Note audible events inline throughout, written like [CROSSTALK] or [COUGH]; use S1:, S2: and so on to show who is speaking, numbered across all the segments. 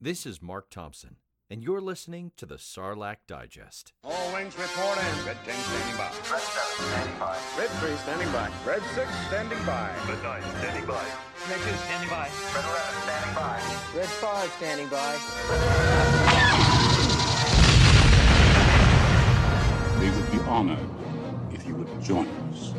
S1: This is Mark Thompson, and you're listening to the Sarlacc Digest.
S2: All wings report in. Red 10 standing by.
S3: Red 7 standing by.
S2: Red 3 standing by. Red 6 standing by.
S4: Red 9 standing by.
S5: Red 2 standing by.
S3: Red 11 standing by.
S6: Red 5 standing by.
S7: We would be honored if you would join us.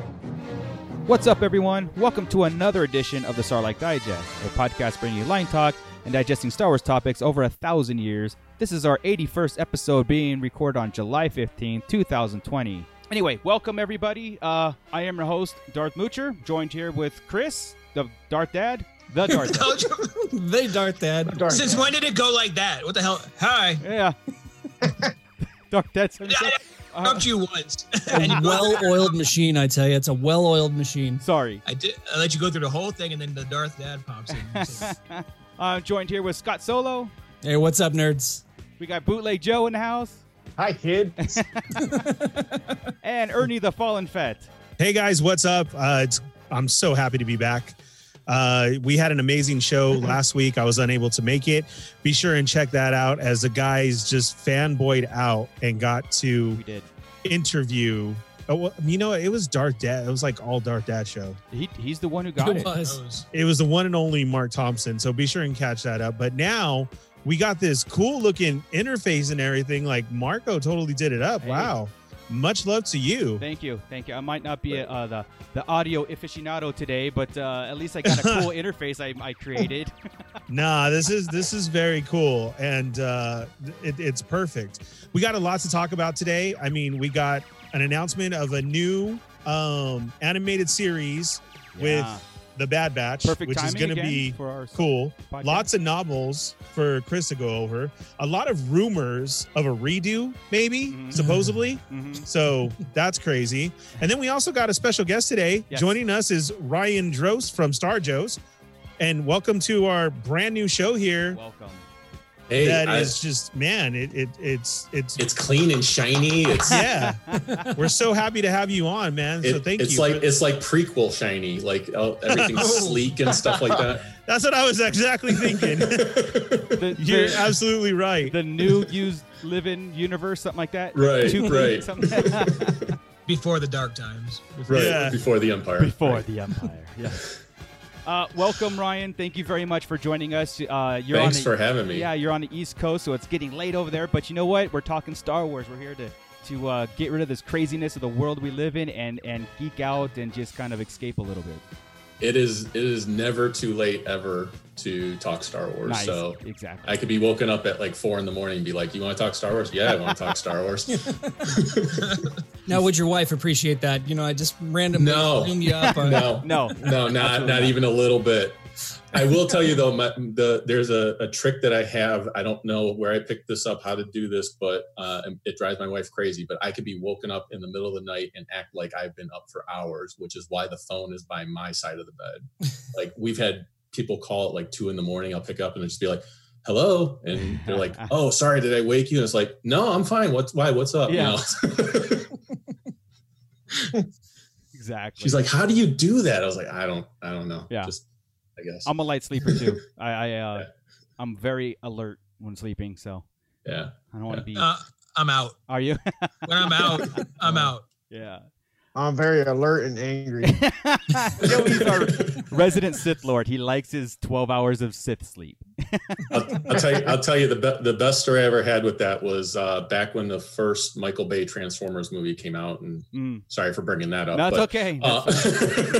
S8: What's up, everyone? Welcome to another edition of the Sarlacc Digest, a podcast bringing you line talk and digesting Star Wars topics over a thousand years. This is our 81st episode being recorded on July 15, 2020. Anyway, welcome everybody. Uh, I am your host, Darth Moocher, joined here with Chris, the Darth Dad. The Darth
S9: [LAUGHS]
S8: Dad.
S10: they dart that. Since when did it go like that? What the hell? Hi.
S8: yeah. [LAUGHS] Darth Dad.
S10: I
S8: Uh,
S10: bumped you once. [LAUGHS]
S8: A
S10: and you go-
S8: well-oiled
S9: machine, I tell you. It's a well oiled machine.
S8: Sorry.
S10: I did. I let you go through the whole thing, and then the Darth Dad
S8: [LAUGHS]
S10: pops in. So-
S8: I'm Uh, joined here with Scott Solo.
S9: Hey, what's up, nerds?
S8: We got Bootleg Joe in the house.
S11: Hi, kid.
S8: [LAUGHS] And Ernie the Fallen Fett.
S12: Hey guys, what's up? Uh, it's, I'm so happy to be back. Uh, we had an amazing show
S8: Mm-hmm.
S12: last week. I was unable to make it. Be sure and check that out as the guys just fanboyed out and got to
S8: We did.
S12: interview. Oh, well, you know, it was Dark Dad. It was like all Dark Dad show.
S8: He, he's the one who got it.
S9: was.
S12: It was the one and only Mark Thompson. So be sure and catch that up. But now we got this cool looking interface and everything. Like Marco totally did it up.
S8: Hey.
S12: Wow. Much love to you.
S8: Thank you, thank you. I might not be uh, the the audio aficionado today, but uh, at least I got a
S12: [LAUGHS]
S8: cool interface I, I created.
S12: Nah, this is this is very cool, and uh, it, it's perfect. We got a lot to talk about today. I mean, we got an announcement of a new um, animated series with
S8: Yeah.
S12: the Bad Batch,
S8: perfect
S12: which
S8: timing
S12: is going to
S8: again
S12: be
S8: for our
S12: cool.
S8: podcast.
S12: Lots of novels for Chris to go over. A lot of rumors of a redo, maybe
S8: Mhm.
S12: supposedly.
S8: Mhm.
S12: So that's crazy. And then we also got a special guest today.
S8: Yes.
S12: Joining us is Ryan Drost from Star Joe's. And welcome to our brand new show here.
S8: Welcome.
S11: Hey,
S12: that
S11: I-
S12: is just man, it, it it's
S11: [LAUGHS]
S12: it's
S11: it's clean and shiny. It's
S12: yeah. We're so happy to have you on, man. so
S11: it-
S12: thank
S11: it's
S12: you.
S11: like
S12: for-
S11: it's like prequel shiny, like oh,
S12: [LAUGHS]
S11: everything's sleek and stuff like that.
S12: that's what I was exactly thinking.
S11: [LAUGHS]
S8: The,
S12: You're
S8: the,
S12: absolutely right.
S8: the new used living universe, something like that.
S11: Right,
S8: Two clean,
S11: right.
S8: something-
S10: Before the dark times.
S11: right
S12: Yeah.
S11: before the empire.
S8: Before the Empire. Yeah. Uh, welcome, Ryan. Thank you very much for joining us. Uh, you're
S11: Thanks
S8: on the,
S11: for having me.
S8: Yeah, you're on the East Coast, so it's getting late over there. But you know what? We're talking Star Wars. We're here to to uh, get rid of this craziness of the world we live in and and geek out and just kind of escape a little bit.
S11: It is it is never too late ever to talk Star Wars.
S8: nice,
S11: So
S8: exactly.
S11: I could be woken up at like four in the morning and be like, "You want to talk Star Wars? Yeah, I want to talk
S8: [LAUGHS]
S11: Star Wars."
S9: Now, would your wife appreciate that? You know, I just randomly
S11: No.
S9: zoomed you up. on-
S11: [LAUGHS] no,
S8: no, [LAUGHS]
S11: no, not
S8: Absolutely
S11: not
S8: not.
S11: even a little bit. I will
S8: [LAUGHS]
S11: tell you though, my, the there's a, a trick that I have. I don't know where I picked this up, how to do this, but uh, it drives my wife crazy. But I could be woken up in the middle of the night and act like I've been up for hours, which is why the phone is by my side of the bed.
S8: [LAUGHS]
S11: Like we've had people call at like two in the morning. I'll pick up and just be like, "Hello," and
S8: [LAUGHS]
S11: they're like, "Oh, sorry, did I wake you?" And it's like, "No, I'm fine. What's why? What's up?"
S8: Yeah.
S11: You know? [LAUGHS]
S8: exactly.
S11: She's like, "How do you do that?" I was like, "I don't, I don't know.
S8: Yeah. Um,
S11: Just, I guess."
S8: I'm a light sleeper
S11: [LAUGHS]
S8: too. I, I uh, I'm very alert when sleeping, so
S11: yeah.
S8: I don't want to be.
S10: Uh, I'm out.
S8: Are
S11: [LAUGHS]
S8: you?
S10: When I'm out,
S8: [LAUGHS]
S10: I'm out.
S8: yeah.
S13: I'm very alert and angry.
S8: Joey's our resident Sith Lord. He likes his 12 hours of Sith sleep.
S11: I'll, I'll tell you. I'll tell you the be- the best story I ever had with that was uh, back when the first Michael Bay Transformers movie came out. And
S8: Mm.
S11: sorry for bringing that up.
S8: No, it's
S11: but,
S8: okay.
S9: [LAUGHS]
S11: uh, [LAUGHS]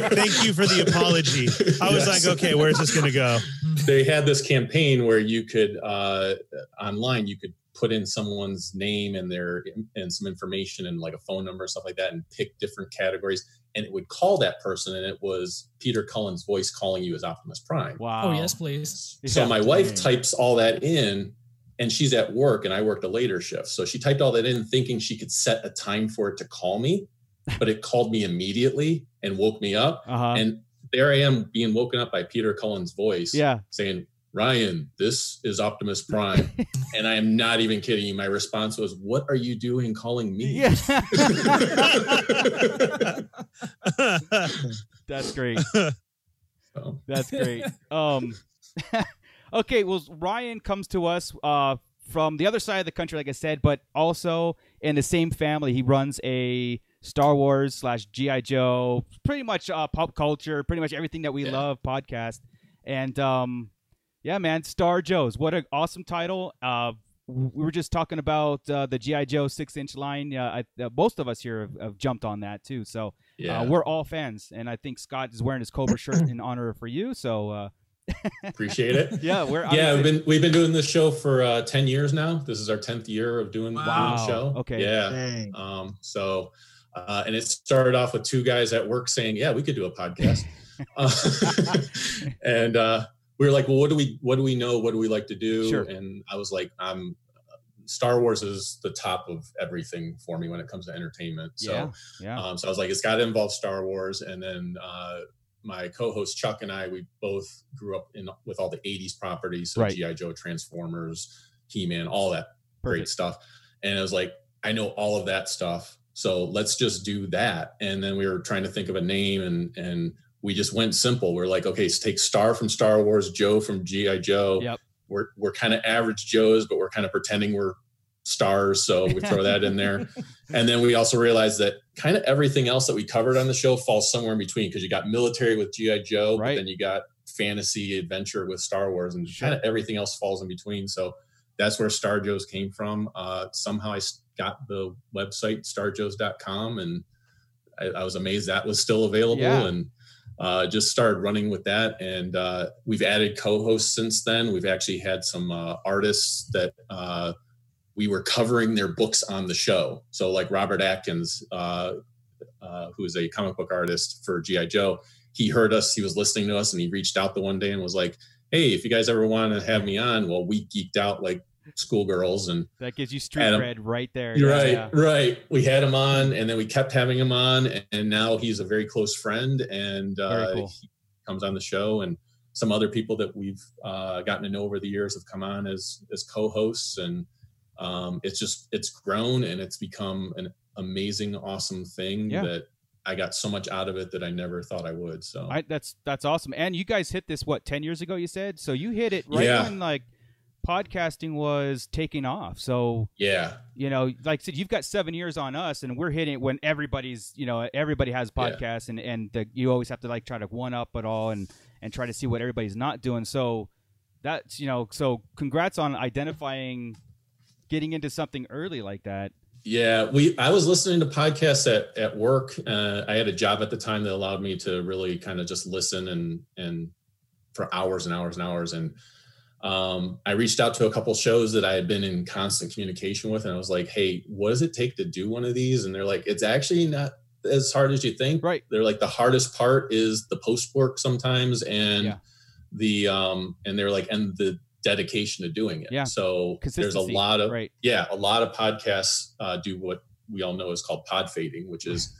S12: Thank you for the apology. I was
S11: Yes.
S12: like, okay, where's this gonna
S9: [LAUGHS]
S12: go?
S11: They had this campaign where you could uh, online you could put in someone's name and their and some information and like a phone number and stuff like that and pick different categories and it would call that person and it was Peter Cullen's voice calling you as Optimus Prime.
S8: wow.
S9: Oh, yes, please.
S11: So
S8: Yeah.
S11: my wife
S8: Mm.
S11: types all that in and she's at work and I worked a later shift. So she typed all that in thinking she could set a time for it to call me, but it called me immediately and woke me up.
S8: Uh-huh.
S11: And there I am being woken up by Peter Cullen's voice
S8: yeah.
S11: saying, Ryan, this is Optimus Prime.
S8: [LAUGHS]
S11: and I am not even kidding you. My response was, What are you doing
S8: [LAUGHS]
S11: calling me? [LAUGHS]
S8: Yeah.
S12: I
S8: [LAUGHS] That's great.
S11: So,
S8: That's great. Um, [LAUGHS] Okay, well, Ryan comes to us uh, from the other side of the country, like I said, but also in the same family. He runs a Star Wars slash GI Joe, pretty much uh, pop culture, pretty much everything that we love podcast. And um, yeah, man, Star Joes, what an awesome title! Uh, w- we were just talking about uh, the GI Joe six inch line. Uh, I, uh, most of us here have, have jumped on that too, so
S11: Yeah.
S8: uh, we're all fans. And I think Scott is wearing his Cobra
S11: [COUGHS]
S8: shirt in honor for you. So. Uh,
S11: Appreciate it.
S8: Yeah, we're
S11: yeah.
S8: obviously-
S11: We've been we've been doing this show for uh, ten years now. This is our tenth year of doing, doing
S8: Wow.
S11: the show.
S8: Okay.
S11: Yeah.
S13: Dang.
S11: Um. So, uh, and it started off with two guys at work saying, "Yeah, we could do a
S8: [LAUGHS]
S11: podcast," uh, [LAUGHS] and uh, we were like, "Well, what do we what do we know? What do we like to do?"
S8: Sure.
S11: And I was like, "I'm." Star Wars is the top of everything for me when it comes to entertainment. So
S8: yeah, yeah.
S11: Um, so I was like, it's got to involve Star Wars. And then uh, my co-host Chuck and I, we both grew up in with all the '80s properties, so
S8: Right.
S11: GI Joe, Transformers, He-Man, all that
S8: Perfect.
S11: great stuff. And I was like, I know all of that stuff, so let's just do that. And then we were trying to think of a name, and and we just went simple. We're like, okay, so take Star from Star Wars, Joe from GI Joe.
S8: Yep.
S11: We're we're kind of average Joes, but we're kind of pretending we're stars, so we throw that
S8: [LAUGHS]
S11: in there. And then we also realized that kind of everything else that we covered on the show falls somewhere in between because you got military with GI Joe,
S8: Right.
S11: but then you got fantasy adventure with Star Wars, and
S8: Sure.
S11: kind of everything else falls in between. So that's where Star Joe's came from. Uh, somehow I s- got the website starjoes.com, and I, I was amazed that was still available,
S8: Yeah.
S11: and uh, just started running with that. And uh, we've added co-hosts since then. We've actually had some uh, artists that. Uh, we were covering their books on the show. So like Robert Atkins, uh, uh, who is a comic book artist for GI Joe, he heard us, he was listening to us, and he reached out the one day and was like, "Hey, if you guys ever want to have me on, well, we geeked out like schoolgirls and
S8: That gives you street
S11: Adam-
S8: cred right there.
S11: You're
S8: Yeah,
S11: right,
S8: yeah.
S11: right. We had him on, and then we kept having him on, and now he's a very close friend, and uh,
S8: Very cool.
S11: he comes on the show, and some other people that we've uh, gotten to know over the years have come on as as co-hosts, and um, it's just it's grown and it's become an amazing, awesome thing
S8: Yeah.
S11: that I got so much out of it that I never thought I would. So
S8: I, that's that's awesome. And you guys hit this what ten years ago? You said so. You hit it right
S11: Yeah.
S8: when like podcasting was taking off. So
S11: yeah,
S8: you know, like I said, you've got seven years on us, and we're hitting it when everybody's you know everybody has
S11: Yeah.
S8: podcasts, and and the, you always have to like try to one up it all, and and try to see what everybody's not doing. So that's you know, so congrats on identifying, getting into something early like that.
S11: Yeah, we. I was listening to podcasts at at work. Uh, I had a job at the time that allowed me to really kind of just listen and and for hours and hours and hours. And um, I reached out to a couple shows that I had been in constant communication with, and I was like, "Hey, what does it take to do one of these?" And they're like, "It's actually not as hard as you think."
S8: Right.
S11: They're like, "The hardest part is the post work sometimes, and
S8: Yeah.
S11: the um, and they're like, and the dedication to doing it."
S8: Yeah.
S11: So there's a
S8: Consistency,
S11: lot of
S8: Right.
S11: yeah, a lot of podcasts uh, do what we all know is called pod fading, which is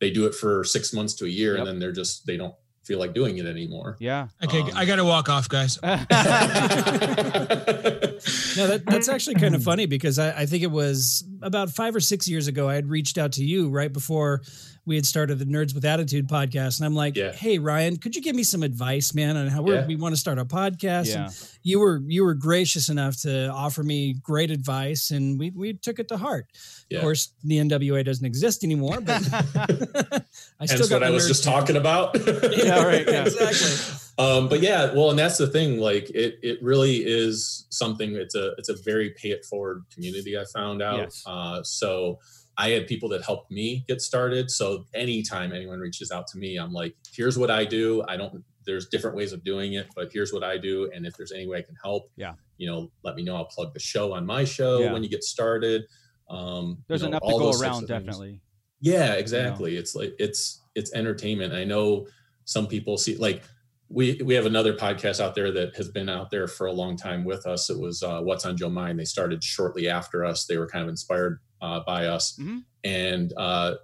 S11: they do it for six months to a year
S8: Yep.
S11: and then they're just they don't feel like doing
S8: [LAUGHS]
S11: it anymore. [LAUGHS]
S8: Yeah.
S10: Okay,
S11: Um,
S10: I gotta walk off, guys.
S9: No,
S10: [LAUGHS]
S9: that, that's actually
S11: [CLEARS THROAT]
S9: kind of funny because I, I think it was about five or six years ago. I had reached out to you right before we had started the Nerds with Attitude podcast, and I'm like,
S11: Yeah.
S9: "Hey, Ryan, could you give me some advice, man, on how we're,
S11: Yeah.
S9: we want to start our podcast?"
S8: yeah.
S9: And you were you were gracious enough to offer me great advice, and we we took it to heart.
S11: Yeah.
S9: Of course, the NWA doesn't exist anymore,
S11: [LAUGHS]
S9: but [LAUGHS] I
S11: Hence what
S9: my
S11: I was
S9: Nerds
S11: just
S9: hat. [LAUGHS]
S11: talking about.
S8: Yeah, right, yeah.
S9: Exactly.
S11: Um, but yeah, well, and that's the thing. Like, it it really is something. It's a it's a very pay it forward community. I found out.
S8: Yes.
S11: Uh, so I had people that helped me get started. So anytime anyone reaches out to me, I'm like, here's what I do. I don't. There's different ways of doing it, but here's what I do. And if there's any way I can help,
S8: Yeah.
S11: you know, let me know. I'll plug the show on my show
S8: Yeah.
S11: when you get started. Um,
S8: There's
S11: you know,
S8: enough to
S11: all
S8: go
S11: those types
S8: around,
S11: of things.
S8: definitely.
S11: Yeah, exactly. It's like it's it's entertainment. I know some people see like we we have another podcast out there that has been out there for a long time with us. It was uh, What's on Joe Mind. They started shortly after us. They were kind of inspired uh, by us,
S8: Mhm.
S11: and uh,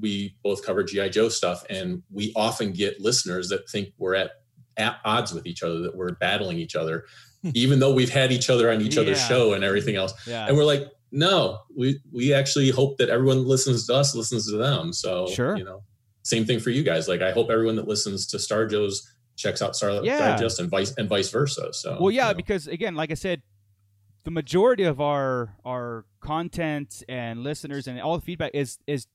S11: we both cover GI Joe stuff. And we often get listeners that think we're at at odds with each other, that we're battling each other, even though we've had each other on each other's
S8: Yeah.
S11: show and everything else
S8: Yeah.
S11: and we're like no we we actually hope that everyone listens to us listens to them so
S8: Sure.
S11: you know same thing for you guys like i hope everyone that listens to star joe's checks out Starlight
S8: Yeah.
S11: Digest and vice and vice versa. So
S8: well, yeah, because again, like I said, the majority of our our content and listeners and all the feedback is is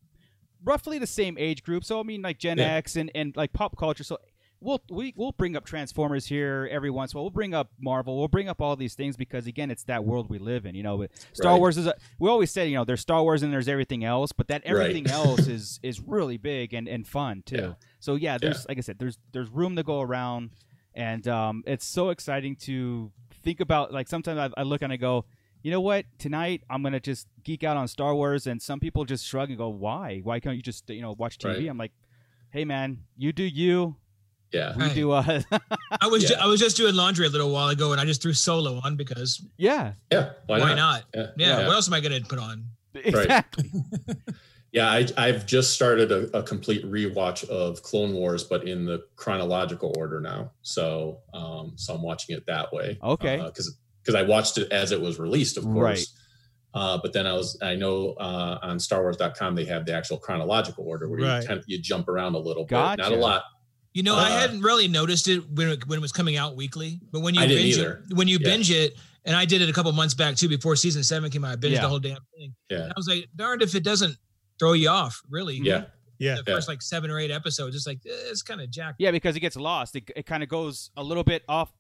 S8: roughly the same age group. So I mean, like Gen
S11: Yeah.
S8: X and and like pop culture. So we'll we, we'll bring up Transformers here every once in a while. We'll bring up Marvel. We'll bring up all these things because again, it's that world we live in. You know, But Star
S11: Right.
S8: Wars is. A, we always said you know there's Star Wars and there's everything else, but that
S11: Right. [LAUGHS]
S8: everything else is is really big and and fun too.
S11: Yeah.
S8: So yeah, there's like I said, there's there's room to go around, and um, it's so exciting to think about. Like sometimes I, I look and I go, you know what? Tonight I'm gonna just geek out on Star Wars, and some people just shrug and go, why? Why can't you just you know watch TV?
S11: Right.
S8: I'm like, hey man, you do
S11: [LAUGHS]
S8: you,
S11: yeah,
S8: we
S9: Right.
S8: do uh, us.
S9: I was ju-
S11: Yeah.
S9: I was just doing laundry a little while ago, and I just threw Solo on because
S8: [LAUGHS] yeah,
S11: yeah. Why,
S9: why,
S11: not?
S9: not? Yeah,
S11: yeah.
S9: What else am I gonna put on?
S8: exactly.
S11: Yeah, I, I've just started a, a complete rewatch of Clone Wars, but in the chronological order now. So, um, so I'm watching it that way.
S8: Okay.
S11: Because because Uh, I watched it as it was released, of course.
S8: Right.
S11: Uh, but then I was I know uh, on StarWars.com they have the actual chronological order where
S12: Right.
S11: you kind of you jump around a little bit, not
S8: Gotcha.
S11: a lot.
S9: You know, I
S11: Uh,
S9: hadn't really noticed it when it, when it was coming out weekly, but when you
S11: I didn't
S9: binge
S11: either.
S9: it, when you
S11: Yeah.
S9: binge it, and I did it a couple months back too before season seven came out. I binged
S8: Yeah.
S9: the whole damn thing.
S11: Yeah.
S9: And I was like, darned if it doesn't throw you off, really.
S11: Yeah,
S12: Yeah.
S9: The first like seven or eight episodes, it's like eh, it's kind of jacked.
S8: Yeah, because it gets lost. It, it kind of goes a little bit off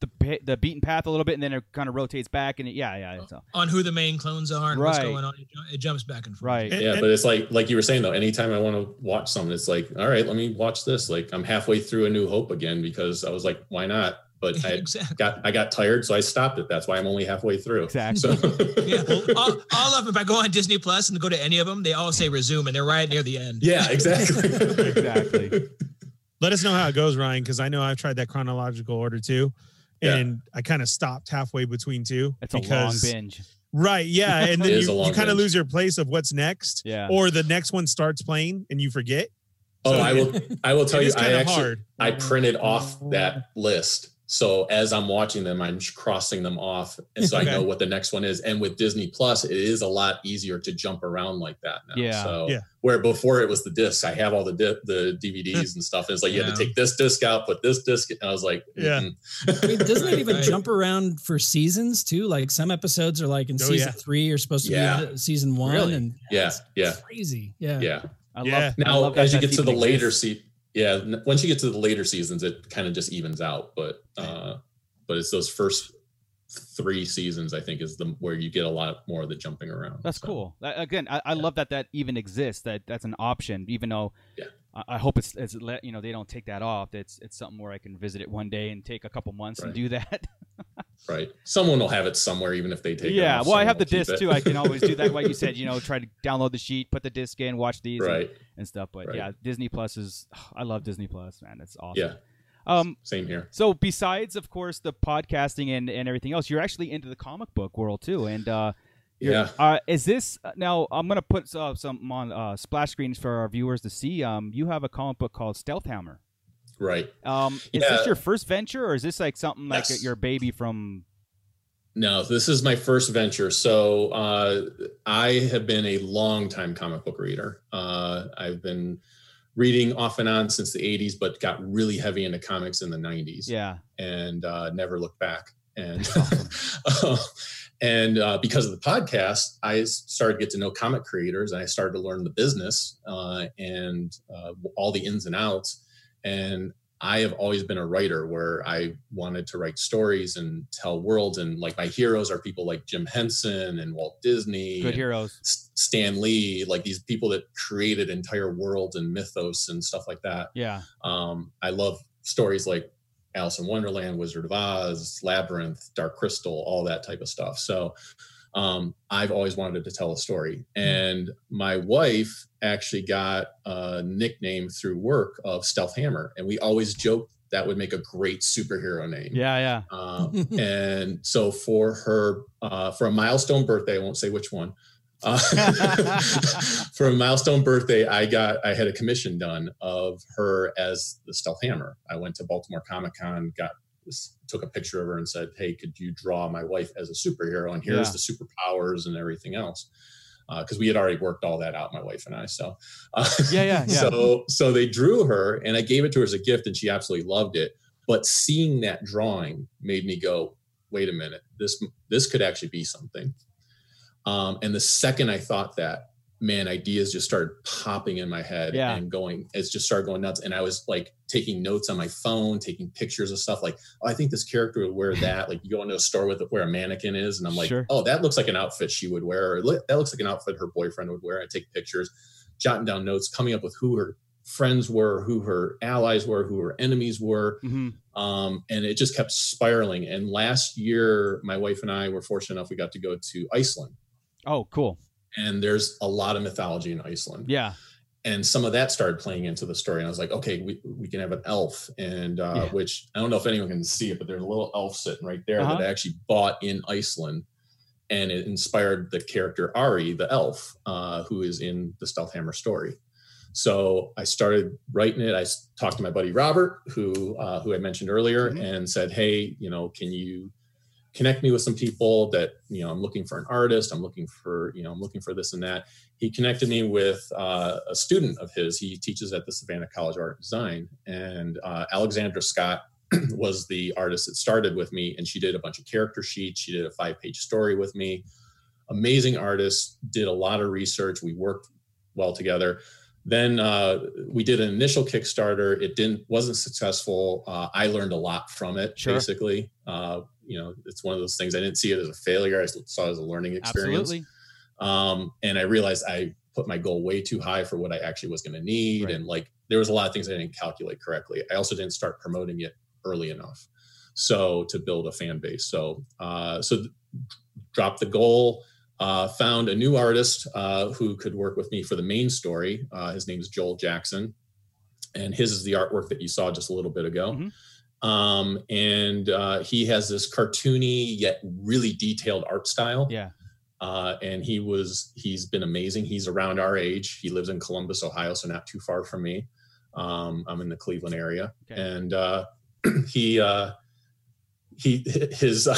S8: the pa- the beaten path a little bit, and then it kind of rotates back, and it, yeah, yeah. So
S9: on who the main clones are and what's
S8: Right.
S9: going on. It, ju- it jumps back and forth.
S8: right.
S12: And-
S11: yeah.
S12: and-
S11: but it's like like you were saying though, anytime I want to watch something, it's like, all right, let me watch this. Like I'm halfway through A New Hope again because I was like, why not? But
S8: [LAUGHS]
S11: I
S9: [LAUGHS] exactly.
S11: got I got tired, so I stopped it. That's why I'm only halfway through.
S8: Exactly.
S11: So
S9: Yeah.
S12: uh
S9: all, all of them. If I go on Disney Plus and go to any of them, they all say resume, and they're right near the end.
S11: [LAUGHS] yeah, exactly.
S8: [LAUGHS] Exactly.
S12: Let us know how it goes, Ryan, because I know I've tried that chronological order too.
S11: Yeah.
S12: And I kind of stopped halfway between two.
S8: It's a
S12: because-
S8: long binge.
S12: Right.
S11: [LAUGHS]
S12: Yeah. And then
S11: It is a
S12: you,
S11: long
S12: you kind of
S11: binge.
S12: lose your place of what's next.
S8: Yeah.
S12: Or the next one starts playing and you forget.
S11: Oh, I will I will tell
S12: It
S11: you
S12: is
S11: I
S12: kind of
S11: actually
S12: hard.
S11: I
S4: Mm-hmm.
S11: printed off that list. So as I'm watching them, I'm just crossing them off. And so
S12: Okay.
S11: I know what the next one is. And with Disney Plus, it is a lot easier to jump around like that now.
S8: Yeah.
S11: So
S12: Yeah.
S11: where before it was the disc, I have all the di-
S12: [LAUGHS]
S11: the DVDs and stuff. And it's like you had to
S9: Yeah.
S11: take this disc out, put this disc, in. and I was like,
S12: Yeah.
S11: mm-mm.
S4: I
S10: [LAUGHS]
S4: mean, doesn't it even
S11: [LAUGHS]
S9: Right.
S4: jump around for seasons too? Like some episodes are like in
S12: Oh,
S4: season
S12: yeah.
S4: three, you're supposed to
S11: Yeah.
S4: be in season one,
S8: Really?
S4: and
S11: Yeah,
S4: it's
S11: yeah,
S4: crazy. Yeah.
S11: yeah.
S8: I
S12: Yeah.
S8: love I
S11: Now,
S8: love that
S11: as you
S8: that
S11: get to the
S8: even
S11: later
S8: exists.
S11: seat, yeah, n- once you get to the later seasons, it kind of just evens out. But uh, but it's those first three seasons, I think, is the where you get a lot more of the jumping around.
S8: That's
S11: So,
S8: cool. That- again, I, I love that that even exists. That that's an option, even though
S11: Yeah.
S8: I, I hope it's, it's let, you know they don't take that off. It's it's something where I can visit it one day and take a couple months and
S11: Right.
S8: do that.
S11: Right. Someone will have it somewhere, even
S8: [LAUGHS]
S11: if they take. it
S8: yeah.
S11: off,
S8: Well, I
S11: someone
S8: have the
S11: will keep
S8: disc
S11: it.
S8: too. I can always do that. Like you
S11: [LAUGHS]
S8: said, you know, try to download the sheet, put the disc in, watch these, and-
S11: right.
S8: and, stuff. But
S11: Right.
S8: yeah, Disney Plus is. [SIGHS] I love Disney Plus, man. It's awesome.
S11: Yeah.
S8: Um.
S11: Same here.
S8: So besides, of course, the podcasting and, and everything else, you're actually into the comic book world too, and uh,
S11: Yeah.
S8: Uh, is this now? I'm gonna put uh, some on uh, splash screens for our viewers to see. Um, you have a comic book called Stealth Hammer.
S11: Right.
S8: Um, is
S11: Yeah.
S8: this your first venture, or is this like something like
S11: Yes.
S8: your baby from?
S11: No, this is my first venture. So uh, I have been a longtime comic book reader. Uh, I've been reading off and on since the 80s, but got really heavy into comics in the 90s
S8: Yeah,
S11: and uh, never looked back. And [LAUGHS] um, and uh, because of the podcast, I s- started to get to know comic creators and I started to learn the business uh, and uh, all the ins and outs. And I have always been a writer where I wanted to write stories and tell worlds. And like my heroes are people like Jim Henson and Walt Disney.
S8: good
S11: and
S8: heroes.
S11: S- Stan Lee, like these people that created entire worlds and mythos and stuff like that.
S8: Yeah,
S11: Um, I love stories like Alice in Wonderland, Wizard of Oz, Labyrinth, Dark Crystal, all that type of stuff. So um, I've always wanted to tell a story. And my wife actually got a nickname through work of Stealth Hammer. And we always joked that would make a great superhero name.
S8: yeah, yeah.
S11: Um, and so for her, uh, for a milestone birthday, I won't say which one. Uh, [LAUGHS] for a milestone birthday, I got I had a commission done of her as the stealth hammer. I went to Baltimore Comic Con, got took a picture of her and said, "Hey, could you draw my wife as a superhero?" And here's
S8: Yeah.
S11: the superpowers and everything else, because we had already worked all that out, my wife and I. So, uh, [LAUGHS]
S8: Yeah, yeah, yeah.
S11: So, so they drew her, and I gave it to her as a gift, and she absolutely loved it. But seeing that drawing made me go, wait a minute, this this could actually be something. Um, and the second I thought that, man, ideas just started popping in my head
S8: Yeah.
S11: and going, it's just started going nuts. And I was like taking notes on my phone, taking pictures of stuff like, oh, I think this character would wear that. like you go into a store with where a mannequin is, and I'm like,
S8: Sure.
S11: oh, that looks like an outfit she would wear, or "Look, that looks like an outfit her boyfriend would wear. I take pictures, jotting down notes, coming up with who her friends were, who her allies were, who her enemies were
S8: Mm-hmm.
S11: um, and it just kept spiraling. And last year, my wife and I were fortunate enough we got to go to Iceland,
S8: Oh, cool.
S11: and there's a lot of mythology in Iceland.
S8: Yeah.
S11: And some of that started playing into the story, and I was like, okay, we, we can have an elf, and uh,
S8: Yeah.
S11: which I don't know if anyone can see it, but there's a little elf sitting right there
S8: Uh-huh.
S11: that I actually bought in Iceland, and it inspired the character Ari, the elf, uh, who is in the Stealthhammer story. So I started writing it. I s- talked to my buddy Robert, who uh, who I mentioned earlier,
S8: Mm-hmm.
S11: and said, "Hey, you know, can you connect me with some people that you know I'm looking for an artist. I'm looking for you know I'm looking for this and that." He connected me with uh, a student of his. He teaches at the Savannah College of Art and Design, and uh, Alexandra Scott [CLEARS THROAT] was the artist that started with me, and she did a bunch of character sheets. She did a five-page story with me. Amazing artist. Did a lot of research. We worked well together then uh, we did an initial kickstarter it didn't wasn't successful uh, i learned a lot from it
S8: Sure.
S11: basically uh, you know it's one of those things i didn't see it as a failure i saw it as a learning experience
S8: Absolutely.
S11: um, and i realized i put my goal way too high for what i actually was going to need
S8: Right.
S11: and like there was a lot of things i didn't calculate correctly i also didn't start promoting it early enough so to build a fan base so uh, so th- dropped the goal uh, found a new artist uh, who could work with me for the main story. Uh, his name is Joel Jackson, and his is the artwork that you saw just a little bit ago. Um, and uh, he has this cartoony yet really detailed art style.
S8: Yeah.
S11: Uh, and he was he's been amazing. He's around our age. He lives in Columbus, Ohio, so not too far from me. Um, I'm in the Cleveland area,
S8: Okay.
S11: and uh, [CLEARS THROAT] he uh, he [LAUGHS] his uh,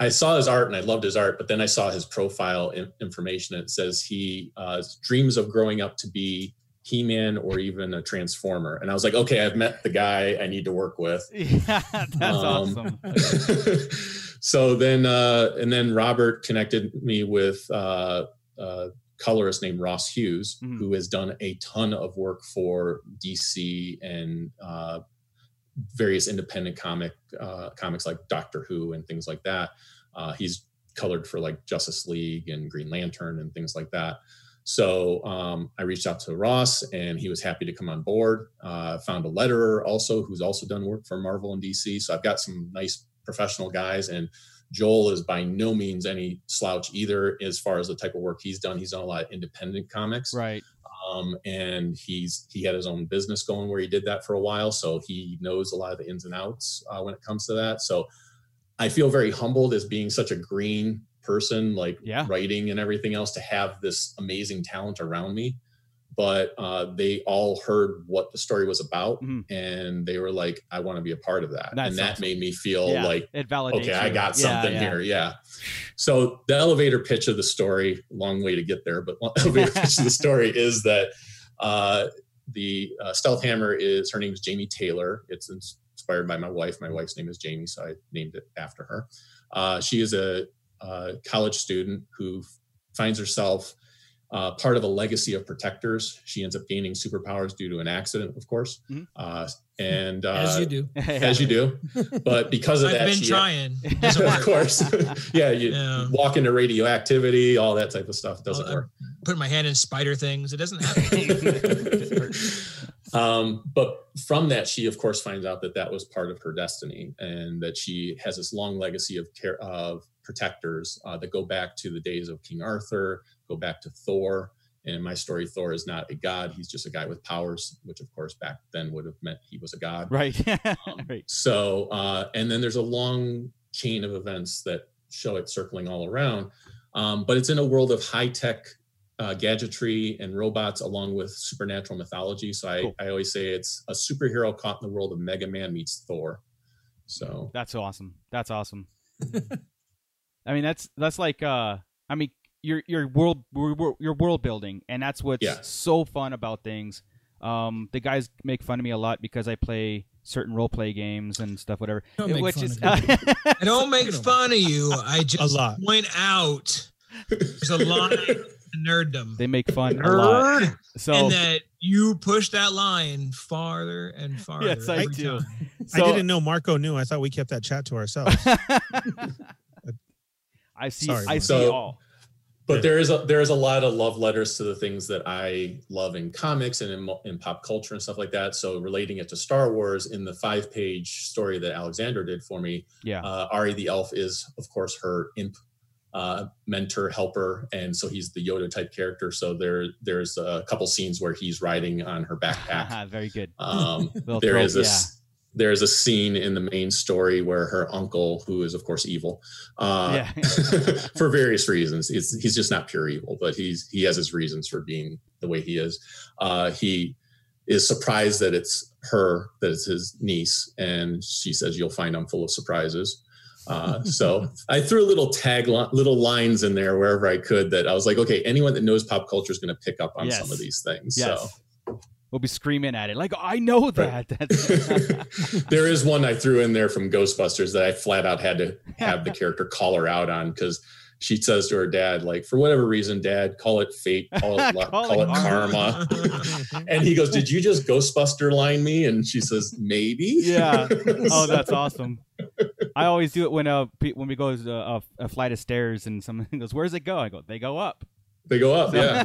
S11: I saw his art and I loved his art, but then I saw his profile in- information. It says he uh, dreams of growing up to be He-Man or even a Transformer, and I was like, okay, I've met the guy I need to work with.
S8: [LAUGHS] Yeah, that's
S11: Um,
S8: awesome.
S11: [LAUGHS] so then, uh, and then Robert connected me with uh, a colorist named Ross Hughes,
S8: Mhm.
S11: who has done a ton of work for DC and uh, various independent comic uh, comics like Doctor Who and things like that. Uh, he's colored for like Justice League and Green Lantern and things like that. So um, I reached out to Ross, and he was happy to come on board. Uh, found a letterer also, who's also done work for Marvel and DC. So I've got some nice professional guys, and Joel is by no means any slouch either as far as the type of work he's done. He's done a lot of independent comics,
S8: Right.
S11: um, and he's he had his own business going where he did that for a while, so he knows a lot of the ins and outs uh, when it comes to that. So I feel very humbled as being such a green person, like
S8: Yeah.
S11: writing and everything else, to have this amazing talent around me. But uh, they all heard what the story was about,
S8: Mhm.
S11: and they were like, "I want to be a part of that,"
S8: That's
S11: and that
S8: awesome.
S11: made me feel
S8: Yeah,
S11: like
S8: it validates.
S11: okay, I
S8: you.
S11: got
S8: Yeah,
S11: something
S8: yeah.
S11: here. Yeah. So the elevator pitch of the story, long way to get there, but [LAUGHS] elevator pitch of the story is that uh, the uh, Stealth Hammer is her name is Jamie Taylor. It's inspired by my wife. My wife's name is Jamie, so I named it after her. Uh, she is a uh, college student who finds herself uh, part of a legacy of protectors. She ends up gaining superpowers due to an accident, of course,
S8: Mhm.
S11: uh, and uh,
S9: as you do.
S8: [LAUGHS]
S11: as you do. But because of
S10: I've
S11: that,
S10: been
S11: she- [LAUGHS]
S10: trying. Doesn't
S11: of
S10: work.
S11: course. [LAUGHS] yeah, you
S10: Yeah.
S11: walk into radioactivity, all that type of stuff doesn't
S10: Well, Putting my hand in spider things. It doesn't happen.
S11: [LAUGHS] work. um, but from that, she of course finds out that that was part of her destiny, and that she has this long legacy of care of protectors uh, that go back to the days of King Arthur, go back to Thor. And in my story, Thor is not a god; he's just a guy with powers, which of course back then would have meant he was a god.
S8: Right. [LAUGHS]
S11: Um,
S8: right.
S11: So, uh, and then there's a long chain of events that show it circling all around. Um, but it's in a world of high tech uh, gadgetry and robots, along with supernatural mythology. So I,
S8: Cool.
S11: I always say it's a superhero caught in the world of Mega Man meets Thor. So
S8: That's awesome. That's awesome. I mean, that's that's like uh, I mean, your your world your world building, and that's what's
S11: Yeah.
S8: so fun about things. Um, the guys make fun of me a lot because I play certain role play games and stuff, whatever.
S4: Don't make
S8: which
S4: fun
S8: is
S4: of
S8: [LAUGHS]
S4: me.
S10: I don't make fun of you. I just
S12: lot.
S10: point out there's a line to nerddom.
S8: they make fun a lot. So
S10: and that you push that line farther and farther.
S8: yes, I
S10: every
S8: do.
S10: time.
S8: So-
S12: I didn't know Marco knew. I thought we kept that chat
S8: [LAUGHS]
S12: to ourselves.
S8: I see.
S12: Sorry,
S8: I
S12: Mark.
S8: see
S11: So-
S8: all.
S11: but there is a, there is a lot of love letters to the things that I love in comics and in, mo- in pop culture and stuff like that. So relating it to Star Wars in the five page story that Alexander did for me,
S8: Yeah.
S11: uh, Ari the elf is of course her imp uh, mentor helper, and so he's the Yoda type character. So there there's a couple scenes where he's riding on her
S8: [LAUGHS]
S11: backpack.
S8: Very good.
S11: Um,
S8: Little
S11: there
S8: trope,
S11: is this there is a scene in the main story where her uncle, who is of course evil, uh,
S8: yeah. [LAUGHS]
S11: [LAUGHS] for various reasons, he's, he's just not pure evil, but he's he has his reasons for being the way he is. Uh, he is surprised that it's her that it's his niece, and she says, "You'll find I'm full of surprises."
S8: [LAUGHS]
S11: Uh, so I threw little tag li- little lines in there wherever I could that I was like, okay, anyone that knows pop culture is going to pick up on
S8: Yes.
S11: some of these things.
S8: Yes.
S11: So.
S8: We'll be screaming at it like I know that. [LAUGHS] That's
S11: [LAUGHS] there is one I threw in there from Ghostbusters that I flat out had to
S8: [LAUGHS]
S11: have the character call her out on because she says to her dad, like, for whatever reason, dad, call it
S8: [LAUGHS]
S11: fate, call it luck,
S8: Call
S11: call,
S8: it
S11: it
S8: [LAUGHS]
S10: [LAUGHS]
S11: karma. and he goes, Did you just Ghostbuster line me? And she says, Maybe. [LAUGHS]
S8: Yeah. oh, that's awesome. I always do it when uh pe- when we go to a, a flight of stairs and someone [LAUGHS] goes, "Where's it go?" I go, "They go up."
S11: They go up.
S8: [LAUGHS]
S11: [LAUGHS] Yeah.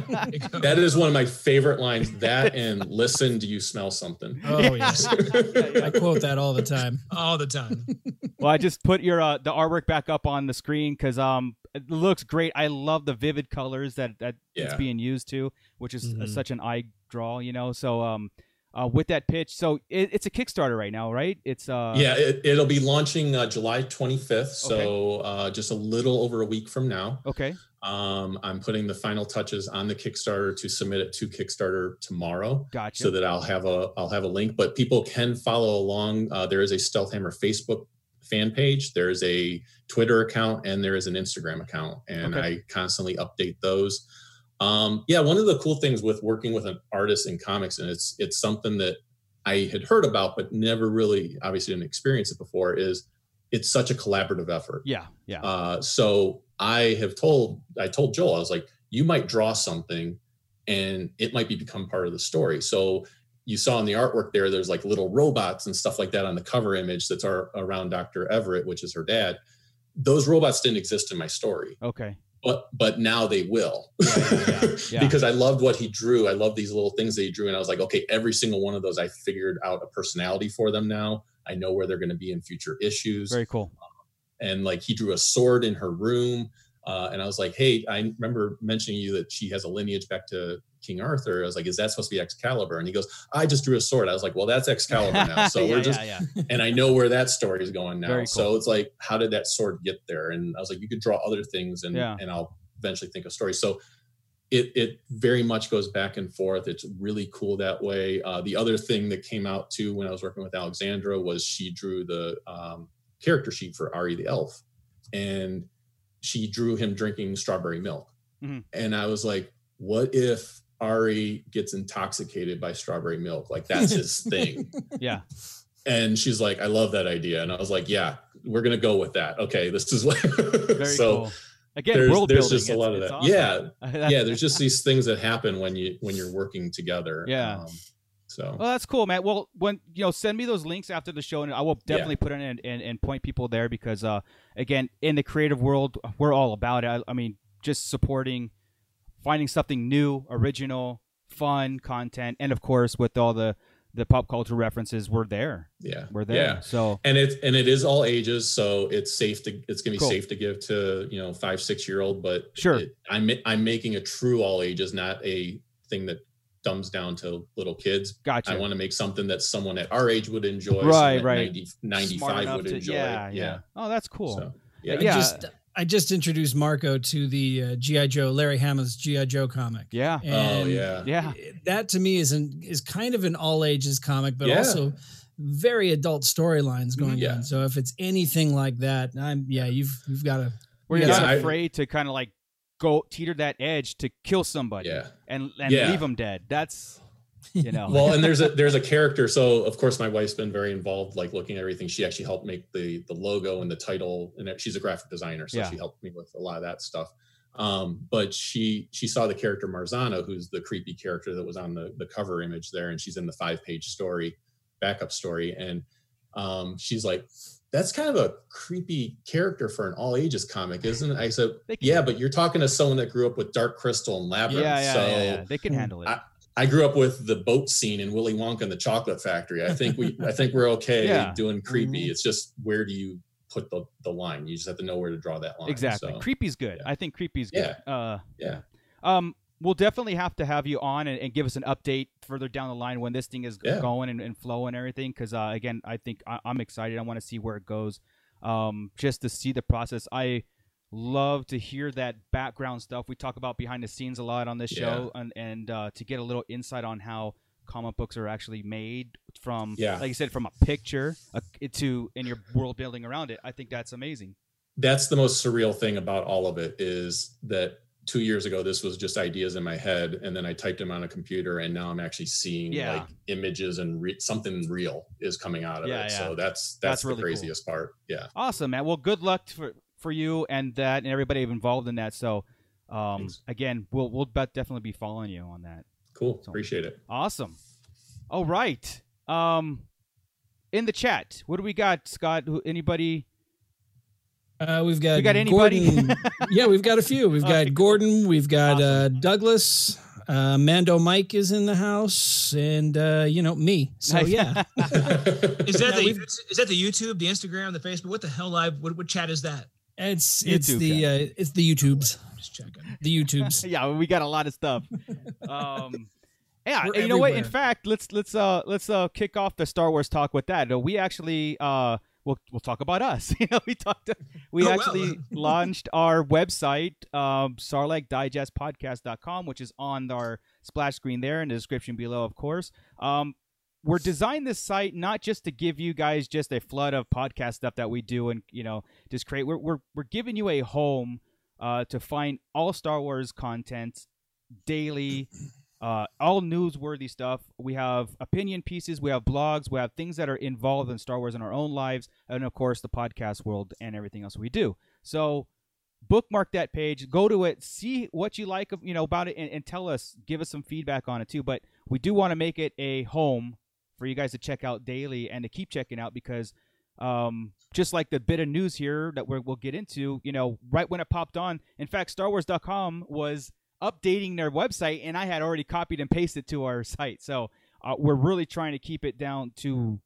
S11: That is one of my favorite lines. That and listen, do you smell something?
S4: Oh yes, I quote that all the time.
S10: [LAUGHS] all the time.
S8: Well, I just put your uh, the artwork back up on the screen because um it looks great. I love the vivid colors that that it's
S11: Yeah.
S8: being used to, which is uh
S4: Mm-hmm.
S12: Mhm.
S8: such an eye draw, you know. So um, uh, with that pitch, so it, it's a Kickstarter right now, right? It's uh
S11: yeah, it, it'll be launching uh, July 25th. So uh, just a little over a week from now.
S8: okay
S11: Um, I'm putting the final touches on the Kickstarter to submit it to Kickstarter tomorrow,
S8: gotcha
S11: so that I'll have a I'll have a link. But people can follow along. Uh, there is a Stealth Hammer Facebook fan page. There is a Twitter account, and there is an Instagram account, and
S8: Okay.
S11: I constantly update those. Um, yeah, one of the cool things with working with an artist in comics, and it's it's something that I had heard about, but never really obviously didn't experience it before. Is it's such a collaborative effort.
S8: yeah yeah
S11: Uh, so I have told I told Joel I was like, you might draw something, and it might be become part of the story. So you saw in the artwork there, there's like little robots and stuff like that on the cover image that's our, around Dr. Everett, which is her dad. Those robots didn't exist in my story,
S8: okay
S11: but but now they will [LAUGHS]
S8: yeah.
S11: because I loved what he drew. I love these little things that he drew, and I was like, okay, every single one of those, I figured out a personality for them now. I know where they're going to be in future issues
S8: very cool
S11: and like he drew a sword in her room. Uh, and I was like, hey, I remember mentioning to you that she has a lineage back to King Arthur. I was like, is that supposed to be Excalibur? And he goes, I just drew a sword. I was like, well, that's
S8: [LAUGHS]
S11: Excalibur now. So
S8: yeah,
S11: we're just,
S8: yeah,
S11: and I know where that story is going now.
S8: Very cool.
S11: So it's like, how did that sword get there? And I was like, you could draw other things, and
S8: Yeah.
S11: and I'll eventually think of stories. So it it very much goes back and forth. It's really cool that way. Uh, the other thing that came out too when I was working with Alexandra was she drew the um, character sheet for Ari the Elf, and she drew him drinking strawberry milk,
S8: Mhm.
S11: and I was like, what if Ari gets intoxicated by strawberry milk? Like that's his thing.
S8: yeah.
S11: [LAUGHS]
S8: yeah.
S11: And she's like, I love that idea. And I was like, yeah, we're going to go with that. Okay. This is what. [LAUGHS]
S8: Very
S11: so,
S8: cool. Again,
S11: there's-
S8: world
S11: there's
S8: building.
S11: just a lot of
S8: it's [LAUGHS]
S11: that.
S8: awesome.
S11: yeah, there's just these things that happen when you, when you're working together.
S8: Yeah. Oh,
S11: Um, so
S8: Well, that's cool, man. Well, when you know, send me those links after the show, and I will
S11: Yeah.
S8: definitely put it in and, and point people there because, uh, again, in the creative world, we're all about it. I, I mean, just supporting, finding something new, original, fun content, and of course, with all the the pop culture references, we're there.
S11: yeah,
S8: We're there.
S11: Yeah.
S8: So
S11: And it's, and it is all ages. So it's safe to, it's going to be
S8: Cool.
S11: safe to give to, you know, five, six year old, but
S8: Sure.
S11: it- I'm, I'm making a true all ages, not a thing that dumbs down to little kids.
S8: gotcha.
S11: I want to make something that someone at our age would enjoy.
S8: Right,
S11: someone at
S8: right.
S11: 90,
S8: Smart
S11: 95
S8: enough
S11: would
S8: to-
S11: enjoy.
S8: Yeah,
S11: it.
S8: yeah. Oh, that's cool.
S11: So, yeah. uh,
S8: Yeah.
S4: I just [LAUGHS] I just introduced Marco to the uh, GI Joe Larry Hama's GI Joe comic.
S8: yeah.
S11: oh
S4: And
S11: yeah.
S8: Yeah.
S4: that to me is an is kind of an all ages comic, but
S11: Yeah.
S4: also very adult storylines going
S11: Yeah.
S4: on. So if it's anything like that, I'm yeah, you've you've got to
S8: Where you're
S11: Yeah,
S8: not
S11: I-
S8: afraid to kind of like go teeter that edge to kill somebody
S11: Yeah.
S8: and and
S11: Yeah.
S8: leave them dead. That's
S11: [LAUGHS]
S8: you know.
S11: well, and there's a there's a character. So of course, my wife's been very involved, like looking at everything. She actually helped make the the logo and the title, and she's a graphic designer, so
S8: Yeah.
S11: she helped me with a lot of that stuff. Um, but she she saw the character Marzano, who's the creepy character that was on the the cover image there, and she's in the five page story, backup story, and um, she's like. That's kind of a creepy character for an all ages comic, isn't it? I said,
S8: Thank you.
S11: yeah, but you're talking to someone that grew up with Dark Crystal and Labyrinth.
S8: yeah, yeah,
S11: so
S8: yeah, yeah. They can handle it.
S11: I- I grew up with the boat scene in Willy Wonka and the Chocolate Factory. I think we, I think we're okay
S8: [LAUGHS] Yeah. Mm-hmm.
S11: doing creepy. It's just where do you put the, the line? You just have to know where to draw that line.
S8: exactly.
S11: So,
S8: Creepy's good.
S11: yeah.
S8: I think creepy's good. Uh,
S11: yeah.
S8: Um, we'll definitely have to have you on and, and give us an update further down the line when this thing is
S11: Yeah.
S8: going and, and flowing and everything. Because uh, again, I think I, I'm excited. I want to see where it goes. Um, just to see the process. I love to hear that background stuff. We talk about behind the scenes a lot on this show, and and uh, to get a little insight on how comic books are actually made from
S11: Yeah.
S8: like you said from a picture a, to and your world building around it i think that's amazing
S11: That's the most surreal thing about all of it is that two years ago, this was just ideas in my head. And then I typed them on a computer and now I'm actually seeing
S8: Yeah.
S11: like images and re- something real is coming out of
S8: Yeah,
S11: it.
S8: yeah.
S11: So that's, that's,
S8: That's
S11: the
S8: really cool.
S11: craziest part. Yeah.
S8: Awesome, man. Well, good luck for for you and that and everybody involved in that. So, um,
S11: Thanks.
S8: again, we'll we'll bet definitely be following you on that.
S11: Cool.
S8: So-
S11: Appreciate
S8: [LAUGHS]
S11: it.
S8: Awesome. All right. Um, in the chat, what do we got, Scott? Who, anybody?
S9: Uh, we've got
S8: We got anybody? [LAUGHS]
S9: Gordon. yeah, we've got a few. We've
S8: Okay,
S9: got Gordon. We've got
S8: Awesome.
S9: uh, Douglas. Uh, Mando Mike is in the house, and uh, you know me. So
S8: Nice.
S9: yeah,
S10: Is that
S9: Yeah,
S10: the
S9: we've-
S10: is that the YouTube, the Instagram, the Facebook? What the hell live? What, what chat is that? Oh,
S9: it's it's
S8: YouTube
S9: the uh, it's the YouTubes,
S10: I'm just checking.
S9: the YouTubes.
S8: yeah, we got a lot of stuff. [LAUGHS] Um, yeah,
S9: We're
S8: and you know what? In
S9: everywhere.
S8: fact, let's let's uh let's uh kick off the Star Wars talk with that. Uh, we actually uh we'll we'll talk about us. [LAUGHS] you know, we talked we
S10: Oh, well. [LAUGHS]
S8: actually launched our website um sarlacdigestpodcast.com which is on our splash screen there in the description below of course. Um we're designed this site not just to give you guys just a flood of podcast stuff that we do and you know just create we're we're, we're giving you a home uh, to find all Star Wars content daily, uh, all newsworthy stuff. We have opinion pieces, we have blogs, we have things that are involved in Star Wars in our own lives, and of course the podcast world and everything else we do. So bookmark that page, go to it, see what you like of you know about it, and, and tell us, give us some feedback on it too. But we do want to make it a home for you guys to check out daily and to keep checking out because um, just like the bit of news here that we're, we'll get into, you know, right when it popped on. In fact, StarWars.com was updating their website, and I had already copied and pasted to our site. So uh, we're really trying to keep it down to,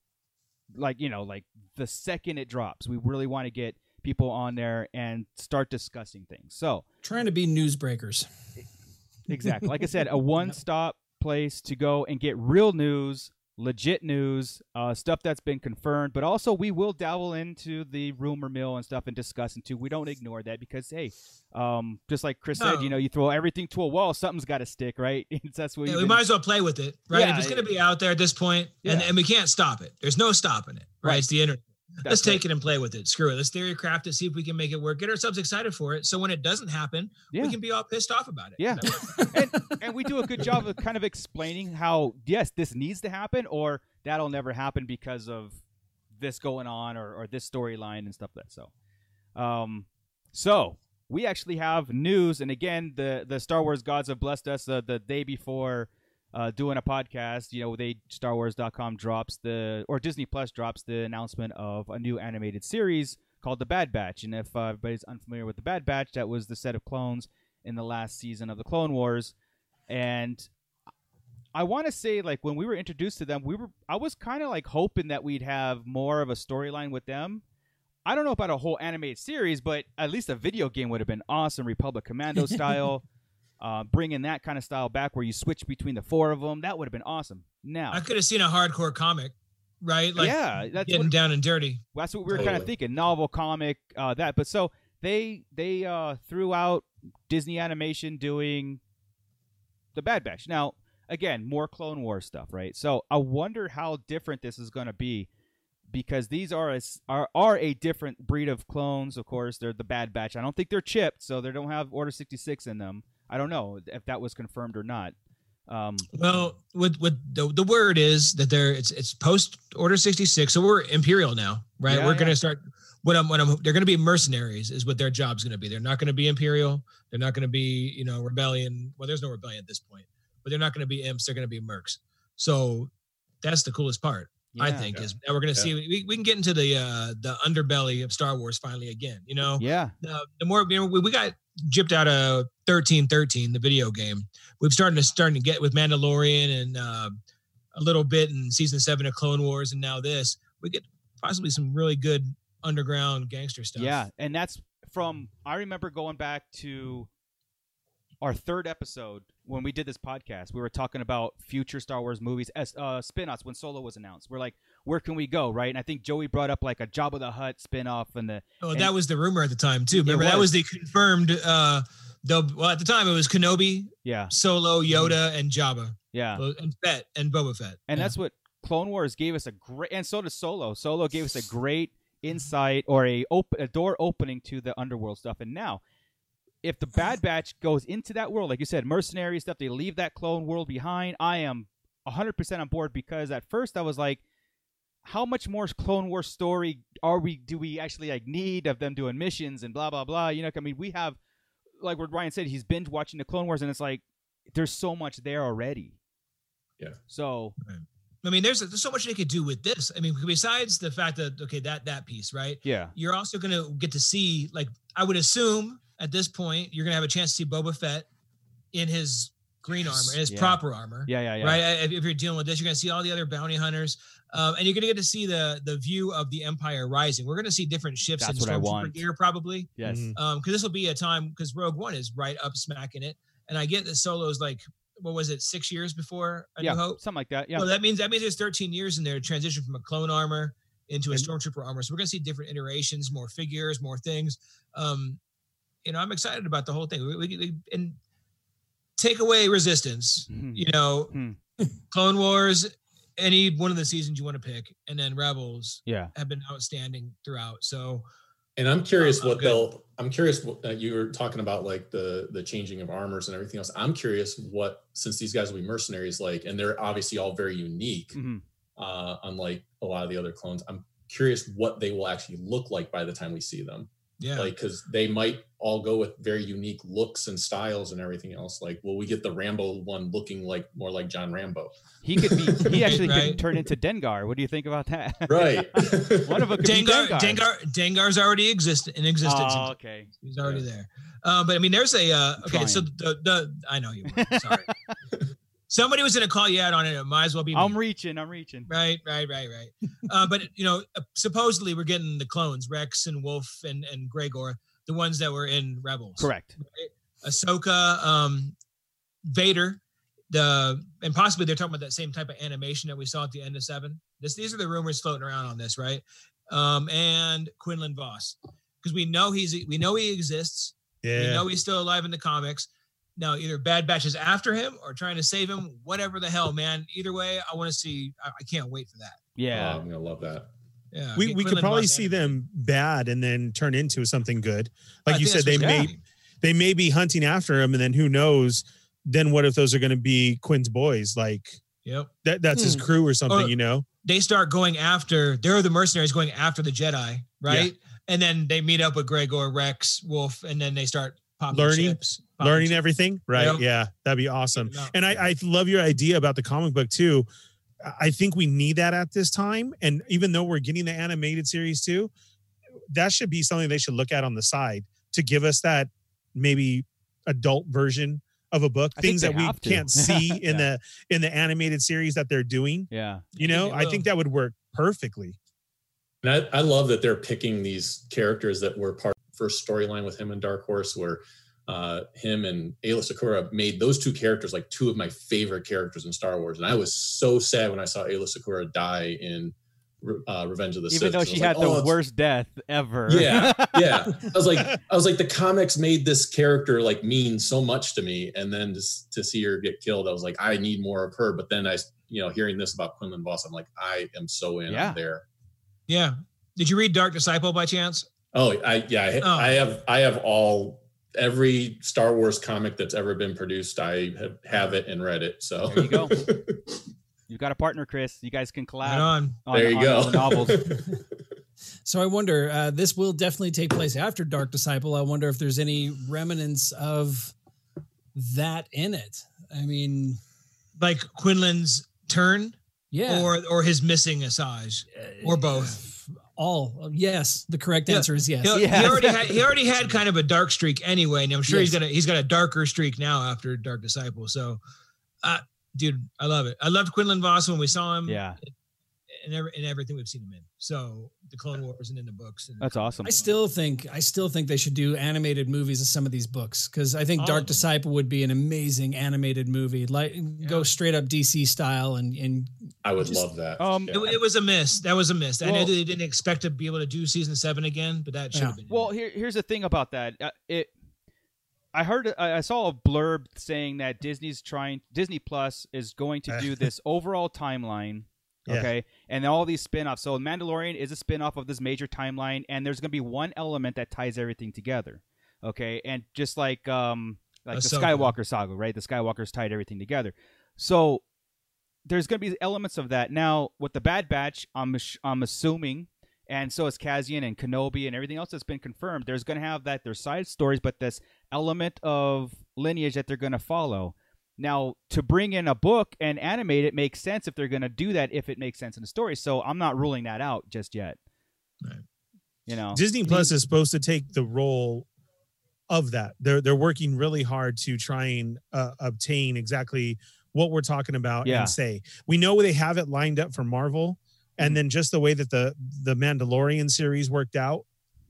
S8: like you know, like the second it drops, we really want to get people on there and start discussing things. So
S9: Trying to be newsbreakers.
S8: exactly, like I said,
S10: [LAUGHS]
S8: a one-stop place to go and get real news. Legit news, uh, stuff that's been confirmed, but also we will dabble into the rumor mill and stuff and discuss into. We don't ignore that because hey, um, just like Chris said,
S10: No.
S8: you know, you throw everything to a wall, something's got to stick, right? [LAUGHS] that's what
S10: Yeah,
S8: you've
S10: we
S8: been-
S10: might as well play with it, right?
S8: Yeah,
S10: if it's going
S8: it-
S10: to be out there at this point, and,
S8: Yeah.
S10: and we can't stop it. There's no stopping it, right?
S8: Right.
S10: It's the internet. Let's
S8: that's right.
S10: take it and play with it. Screw it. Let's theory craft it, see if we can make it work. Get ourselves excited for it. So when it doesn't happen,
S8: Yeah.
S10: we can be all pissed off about it.
S8: Yeah. and, and we do a good job of kind of explaining how, yes, this needs to happen or that'll never happen because of this going on or, or this storyline and stuff like that. So, um, so we actually have news. And again, the, the Star Wars gods have blessed us uh, the day before uh, doing a podcast. You know, they StarWars.com drops the, or Disney Plus drops the announcement of a new animated series called The Bad Batch. And if uh, everybody's unfamiliar with The Bad Batch, that was the set of clones in the last season of the Clone Wars, and I want to say like when we were introduced to them, we were I was kind of like hoping that we'd have more of a storyline with them. I don't know about a whole animated series, but at least a video game would have been awesome, Republic Commando style. Uh, bringing that kind of style back where you switch between the four of them, that would have been awesome. Now,
S10: I could have seen a hardcore comic, right? Like
S8: yeah, that's what-
S10: getting down and dirty.
S8: That's what we were kind of
S11: Totally.
S8: thinking. Novel, comic, uh, that. But so they they uh, threw out Disney Animation doing the Bad Batch. Now again, more Clone Wars stuff, right? So I wonder how different this is going to be because these are a, s- are are a different breed of clones. Of course, they're the Bad Batch. I don't think they're chipped, so they don't have Order sixty six in them. I don't know if that was confirmed or not. Um,
S10: well, what what the, the word is that there it's it's post Order sixty six, so we're imperial now, right?
S8: Yeah,
S10: we're
S8: yeah.
S10: gonna start. What I'm what I'm they're gonna be mercenaries is what their job's gonna be. They're not gonna be imperial. They're not gonna be you know rebellion. Well, there's no rebellion at this point, but they're not gonna be imps. They're gonna be mercs. So that's the coolest part. I
S8: yeah.
S10: think is that we're going to
S11: Yeah.
S10: see we, we can get into the uh the underbelly of Star Wars finally again. You know,
S8: Yeah.
S10: the, the more you know, we, we got gypped out of thirteen thirteen, the video game. We've started to starting to get with Mandalorian and uh, a little bit in season seven of Clone Wars, and now this we get possibly some really good underground gangster stuff.
S8: Yeah, and that's from I remember going back to our third episode when we did this podcast. We were talking about future Star Wars movies as uh, spin-offs when Solo was announced. We're like, where can we go, right? And I think Joey brought up like a Jabba the Hutt spin-off and the
S10: Oh,
S8: and-
S10: that was the rumor at the time too. Remember that
S8: was.
S10: was the confirmed. uh the, well, at the time it was Kenobi,
S8: yeah,
S10: Solo, Yoda, and Jabba,
S8: Mm-hmm. yeah.
S10: Well, and Fett, and Boba Fett,
S8: And
S10: Yeah.
S8: that's what Clone Wars gave us a great, and so did Solo. Solo gave us a great insight or a op- a door opening to the underworld stuff. And now, if the Bad Batch goes into that world, like you said, mercenary stuff, they leave that clone world behind. I am 100% on board because at first I was like, how much more Clone Wars story are we? Do we actually like need of them doing missions and blah blah blah? You know, I mean, we have like what Ryan said, he's binge watching the Clone Wars, and it's like there's so much there already.
S11: Yeah.
S8: So
S10: I mean, there's, there's so much they could do with this. I mean, besides the fact that okay, that that piece, right?
S8: yeah,
S10: You're also gonna get to see, like, I would assume at this point, you're gonna have a chance to see Boba Fett in his green armor, in his
S8: Yeah.
S10: proper armor,
S8: yeah, yeah, yeah.
S10: right? If, if you're dealing with this, you're gonna see all the other bounty hunters, um, and you're gonna get to see the the view of the Empire rising. We're gonna see different shifts
S8: That's
S10: in
S8: what I
S10: stormtrooper
S8: want. Mm.
S10: gear, probably
S8: Yes.
S12: Mhm.
S10: um because this will be a time because rogue one is right up smacking it and i get that solo's like what was it six years before a
S8: yeah.
S10: new hope
S8: Something like that. Yeah.
S10: well that means that means there's 13 years in there to transition from a clone armor into a
S12: And-
S10: stormtrooper armor so we're gonna see different iterations more figures more things um you know i'm excited about the whole thing we, we, we- and take away resistance
S8: Mhm.
S10: you know
S8: Hmm.
S10: clone wars any one of the seasons you want to pick and then rebels
S8: yeah.
S10: have been outstanding throughout so
S11: And I'm curious
S10: Oh,
S11: what
S10: good.
S11: they'll. I'm curious what uh, you were talking about, like the the changing of armors and everything else. I'm curious what since these guys will be mercenaries, like, and they're obviously all very unique,
S8: Mhm.
S11: uh, unlike a lot of the other clones. I'm curious what they will actually look like by the time we see them,
S10: yeah
S11: like because they might all go with very unique looks and styles and everything else. Like, will we get the Rambo one looking like more like John Rambo?
S10: [LAUGHS]
S8: He could be. He actually
S10: Right.
S8: could
S10: [LAUGHS]
S8: turn into Dengar. What do you think about that? [LAUGHS]
S11: [LAUGHS] Right.
S8: One of them
S11: [LAUGHS]
S8: could
S10: Dengar,
S8: be Dengar.
S10: Dengar, Dengar's already exist in existence.
S8: Oh, okay.
S10: He's already there. Uh, but I mean, there's a uh, okay. So
S8: trying.
S10: the, the I know you.
S8: [LAUGHS]
S10: Were, sorry. Somebody was gonna call you out on it. It might as well be. me.
S8: I'm reaching. I'm reaching.
S10: right, right, right, right. uh, but you know, supposedly we're getting the clones, Rex and Wolf and and Gregor, the ones that were in Rebels.
S8: Correct.
S10: Ahsoka, um, Vader, the and possibly they're talking about that same type of animation that we saw at the end of seven. This these are the rumors floating around on this, right? Um, and Quinlan Voss, because we know he's we know he exists. We
S12: Yeah.
S10: know he's still alive in the comics. Now, either Bad Batch is after him or trying to save him. Whatever the hell, man. Either way, I want to see. I, I can't wait for that.
S8: Yeah.
S11: Oh, I'm gonna love that.
S10: Yeah,
S12: We,
S10: get
S12: we could
S10: Quinlan
S12: probably
S10: Voss
S12: see
S10: animated.
S12: them bad and then turn into something good.
S10: I
S12: Like you
S10: think
S12: said,
S10: that's
S12: they
S10: what's
S12: may
S10: happening.
S12: they may be hunting after him, and then who knows? Then what if those are going to be Quinn's boys? Like
S10: Yep.
S12: that that's his crew or something,
S10: Hmm. Or-
S12: you know?
S10: They start going after. They're the mercenaries going after the Jedi, right? And then they meet up with Gregor, Lex, Wolf, and then they start popping
S12: Learning-
S10: chips, popping
S12: Learning
S10: chips.
S12: everything, right?
S10: Yep.
S12: Yeah, that'd be awesome.
S10: No.
S12: And I, I love your idea about the comic book too. I- I think we need that at this time. And even though we're getting the animated series too, that should be something they should look at on the side to give us that maybe adult version of a book.
S8: I think
S12: Things
S8: they
S12: that we
S8: have to. [LAUGHS]
S12: can't see in
S8: Yeah.
S12: the in the animated series that they're doing.
S8: Yeah.
S12: You
S10: I think
S12: know,
S10: they
S12: I
S10: will.
S12: think that would work perfectly.
S11: And I, I love that they're picking these characters that were part of the first storyline with him and Dark Horse, where uh, him and Ayla Sakura made those two characters like two of my favorite characters in Star Wars. And I was so sad when I saw Ayla Sakura die in Re- uh, Revenge of the
S8: Even
S11: Sith.
S8: though
S11: I was
S8: she had
S11: like, "Oh,
S8: the
S11: it's-
S8: worst death ever.
S11: Yeah, [LAUGHS] yeah. I was like, I was like, the comics made this character like mean so much to me, and then just to see her get killed, I was like, I need more of her. But then I, s- you know, hearing this about Quinlan Voss, I'm like, I am so in.
S8: Yeah.
S11: I'm there.
S10: Yeah. Did you read Dark Disciple by chance?
S11: Oh, I yeah, I,
S10: Oh.
S11: I have I have all every Star Wars comic that's ever been produced, I have, have it and read it. So
S8: there you
S11: [LAUGHS]
S8: go. [LAUGHS] You've got a partner, Chris. You guys can collab.
S10: Right on.
S8: on-
S11: there you
S8: on
S11: go.
S8: the
S11: [LAUGHS]
S8: novels.
S9: So I wonder, uh, this will definitely take place after Dark Disciple. I wonder if there's any remnants of that in it. I mean,
S10: like Quinlan's turn
S9: yeah,
S10: or or his missing Asajj or both.
S9: [SIGHS] all. Yes, the correct
S10: Yeah.
S9: answer is yes.
S10: He,
S8: Yeah.
S10: he already had he already had kind of a dark streak anyway, and I'm sure he's
S9: Yes.
S10: gonna he's got a darker streak now after Dark Disciple. So, uh, dude, I love it. I loved Quinlan Voss when we saw him,
S8: yeah,
S10: and every, and everything we've seen him in. So the Clone Wars and in the books. And,
S8: that's awesome.
S9: I still think I still think they should do animated movies of some of these books because I think
S10: All
S9: Dark
S10: of them.
S9: Disciple would be an amazing animated movie, like go straight up DC style and and
S11: I would
S9: Just-
S11: love that.
S8: Um,
S11: Yeah.
S10: it, it was a miss. That was a miss. I know
S8: Well-
S10: they didn't expect to be able to do season seven again, but that should have been.
S8: Well, here, here's the thing about that. Uh, it, I heard, I I saw a blurb saying that Disney's trying, Disney Plus is going to do this overall timeline.
S12: Yeah.
S8: Okay, and all these spin-offs. So Mandalorian is a spin-off of this major timeline, and there's going to be one element that ties everything together. Okay, and just like um, like the
S10: Ahsoka.
S8: Skywalker saga, right? The Skywalker's tied everything together. So there's going to be elements of that. Now with the Bad Batch, I'm ass- I'm assuming, and so is Kazian and Kenobi and everything else that's been confirmed. There's going to have that their side stories, but this element of lineage that they're going to follow. Now to bring in a book and animate it makes sense if they're going to do that if it makes sense in the story. So I'm not ruling that out just yet.
S10: Right.
S8: You know,
S12: [LAUGHS] Disney Plus is supposed to take the role of that. They're they're working really hard to try and uh, obtain exactly what we're talking about
S8: Yeah.
S12: and say we know they have it lined up for Marvel,
S10: Mm-hmm.
S12: and then just the way that the the Mandalorian series worked out,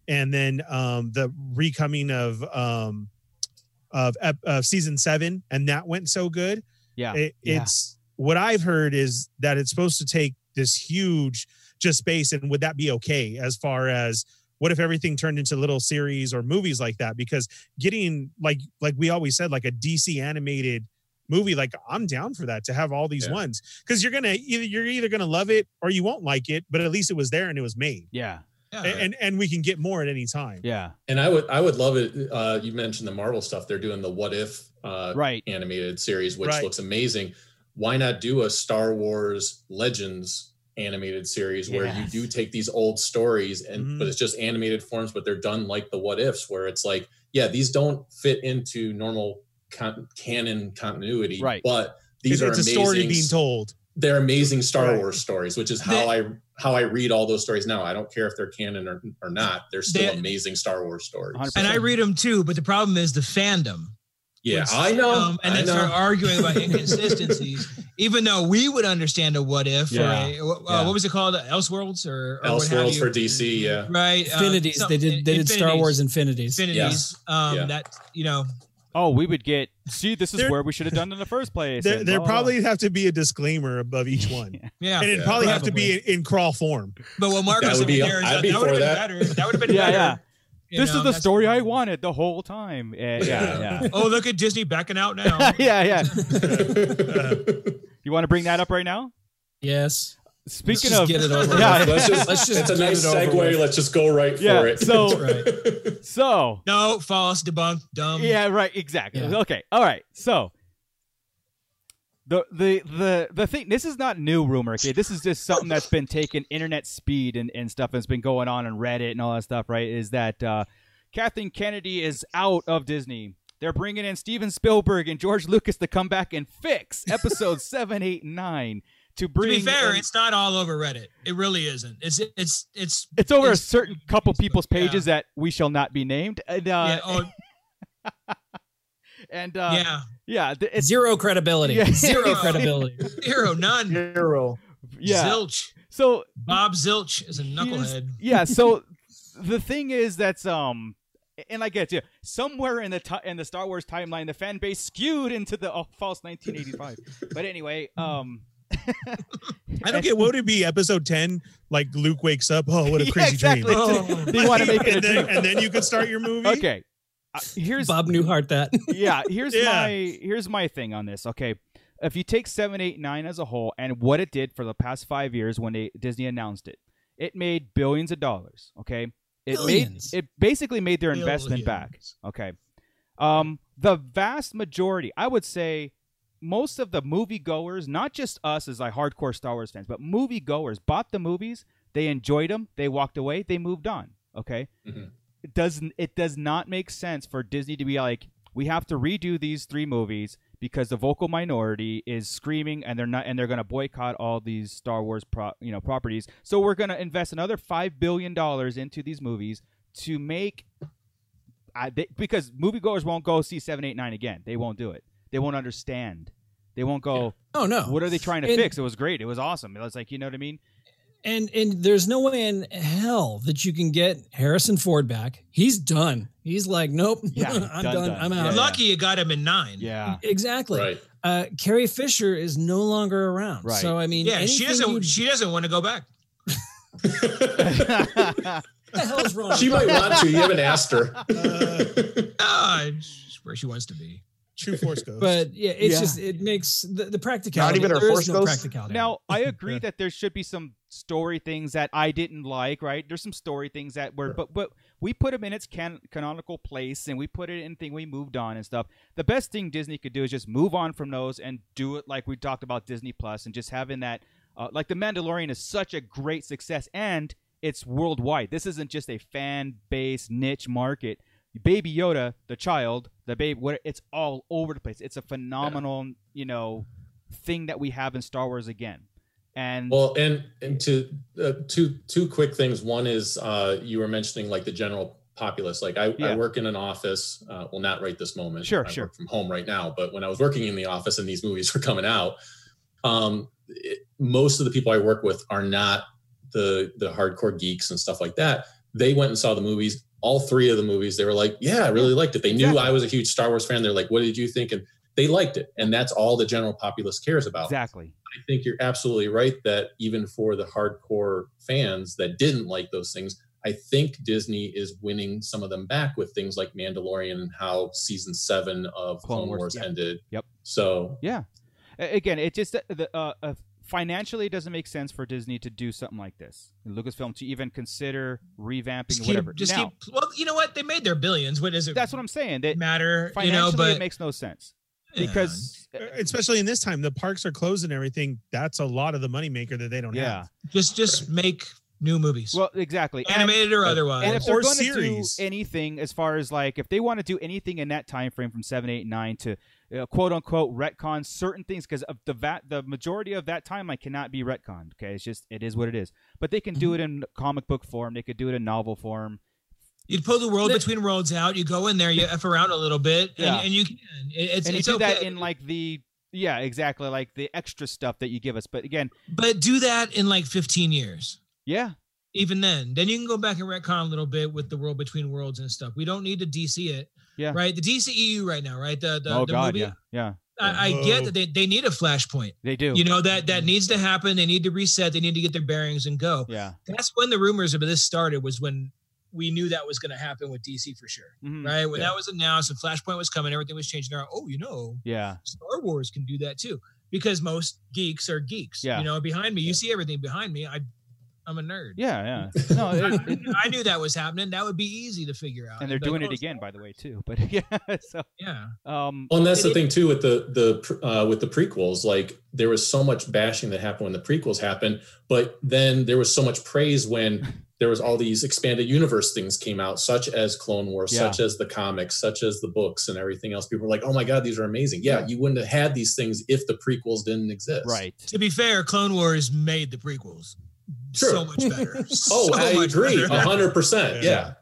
S12: and then um, the recoming of um, of, ep- of season seven, and that went so good.
S8: yeah,
S12: It,
S8: Yeah.
S12: It's what I've heard is that it's supposed to take this huge just space, and would that be okay as far as what if everything turned into little series or movies like that? Because getting like like we always said, like a DC animated movie, like I'm down for that to have all these
S11: Yeah.
S12: ones because you're gonna either you're either gonna love it or you won't like it, but at least it was there and it was made,
S8: yeah,
S10: Yeah.
S12: A- and and we can get more at any time.
S8: yeah,
S11: and I would I would love it. Uh, you mentioned the Marvel stuff. They're doing the What If uh,
S8: right.
S11: animated series, which
S12: Right.
S11: looks amazing. Why not do a Star Wars Legends animated series where you
S8: Yes.
S11: do take these old stories and
S12: Mhm.
S11: but it's just animated forms, but they're done like the what ifs, where it's like, yeah, these don't fit into normal con- canon continuity,
S8: Right.
S11: But
S12: It's,
S11: these are
S12: it's a
S11: amazing.
S12: story being told.
S11: They're amazing Star
S12: Right.
S11: Wars stories, which is how I how I read all those stories now. I don't care if they're canon or, or not; they're still
S10: They-
S11: amazing Star Wars stories.
S8: 100%.
S10: and I read them too, but the problem is the fandom.
S11: Yeah,
S10: Which,
S11: I know.
S10: Um, and
S11: Oh. I
S10: then
S11: know.
S10: start arguing
S11: [LAUGHS]
S10: about inconsistencies, even though we would understand a what if
S8: Yeah.
S10: or a, uh,
S8: Yeah.
S10: what was it called, Elseworlds or, or what have
S11: Elseworlds
S10: you.
S11: for DC, yeah.
S10: right? um,
S9: Infinities.
S10: some-
S9: they did they did Star
S10: Infinities.
S9: Wars Infinities.
S10: Infinities.
S11: Yes.
S10: Um,
S11: Yeah.
S10: That you know,
S8: Oh, we would get. See, this is
S12: There-
S8: where we should have done it in the first place.
S12: There,
S8: and blah,
S12: there
S8: blah, blah.
S12: probably have to be a disclaimer above
S8: [LAUGHS]
S12: each one.
S10: yeah.
S12: And it'd
S11: Yeah.
S12: probably have to be in, in crawl form.
S10: But what Marco
S11: That would
S10: said
S11: be-
S10: there is
S11: I'd
S10: that,
S11: be
S10: that would have
S11: for
S10: been
S11: that.
S10: better. That would have been
S8: Yeah,
S10: better.
S8: yeah.
S10: You
S8: this
S10: know,
S8: is the
S10: that's-
S8: story I wanted the whole time. Uh, yeah,
S11: Yeah.
S8: yeah, [LAUGHS]
S10: Oh, look at Disney backing out now.
S8: yeah, yeah.
S11: [LAUGHS]
S12: uh,
S8: You want to bring that up right now?
S9: [LAUGHS] Yes.
S8: Speaking
S9: just
S8: of,
S9: get it over
S8: [LAUGHS] yeah,
S11: [LAUGHS] let's just,
S9: Let's just
S11: it's a
S9: get
S11: nice
S9: it over with.
S11: segue. Let's just go right
S8: Yeah,
S11: for it.
S8: so-
S10: [LAUGHS]
S9: That's
S8: so
S10: No, false, debunked, dumb.
S8: yeah, right, exactly.
S9: Yeah.
S8: Okay, all right. So the the the the thing. This is not new rumor. Okay, this is just something that's been taken internet speed and and stuff. That's been going on in Reddit and all that stuff. Right? Is that uh, Kathleen Kennedy is out of Disney. They're bringing in Steven Spielberg and George Lucas to come back and fix
S10: [LAUGHS]
S8: episodes seven, eight, nine. To
S10: To
S8: bring
S10: be fair,
S8: in-
S10: it's not all over Reddit. It really isn't. It's it's it's
S8: it's over a
S10: It's-
S8: certain couple people's
S10: yeah.
S8: pages that we shall not be named, and uh,
S10: yeah, oh,
S8: and uh, yeah,
S10: yeah.
S8: th- it's
S9: Zero credibility.
S8: Yeah.
S10: [LAUGHS]
S9: Zero credibility.
S10: Zero, none.
S13: Hero.
S8: yeah.
S10: Zilch.
S8: So
S10: Bob Zilch is a
S8: here's-
S10: knucklehead.
S12: [LAUGHS]
S8: yeah, so the thing is that's um, and I get you. Somewhere in the ti in the Star Wars timeline, the fan base skewed into the oh, false 1985. but anyway, um,
S12: I
S8: [LAUGHS]
S12: don't get what would it be episode 10, like Luke wakes up. Oh, [LAUGHS] what a
S8: Yeah,
S12: crazy
S8: exactly.
S12: [LAUGHS] dream.
S8: [LAUGHS]
S10: Oh.
S8: they want to make it a
S12: and, then,
S8: dream.
S12: and then you could start your movie.
S8: Okay, uh, here's
S9: Bob Newhart. That
S8: yeah here's
S12: [LAUGHS] Yeah.
S8: my here's my thing on this okay if you take 789 as a whole and what it did for the past five years when they, disney announced it it made billions of dollars okay it
S9: Billions.
S8: made it basically made their investment
S10: Billions.
S8: back okay Um, the vast majority, I would say, most of the moviegoers, not just us as like hardcore Star Wars fans, but moviegoers bought the movies, they enjoyed them, they walked away, they moved on. Okay,
S11: Mhm.
S8: it doesn't it does not make sense for Disney to be like, we have to redo these three movies because the vocal minority is screaming and they're not and they're going to boycott all these Star Wars pro, you know properties. So we're going to invest another five billion dollars into these movies to make I, they, because moviegoers won't go see seven, eight, nine again. They won't do it. They won't understand. They won't go.
S4: Oh, [LAUGHS] no.
S8: What are they trying to
S4: And-
S8: fix? It was great. It was awesome. It was like you know what I mean.
S4: and and there's no way in hell that you can get Harrison Ford back. He's done. He's like, nope, [LAUGHS]
S8: Yeah,
S4: I'm
S8: done,
S4: done,
S8: done.
S4: I'm
S8: Yeah,
S4: out.
S10: Lucky you got him in nine.
S8: Yeah.
S4: Exactly.
S11: [LAUGHS]
S9: [LAUGHS]
S11: Right.
S4: Uh, Carrie Fisher is no longer around.
S8: Right.
S4: So I mean,
S10: Yeah, she
S4: anything
S10: doesn't.
S4: you-
S10: She doesn't want to go back.
S4: what the hell is wrong?
S11: she
S4: with
S11: might want to. You haven't asked her.
S9: Uh,
S10: Ah, it's where she wants to be.
S12: [LAUGHS] True Force Ghost.
S4: you? [LAUGHS] But yeah, it's
S8: Yeah.
S4: just it makes the, the practicality.
S13: even her
S4: there is
S13: Force
S4: no
S13: Ghost?
S4: practicality.
S8: [LAUGHS] Now, I agree that there should be some story things that I didn't like, right? There's some story things that were, but but we put them in its can- canonical place, and we put it in thing we moved on and stuff. The best thing Disney could do is just move on from those and do it like we talked about Disney Plus, and just having that, uh, like the Mandalorian is such a great success, and it's worldwide. This isn't just a fan base niche market. Baby Yoda, the child, the babe, what it's all over the place. It's a phenomenal, you know, thing that we have in Star Wars again. And
S11: Well, and and to uh, two two quick things. One is uh, you were mentioning like the general populace. Like I,
S8: Yeah.
S11: I work in an office. Uh, well, not right this moment.
S8: Sure,
S11: I
S8: sure.
S11: Work from home right now, but when I was working in the office and these movies [LAUGHS] were coming out, um, it- most of the people I work with are not the the hardcore geeks and stuff like that. They went and saw the movies. All three of the movies, they were like, "Yeah, I really liked it." They knew
S8: Exactly.
S11: I was a huge Star Wars fan. They're like, "What did you think?" And they liked it, and that's all the general populace cares about.
S8: exactly.
S11: I think you're absolutely right that even for the hardcore fans that didn't like those things, I think Disney is winning some of them back with things like Mandalorian and how season seven of
S8: Clone
S11: Clone,
S8: Wars,
S11: Wars,
S8: yeah.
S11: ended.
S8: Yep.
S11: So
S8: Yeah. A- Again, it just the uh, uh, financially it doesn't make sense for Disney to do something like this. Lucasfilm to even consider revamping
S10: Just
S8: or
S10: keep.
S8: whatever.
S10: Just
S8: now,
S10: keep. Well, you know what? They made their billions. What does it?
S8: that's what I'm saying. That
S10: matter. You
S8: financially
S10: know, but
S8: it makes no sense
S10: Yeah.
S8: because
S12: especially in this time, the parks are closed and everything. That's a lot of the moneymaker that they don't
S8: yeah.
S12: have.
S10: just just make new movies,
S8: Well, exactly. And-
S10: animated or otherwise.
S8: And if they're
S12: Or
S8: going
S12: series.
S8: to do anything, as far as like if they want to do anything in that time frame from seven, eight, nine to uh, quote unquote retcon certain things, because of the va- the majority of that timeline cannot be retconned. Okay, it's just it is what it is. But they can do it in comic book form. They could do it in novel form.
S10: You'd pull the world
S4: Th-
S10: between worlds out. You go in there, you f around a little bit, and,
S8: Yeah.
S10: and you can. It- it's
S8: and you
S10: it's
S8: do
S10: okay.
S8: that in like the yeah exactly like the extra stuff that you give us. But again,
S10: but do that in like 15 years.
S8: yeah,
S10: Even then, then you can go back and retcon a little bit with the world between worlds and stuff. We don't need to DC it.
S8: Yeah.
S10: Right. The DCEU right now, right? The, the
S8: oh
S10: the
S8: god,
S10: movie.
S8: yeah, yeah,
S10: I, I
S12: Whoa.
S10: get that they, they need a flashpoint.
S8: they do.
S10: You know that
S8: Mm-hmm.
S10: that needs to happen. They need to reset. They need to get their bearings and go.
S8: yeah,
S10: That's when the rumors of this started. Was when we knew that was going to happen with DC for sure.
S8: Mhm.
S10: Right when that was announced and Flashpoint was coming, everything was changing. They're like, oh, you know,
S8: yeah,
S10: Star Wars can do that too because most geeks are geeks.
S8: Yeah.
S10: You know, behind me, you see everything behind me. I, I'm a nerd.
S8: yeah, [LAUGHS] yeah. No, it,
S10: I, knew- I knew that was happening. That would be easy to figure out.
S8: and they're
S10: But,
S8: doing
S10: oh,
S8: it again, by the way, too. But [LAUGHS] yeah, so
S10: Yeah.
S8: um,
S11: Well, and that's
S10: It-
S11: the thing too with the the pr- uh, with the prequels. Like there was so much bashing that happened when the prequels happened, but then there was so much praise [LAUGHS] when there was all these expanded universe things came out, such as Clone Wars,
S8: Yeah.
S11: such as the comics, such as the books and everything else. People were like, "Oh my god, these are amazing!" Yeah, you wouldn't have had these things if the prequels didn't exist.
S8: right.
S10: To be fair, Clone Wars made the prequels
S11: Sure.
S10: so much better.
S11: [LAUGHS] Oh,
S10: So
S11: I
S10: much
S11: agree,
S10: better.
S11: hundred percent.
S12: Yeah.
S11: Yeah.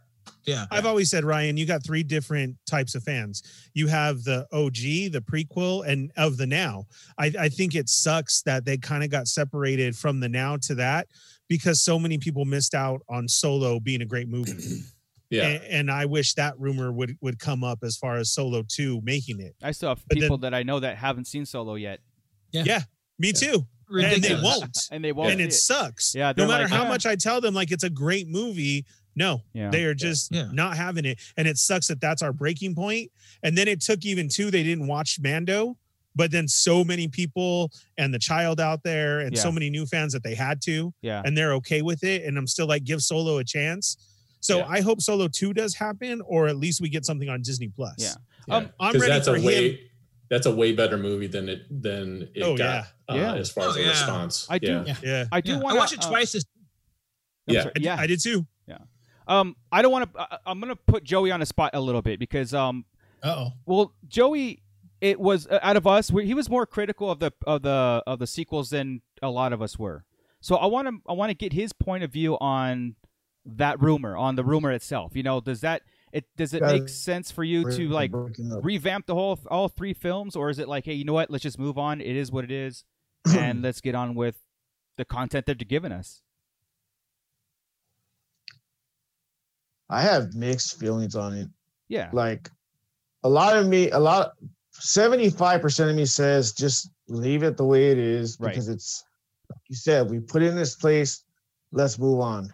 S10: Yeah.
S12: I've always said, Ryan, you got three different types of fans. You have the OG, the prequel, and of the now. I, I think it sucks that they kind of got separated from the now to that because so many people missed out on Solo being a
S10: [CLEARS THROAT]
S12: great movie.
S11: yeah.
S12: and, and I wish that rumor would would come up as far as Solo 2 making it.
S8: I still have
S12: But
S8: people that I know that haven't seen Solo yet,
S12: Me too. And they
S10: Ridiculous.
S12: won't.
S10: [LAUGHS]
S8: and they won't.
S12: and it sucks.
S8: Yeah,
S12: No
S8: they're
S12: matter
S8: like,
S12: how
S8: "Ah."
S12: much I tell them, like it's a great movie. No,
S8: Yeah.
S12: they are just
S10: Yeah.
S12: not having it, and it sucks that that's our breaking point. And then it took even two; they didn't watch Mando, but then so many people and the child out there, and so
S8: Yeah.
S12: many new fans that they had to,
S8: yeah,
S12: and they're okay with it. And I'm still like, give Solo a chance. So
S11: Yeah.
S12: I hope Solo two does happen, or at least we get something on Disney Plus.
S8: Yeah.
S11: Yeah. Um, I'm ready that's for a way, him. That's a way better movie than it than it oh, got. Yeah. Uh, yeah. As far oh, as the yeah. response,
S8: I do. Yeah.
S12: yeah.
S8: I do.
S10: Wanna, I watched it twice. Uh,
S11: yeah. Sorry,
S12: yeah. I did too.
S8: Yeah. Um, I don't want to. Uh, I'm gonna put Joey on a spot a little bit because um.
S4: Oh.
S8: Well, Joey, it was uh, out of us. We, he was more critical of the of the of the sequels than a lot of us were. So I want to I want to get his point of view on that rumor, on the rumor itself. You know, does that it does it make sense for you to like revamp the whole all three films, or is it like, hey, you know what? Let's just move on. It is what it is,
S13: [CLEARS THROAT]
S8: and let's get on with the content that they're giving us.
S13: I have mixed feelings on it.
S8: Yeah.
S13: Like a lot of me, a lot, 75% of me says just leave it the way it is because right. it's, like you said, we put in this place, let's move on.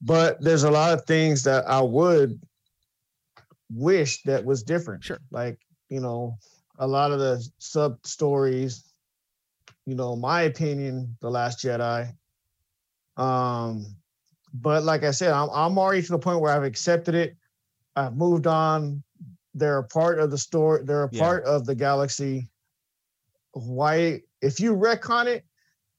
S13: But there's a lot of things that I would wish that was different.
S8: Sure.
S13: Like, you know, a lot of the sub stories, you know, my opinion, The Last Jedi. Um, but like I said, I'm, I'm already to the point where I've accepted it. I've moved on they're a part of the story they're a part yeah. of the galaxy why if you retcon it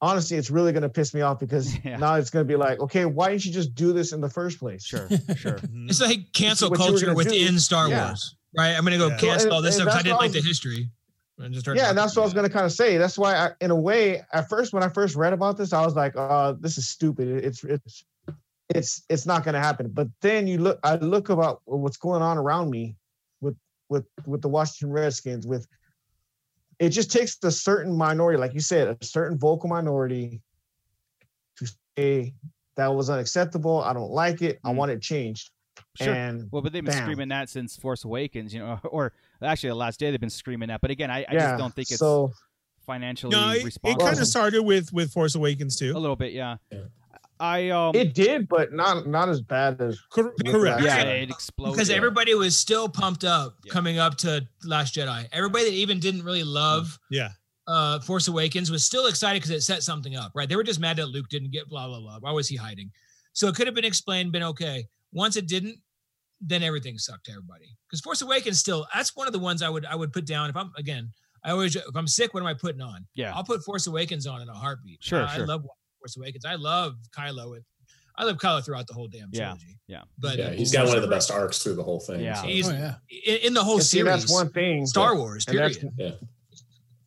S13: honestly it's really going to piss me off because
S8: [LAUGHS]
S13: yeah. now it's going to be like okay why didn't you just do this in the first place
S8: sure
S12: [LAUGHS]
S8: sure
S12: Mm-hmm.
S10: it's like cancel culture within do. star yeah. wars right i'm going to go cancel so, all this and stuff i didn't was, like the history
S13: and just yeah, and that's what I was going to kind of say. That's why, I, in a way, at first when I first read about this, I was like, "Uh, this is stupid. It's it's it's it's not going to happen." But then you look, I look about what's going on around me, with with the Washington Redskins with it just takes a certain minority like you said a certain vocal minority to say that was unacceptable I don't like it I want it changed
S8: Mm. sure.
S13: and
S8: well but they've been bam. screaming that since Force Awakens you know [LAUGHS] or actually the last day they've been screaming that but again I, I yeah. just don't think it's so, financially no,
S12: it,
S8: responsible
S12: it kind of started with with Force Awakens too
S8: a little bit yeah, yeah. I um
S13: it did, but not not as bad as
S12: correct.
S8: Yeah, it exploded
S10: because everybody was still pumped up yeah. coming up to Last Jedi. Everybody that even didn't really love
S12: yeah
S10: uh Force Awakens was still excited because it set something up. Right, they were just mad that Luke didn't get blah blah blah. Why was he hiding? So it could have been explained, been okay. Once it didn't, then everything sucked to everybody. Because Force Awakens still that's one of the ones I would I would put down if I'm again. I always if I'm sick, what am I putting on?
S8: Yeah,
S10: I'll put Force Awakens on in a heartbeat.
S8: Sure, uh, sure.
S10: I love. Force Awakens. I love Kylo. And, I love Kylo throughout the whole damn
S8: trilogy.
S11: Yeah, yeah. But yeah, he's got one of the best arcs through the whole thing.
S8: Yeah,
S10: so. he's, oh, yeah. In, in, the whole and series.
S13: See, that's one thing.
S10: Star Wars. Period.
S11: That's, yeah.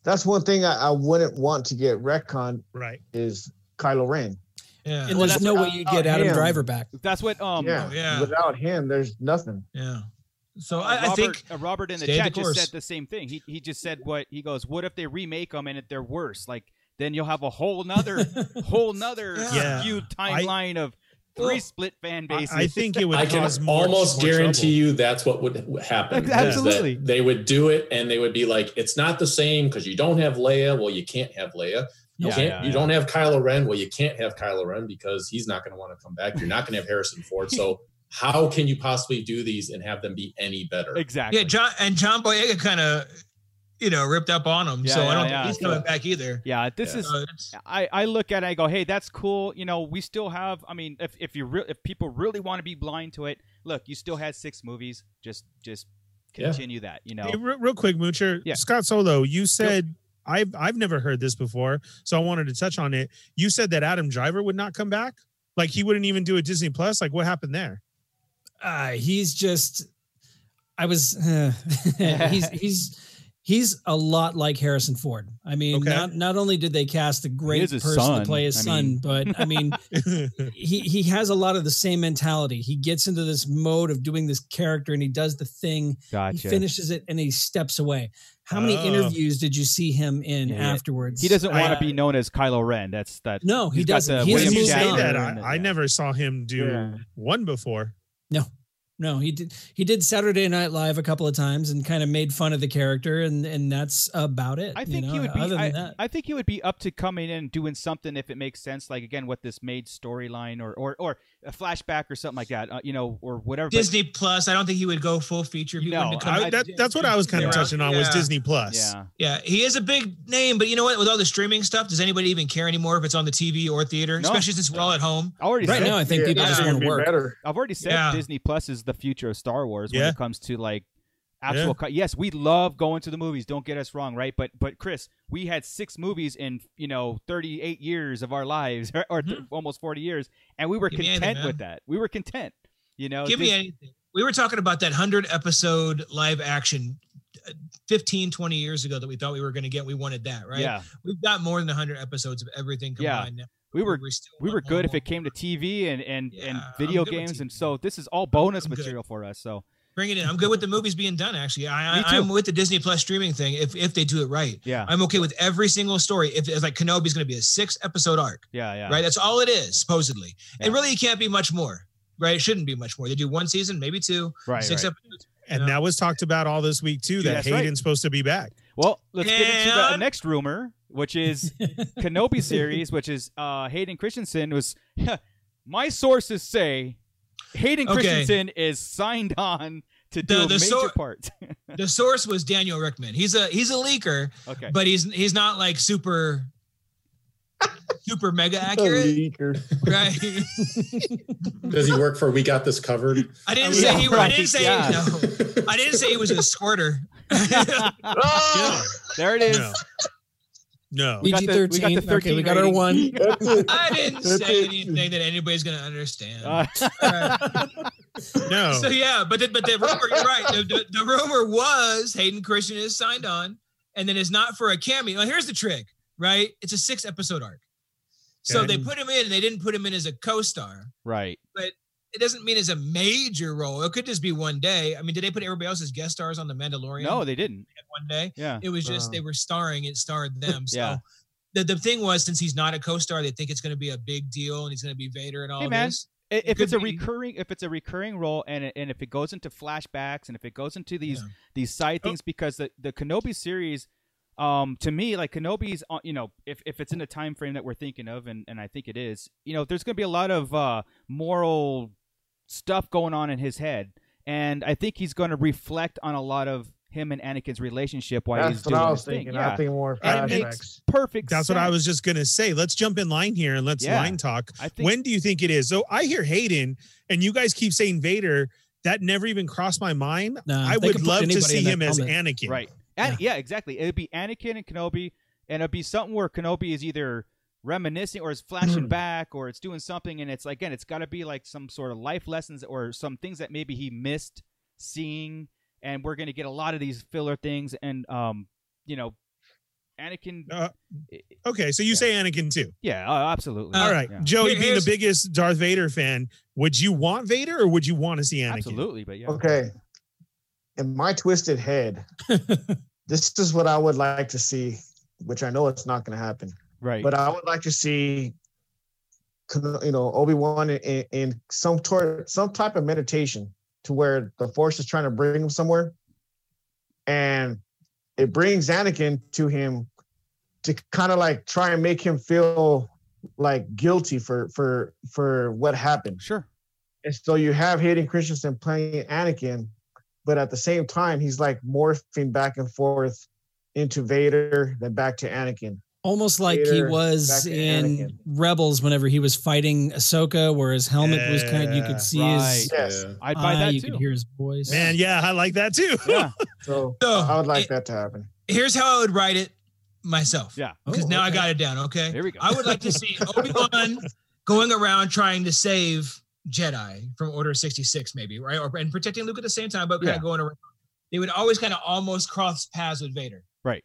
S13: that's one thing I, I, wouldn't want to get retcon.
S12: Right.
S13: Is Kylo Ren.
S4: Yeah. And well, there's no way you get Adam him. Driver back.
S8: That's what. Um.
S13: Yeah. Oh, yeah. Without him, there's nothing.
S10: Yeah. So I,
S8: Robert,
S10: I think
S8: uh, Robert in the chat the just said the same thing. He he just said what he goes. What if they remake them and if they're worse? Like then you'll have a whole
S10: [LAUGHS]
S8: nother whole nother yeah. skewed timeline I, of three split fan bases.
S12: I, I think it would. I can
S11: almost guarantee trouble. you that's what would happen.
S8: Absolutely,
S11: they would do it, and they would be like, "It's not the same because you don't have Leia. Well, you can't have Leia." You yeah, can't. Yeah, you yeah. don't have Kylo Ren. Well, you can't have Kylo Ren because he's not going to want to come back. You're not going to have Harrison Ford. So how can you possibly do these and have them be any better?
S8: [LAUGHS] Exactly.
S10: Yeah, John and John Boyega kind of you know ripped up on him. Yeah, so yeah, I don't yeah, think he's coming back either.
S8: Yeah, this is. I I look at it, I go, hey, that's cool. You know, we still have. I mean, if if you re- if people really want to be blind to it, look, you still had six movies. Just just continue that. You know,
S12: hey, real, real, quick, Moocher. Yeah. Scott Solo, you said. Yep. I've I've never heard this before, so I wanted to touch on it. You said that Adam Driver would not come back, like he wouldn't even do a Disney Plus. Like what happened there?
S4: Uh, he's just, I was, [LAUGHS] uh, [LAUGHS] he's he's he's a lot like Harrison Ford. I mean, okay. not not only did they cast a great person son. to play his I son, mean. but I mean, he he has a lot of the same mentality. He gets into this mode of doing this character, and he does the thing.
S8: Gotcha.
S4: He finishes it, and he steps away. How many oh. interviews did you see him in yeah. afterwards?
S8: He doesn't want to uh, be known as Kylo Ren. That's that.
S4: No, he doesn't. He
S12: you say that, I, I, never saw him do yeah. one before.
S4: No, no he did he did saturday night live a couple of times and kind of made fun of the character and and that's about it
S8: i think you know? he would be I, I, think he would be up to coming in and doing something if it makes sense like again what this made storyline or or or a flashback or something like that uh, you know or whatever
S10: disney but, plus i don't think he would go full feature he
S12: no, I, that, that's what i was kind of touching on yeah. was disney plus
S8: yeah
S10: yeah he is a big name but you know what with all the streaming stuff does anybody even care anymore if it's on the tv or theater no. especially since we're all at home
S8: I already
S4: right
S8: said,
S4: now i think yeah, people yeah. just want to work
S8: i've already said disney plus is the future of Star Wars yeah. when it comes to like actual yeah. cut. Yes, we love going to the movies. Don't get us wrong, right? But but Chris, we had six movies in you know 38 years of our lives, [LAUGHS] or mm-hmm. th- almost 40 years, and we were Give content anything, with that. We were content. You know,
S10: Give this- me anything. We were talking about that 100 episode live action 15 20 years ago that we thought we were going to get we wanted that right
S8: yeah
S10: we've got more than 100 episodes of everything combined yeah. now
S8: we were we were good if it came to TV and and yeah, and video games, and so this is all bonus I'm material good. for us. So
S10: bring it in. I'm good with the movies being done. Actually, I, am with the Disney Plus streaming thing if if they do it right.
S8: Yeah,
S10: I'm okay with every single story. If it's like Kenobi's going to be a six episode arc.
S8: Yeah, yeah.
S10: Right, that's all it is supposedly, yeah. and really it can't be much more. Right, it shouldn't be much more. They do one season, maybe two,
S8: right,
S10: six
S8: right.
S10: episodes.
S12: And know? that was talked about all this week too. That yeah, Hayden's right. supposed to be back.
S8: Well, let's and... get into the next rumor which is Kenobi series, which is uh, Hayden Christensen was. [LAUGHS] my sources say Hayden okay. Christensen is signed on to do the, the a major sor- part. [LAUGHS]
S10: the source was Daniel Rickman. He's a he's a leaker,
S8: okay.
S10: [LAUGHS] but he's he's not like super super mega accurate. Right. [LAUGHS]
S11: Does he work for We Got This Covered?
S10: I didn't say yeah, he right. I didn't say yeah. no. I didn't say he was a squirter.
S8: oh, [LAUGHS] there it is.
S12: No. No,
S4: PG thirteen. Okay, rating. we got our one.
S10: I didn't say anything that anybody's gonna understand. Uh, [LAUGHS] oh. right.
S12: No.
S10: So yeah, but the, but the rumor, you're right. The, the, the, rumor was Hayden Christian is signed on, and then it's not for a cameo. Now, here's the trick, right? It's a six episode arc. So okay. they put him in, and they didn't put him in as a co-star.
S8: [LAUGHS] Right.
S10: But it doesn't mean it's a major role. It could just be one day. I mean, did they put everybody else as guest stars on The Mandalorian?
S8: No, they didn't.
S10: One day.
S8: Yeah.
S10: It was just uh, they were starring.
S4: [LAUGHS]
S10: It starred them. So yeah. the, the thing was, since he's not a co-star, they think it's going to be a big deal, and he's going to be Vader and all hey, man, this.
S8: If it it's a be. recurring, if it's a recurring role, and and if it goes into flashbacks, and if it goes into these yeah. these side oh. things, because the the Kenobi series, um, to me, like Kenobi's, uh, you know, if, if it's in the time frame that we're thinking of, and and I think it is, you know, there's going to be a lot of uh, moral stuff going on in his head. And I think he's going to reflect on a lot of him and Anakin's relationship while
S13: That's
S8: he's doing
S13: I
S8: his thing.
S13: Thinking. Yeah. I think more
S8: flashbacks. It makes perfect
S12: That's
S8: sense.
S12: what I was just going to say. Let's jump in line here and let's yeah. line talk. Think- when do you think it is? So I hear Hayden and you guys keep saying Vader. That never even crossed my
S13: Uh,
S12: mind.
S4: Nah,
S12: I would love to see him as Anakin.
S8: Right. An- yeah. yeah, exactly. It would be Anakin and Kenobi. And it'd be something where Kenobi is either reminiscing or it's
S12: Mm.
S8: flashing back or it's doing something and it's like, again it's got to be like some sort of life lessons or some things that maybe he missed seeing and we're going to get a lot of these filler things and um you know Anakin uh,
S12: okay so you yeah. say Anakin too
S8: yeah uh, absolutely
S12: all right yeah. Joey being the biggest Darth Vader fan would you want Vader or would you want to see Anakin
S8: absolutely but yeah
S13: okay in my twisted
S12: [LAUGHS]
S13: head this is what I would like to see which I know it's not going to happen
S8: Right.
S13: But um, I would like to see, you know, Obi Wan in, in, some tor- some type of meditation to where the Force is trying to bring him somewhere, and it brings Anakin to him to kind of like try and make him feel like guilty for for for what happened.
S8: Sure.
S13: And so you have Hayden Christensen playing Anakin, but at the same time he's like morphing back and forth into Vader, then back to Anakin
S4: almost like he was in Anakin. Rebels whenever he was fighting Ahsoka, where his helmet yeah, was kind of you could see right. his
S13: yes. Yeah.
S8: I'd buy that
S4: Uh, you
S8: too.
S4: could hear his voice.
S12: Man, yeah, I like that too. [LAUGHS] Yeah.
S13: so, so, I would like it, that to happen.
S10: Here's how I would write it
S8: [LAUGHS]
S10: myself.
S8: Yeah.
S10: Because oh, now okay. I got it down. Okay.
S8: There we go.
S10: I would like to see Obi-Wan going around trying to save Jedi from Order 66, maybe, right? Or and protecting Luke at the same time, but kind yeah. of going around. They would always kind of almost cross paths with Vader.
S8: Right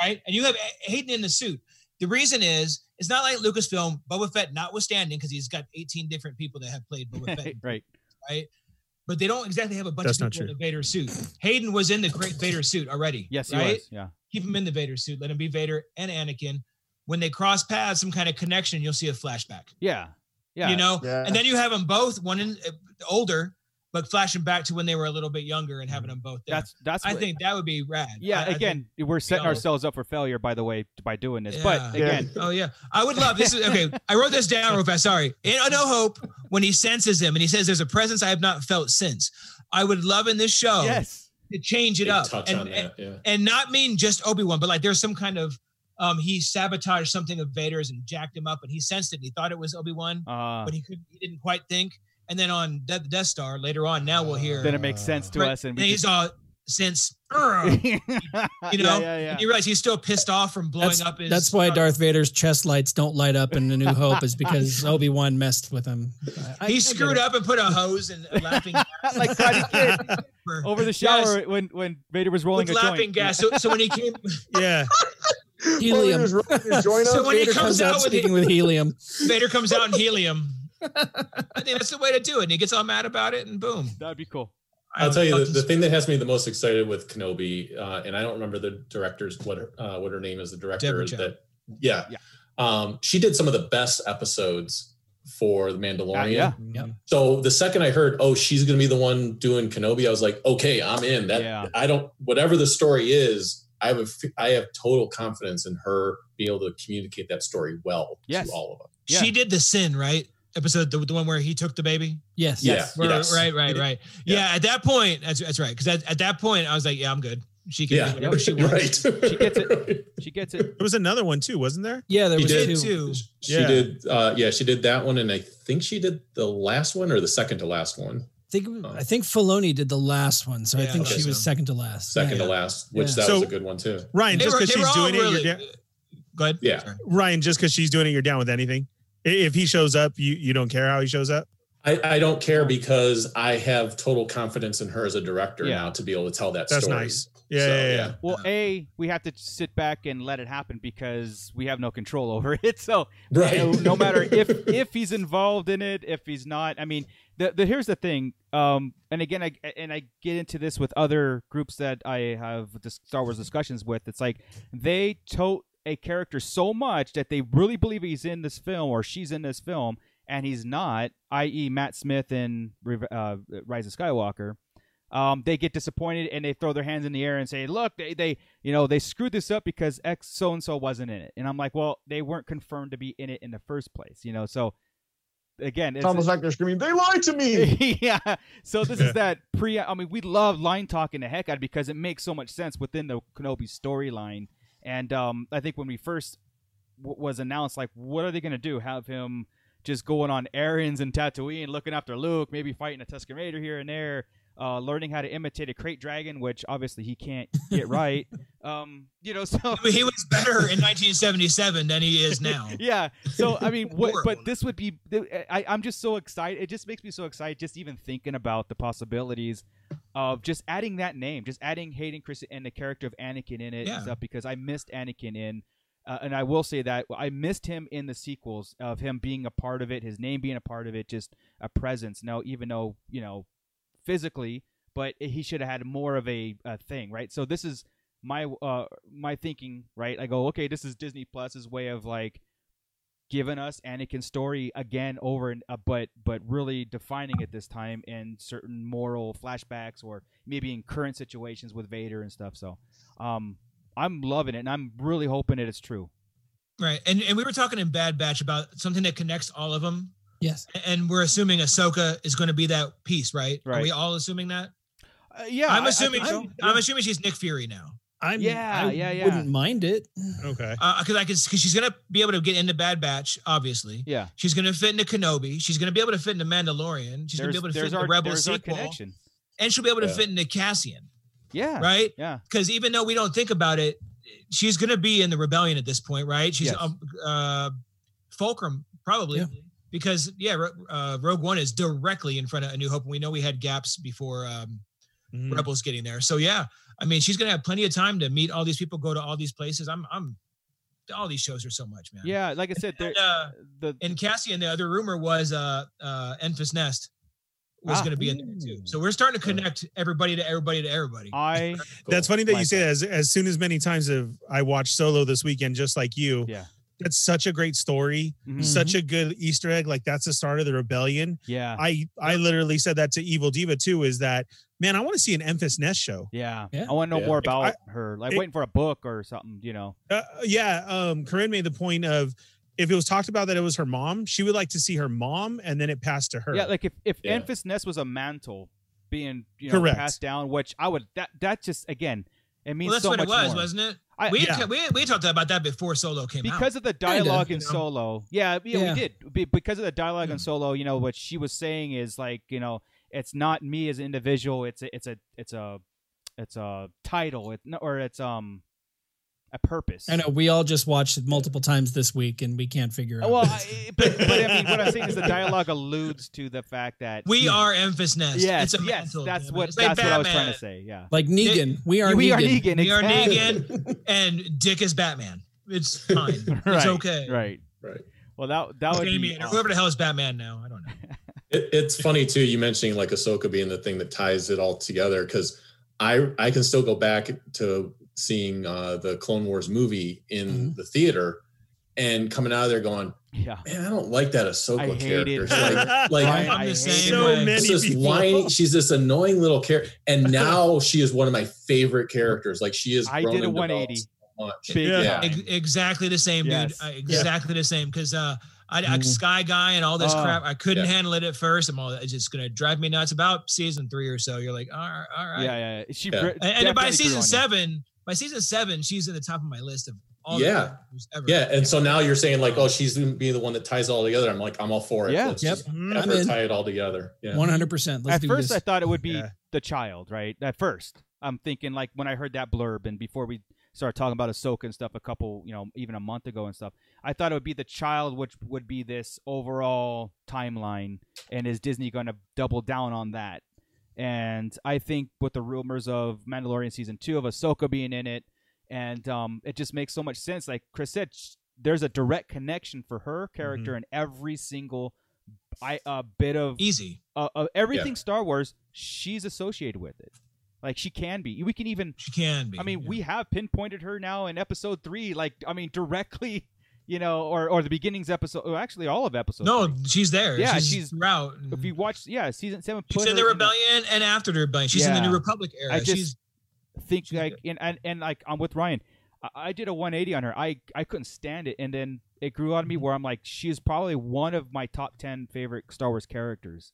S10: right? And you have Hayden in the suit. The reason is it's not like Lucasfilm, Boba Fett notwithstanding, because he's got 18 different people that have
S8: [LAUGHS]
S10: played Boba Fett.
S8: right.
S10: Right. But they don't exactly have a bunch That's of people in the Vader suit. Hayden was in the great Vader suit already.
S8: Yes,
S10: right?
S8: Was, yeah.
S10: Keep him in the Vader suit. Let him be Vader and Anakin. When they cross paths, some kind of connection, you'll see a flashback.
S8: Yeah. Yeah.
S10: You know? Yeah. And then you have them both, one in uh, older, but flashing back to when they were a little bit younger and having them both there.
S8: Mm. That's that's.
S10: I what, think that would be rad.
S8: Yeah.
S10: I,
S8: again, I think, we're setting you know, ourselves up for failure by the way by doing this.
S10: Yeah.
S8: But again,
S10: oh yeah, I would love this. Is, okay, I wrote this down real fast. Sorry. In No Hope, when he senses him and he says, "There's a presence I have not felt since." I would love in this show.
S8: Yes.
S10: To change it
S11: they
S10: up
S11: and, that, yeah.
S10: and, and not mean just Obi Wan, but like there's some kind of um, he sabotaged something of Vader's and jacked him up, and he sensed it. and He thought it was Obi Wan,
S8: uh,
S10: but he couldn't. He didn't quite think. And then on De- Death Star later on, now we'll hear.
S8: Then it makes sense to
S10: right,
S8: us, and,
S10: and he's just, all since uh,
S8: [LAUGHS]
S10: you, you know yeah, yeah, you realize he's still pissed off from blowing
S4: that's,
S10: up his uh,
S4: that's why darth vader's chest lights don't light up in the new hope is
S12: [LAUGHS]
S4: because obi-wan messed with him
S10: I, he I, screwed
S13: [LAUGHS]
S10: I up and put a hose and
S4: [LAUGHS]
S10: a laughing
S8: like Kid over
S10: [LAUGHS]
S8: the shower yes. when when vader was rolling with a
S10: laughing
S8: joint.
S10: gas so, so when
S8: [LAUGHS]
S10: he came
S12: yeah
S4: helium well,
S13: his,
S12: [LAUGHS]
S13: his
S10: so when
S4: vader
S10: he comes, comes out, out
S4: with speaking he- with helium
S10: vader comes out in helium
S4: [LAUGHS]
S10: I think that's the way to do it. And he gets all mad about it, and boom.
S8: That'd be cool.
S11: I'll tell you the, the thing that has me the most excited with Kenobi, uh, and I don't remember the director's what her, uh, what her name is. The director that yeah, yeah. Um, she did some of the best episodes for The Mandalorian. Uh,
S8: yeah, yeah.
S11: So the second I heard, oh, she's gonna be the one doing Kenobi, I was like, okay, I'm in. That yeah. I don't whatever the story is, I have a, I have total confidence in her being able to communicate that story well
S8: yes.
S11: to all of them.
S10: Yeah. She did the sin right episode, the, the, one where he took the baby.
S4: Yes.
S11: Yes.
S10: Where,
S11: yes.
S10: Right. Right. Right. Yeah. yeah. At that point, that's that's right. Because at, at, that point, I was like, yeah, I'm good. She can
S11: [LAUGHS]
S10: yeah. whatever she
S11: wants.
S8: Right. she gets
S11: [LAUGHS]
S8: it. She gets it.
S12: There was another one too, wasn't there?
S4: Yeah, there
S10: she
S4: was
S10: did, two.
S11: She yeah. did. Uh, yeah, she did that one, and I think she did the last one or the second to last one.
S4: I think I think Filoni did the last one, so yeah, I think okay, she was so. second to last.
S11: Second to last, which that so, was a good one too.
S12: Ryan, just because she's doing really, it,
S10: you're down. Go ahead.
S11: Yeah,
S12: Sorry. Ryan, just because she's doing it, you're down with anything if he shows up you you don't care how he shows up
S11: i, I don't care because i have total confidence in her as a director yeah. now to be able to tell that
S12: that's
S11: story.
S12: nice yeah, so, yeah, yeah,
S8: Well, a we have to sit back and let it happen because we have no control over it. [LAUGHS] So,
S11: right.
S8: You know, no
S11: [LAUGHS]
S8: matter if if he's involved in it, if he's not, I mean, the, the here's the thing. Um, and again, I and I get into this with other groups that I have Star Wars discussions with. It's like they tote a character so much that they really believe he's in this film or she's in this film and he's not, i.e., Matt Smith in uh, Rise of Skywalker. Um, they get disappointed and they throw their hands in the air and say, "Look, they, they you know they screwed this up because X so and so wasn't in it." And I'm like, "Well, they weren't confirmed to be in it in the first place, you know." So again,
S13: it's, it's almost like they're screaming, "They lied to me!"
S8: [LAUGHS] yeah. So this is that pre. I mean, we love line talking the heck out because it makes so much sense within the Kenobi storyline. And um, I think when we first w- was announced, like, what are they going to do? Have him just going on errands in Tatooine, looking after Luke, maybe fighting a Tusken Raider here and there, uh, learning how to imitate a crate dragon, which obviously he can't get right. um, you know, so
S10: I mean, he was better in 1977 than he is now.
S12: Um,
S8: yeah. So I mean, what, but this would be. I, I'm just so excited. It just makes me so excited just even thinking about the possibilities of just adding that name, just adding Hayden Chris and the character of Anakin in it yeah. and stuff because I missed Anakin in, uh, and I will say that I missed him in the sequels of him being a part of it, his name being a part of it, just a presence. Now, even though you know, physically, but he should have had more of a, a thing, right? So this is my uh my thinking, right? I go, okay, this is Disney Plus's way of like giving us Anakin's story again over and uh, but but really defining it this time in certain moral flashbacks or maybe in current situations with Vader and stuff. So um I'm loving it and I'm really hoping that it's true.
S10: Right. And and we were talking in Bad Batch about something that connects all of them.
S4: Yes.
S10: And we're assuming Ahsoka is going to be that piece, right? right? Are we all assuming that?
S8: Uh, yeah.
S10: I'm assuming I, am I'm, I'm assuming she's Nick Fury now.
S4: I'm, yeah, I yeah, yeah. wouldn't mind it.
S12: Okay.
S10: Because uh, I could, because she's gonna be able to get into Bad Batch, obviously.
S8: Yeah.
S10: She's gonna fit into Kenobi. She's gonna be able to fit into Mandalorian. She's there's, gonna be able to fit into our, Rebel sequel. connection. And she'll be able to yeah. fit into Cassian.
S8: Yeah.
S10: Right.
S8: Yeah.
S10: Because even though we don't think about it, she's gonna be in the rebellion at this point, right? She's yes. um, uh, Fulcrum probably. Yeah. Because yeah, uh, Rogue One is directly in front of A New Hope, and we know we had gaps before um, mm. Rebels getting there. So yeah, I mean, she's gonna have plenty of time to meet all these people, go to all these places. I'm, I'm, all these shows are so much, man.
S8: Yeah, like I said,
S10: and, uh, the and Cassian. The other rumor was uh, uh, Enfys Nest was ah, going to be in there too. So we're starting to connect everybody to everybody to everybody.
S8: I.
S12: That's funny that like you say that. As, as soon as many times have I watched Solo this weekend, just like you.
S8: Yeah.
S12: That's such a great story, mm-hmm. such a good Easter egg. Like that's the start of the rebellion.
S8: Yeah,
S12: I I literally said that to Evil Diva too. Is that man, I want to see an Memphis Nest show.
S8: Yeah. yeah. I want to know yeah. more about like, I, her. Like it, waiting for a book or something, you know.
S12: Uh, yeah. Um, Corinne made the point of if it was talked about that it was her mom, she would like to see her mom and then it passed to her.
S8: Yeah, like if, if yeah. Memphis Nest was a mantle being you know, Correct. passed down, which I would that that just again it means well,
S10: that's
S8: so
S10: what
S8: much
S10: it was,
S8: more.
S10: wasn't it? I, we, yeah. we we talked about that before Solo came
S8: because
S10: out.
S8: Because of the dialogue in Solo, yeah, yeah, yeah, we did. Because of the dialogue in Solo, you know what she was saying is like, you know, it's not me as an individual. It's a, it's a it's a it's a title, it, or it's um a purpose.
S4: I know we all just watched it multiple times this week, and we can't figure out.
S8: Uh, Well, I, but, but I mean, what I'm saying is the dialogue alludes to the fact that
S10: [LAUGHS] we you, are Memphis Nest.
S8: Yes, it's a yes, mental, that's what that's like what Batman. I was trying to say. Yeah,
S4: like Negan, it, we are
S8: we
S4: Negan.
S8: are Negan, exactly.
S10: we are Negan, and Dick is Batman. It's fine. right, it's okay.
S8: [LAUGHS] Right.
S11: Right.
S8: Well, that that would
S10: Jamie,
S8: be awesome.
S10: whoever the hell is Batman now. I don't know.
S11: It, it's funny too. You mentioning like Ahsoka being the thing that ties it all together because I I can still go back to seeing uh, the Clone Wars movie in mm-hmm. the theater and coming out of there going, yeah. man, I don't like that Ahsoka I character. [LAUGHS] Like, like
S10: I, am the same.
S11: So way. many she's whiny, she's this annoying little character, [LAUGHS] and now she is one of my favorite characters. Like she is.
S8: I did a 180. So
S10: yeah. Time. exactly the same, yes. dude. Uh, Exactly yeah. the same because. uh I, I, Sky Guy and all this oh, crap. I couldn't yeah. handle it at first. I'm all it's just gonna drive me nuts. About season three or so, you're like, all right, all right.
S8: Yeah, yeah. She
S10: yeah. and, and by season seven, by season seven, she's at the top of my list of all
S11: yeah, yeah. And so now you're saying like, oh, she's gonna be the one that ties it all together. I'm like, I'm all for it.
S8: Yeah,
S11: Let's yep. Ever tie it all together. Yeah, [LAUGHS]
S4: 100. percent
S8: At first, this. I thought it would be yeah. the child. Right. At first, I'm thinking like when I heard that blurb and before we started talking about Ahsoka and stuff a couple, you know, even a month ago and stuff. I thought it would be the child, which would be this overall timeline, and is Disney going to double down on that? And I think with the rumors of Mandalorian season two of Ahsoka being in it, and um, it just makes so much sense. Like Chris said, sh- there's a direct connection for her character mm-hmm. in every single I, uh, bit of
S10: easy
S8: uh, of everything yeah. Star Wars. She's associated with it. Like she can be. We can even
S10: she can be.
S8: I mean, yeah. we have pinpointed her now in episode three. Like I mean, directly. [LAUGHS] You know, or or the beginnings episode. Or actually, all of episode.
S10: No,
S8: three.
S10: she's there.
S8: Yeah,
S10: she's, she's throughout.
S8: If you watch, yeah, season seven.
S10: She's in the rebellion in the, and after the rebellion. She's yeah. in the New Republic era.
S8: I just
S10: she's,
S8: think she's like and, and, and like I'm with Ryan. I, I, did a 180 on her. I I couldn't stand it, and then it grew on
S10: Mm-hmm.
S8: me where I'm like, she's probably one of my top ten favorite Star Wars characters.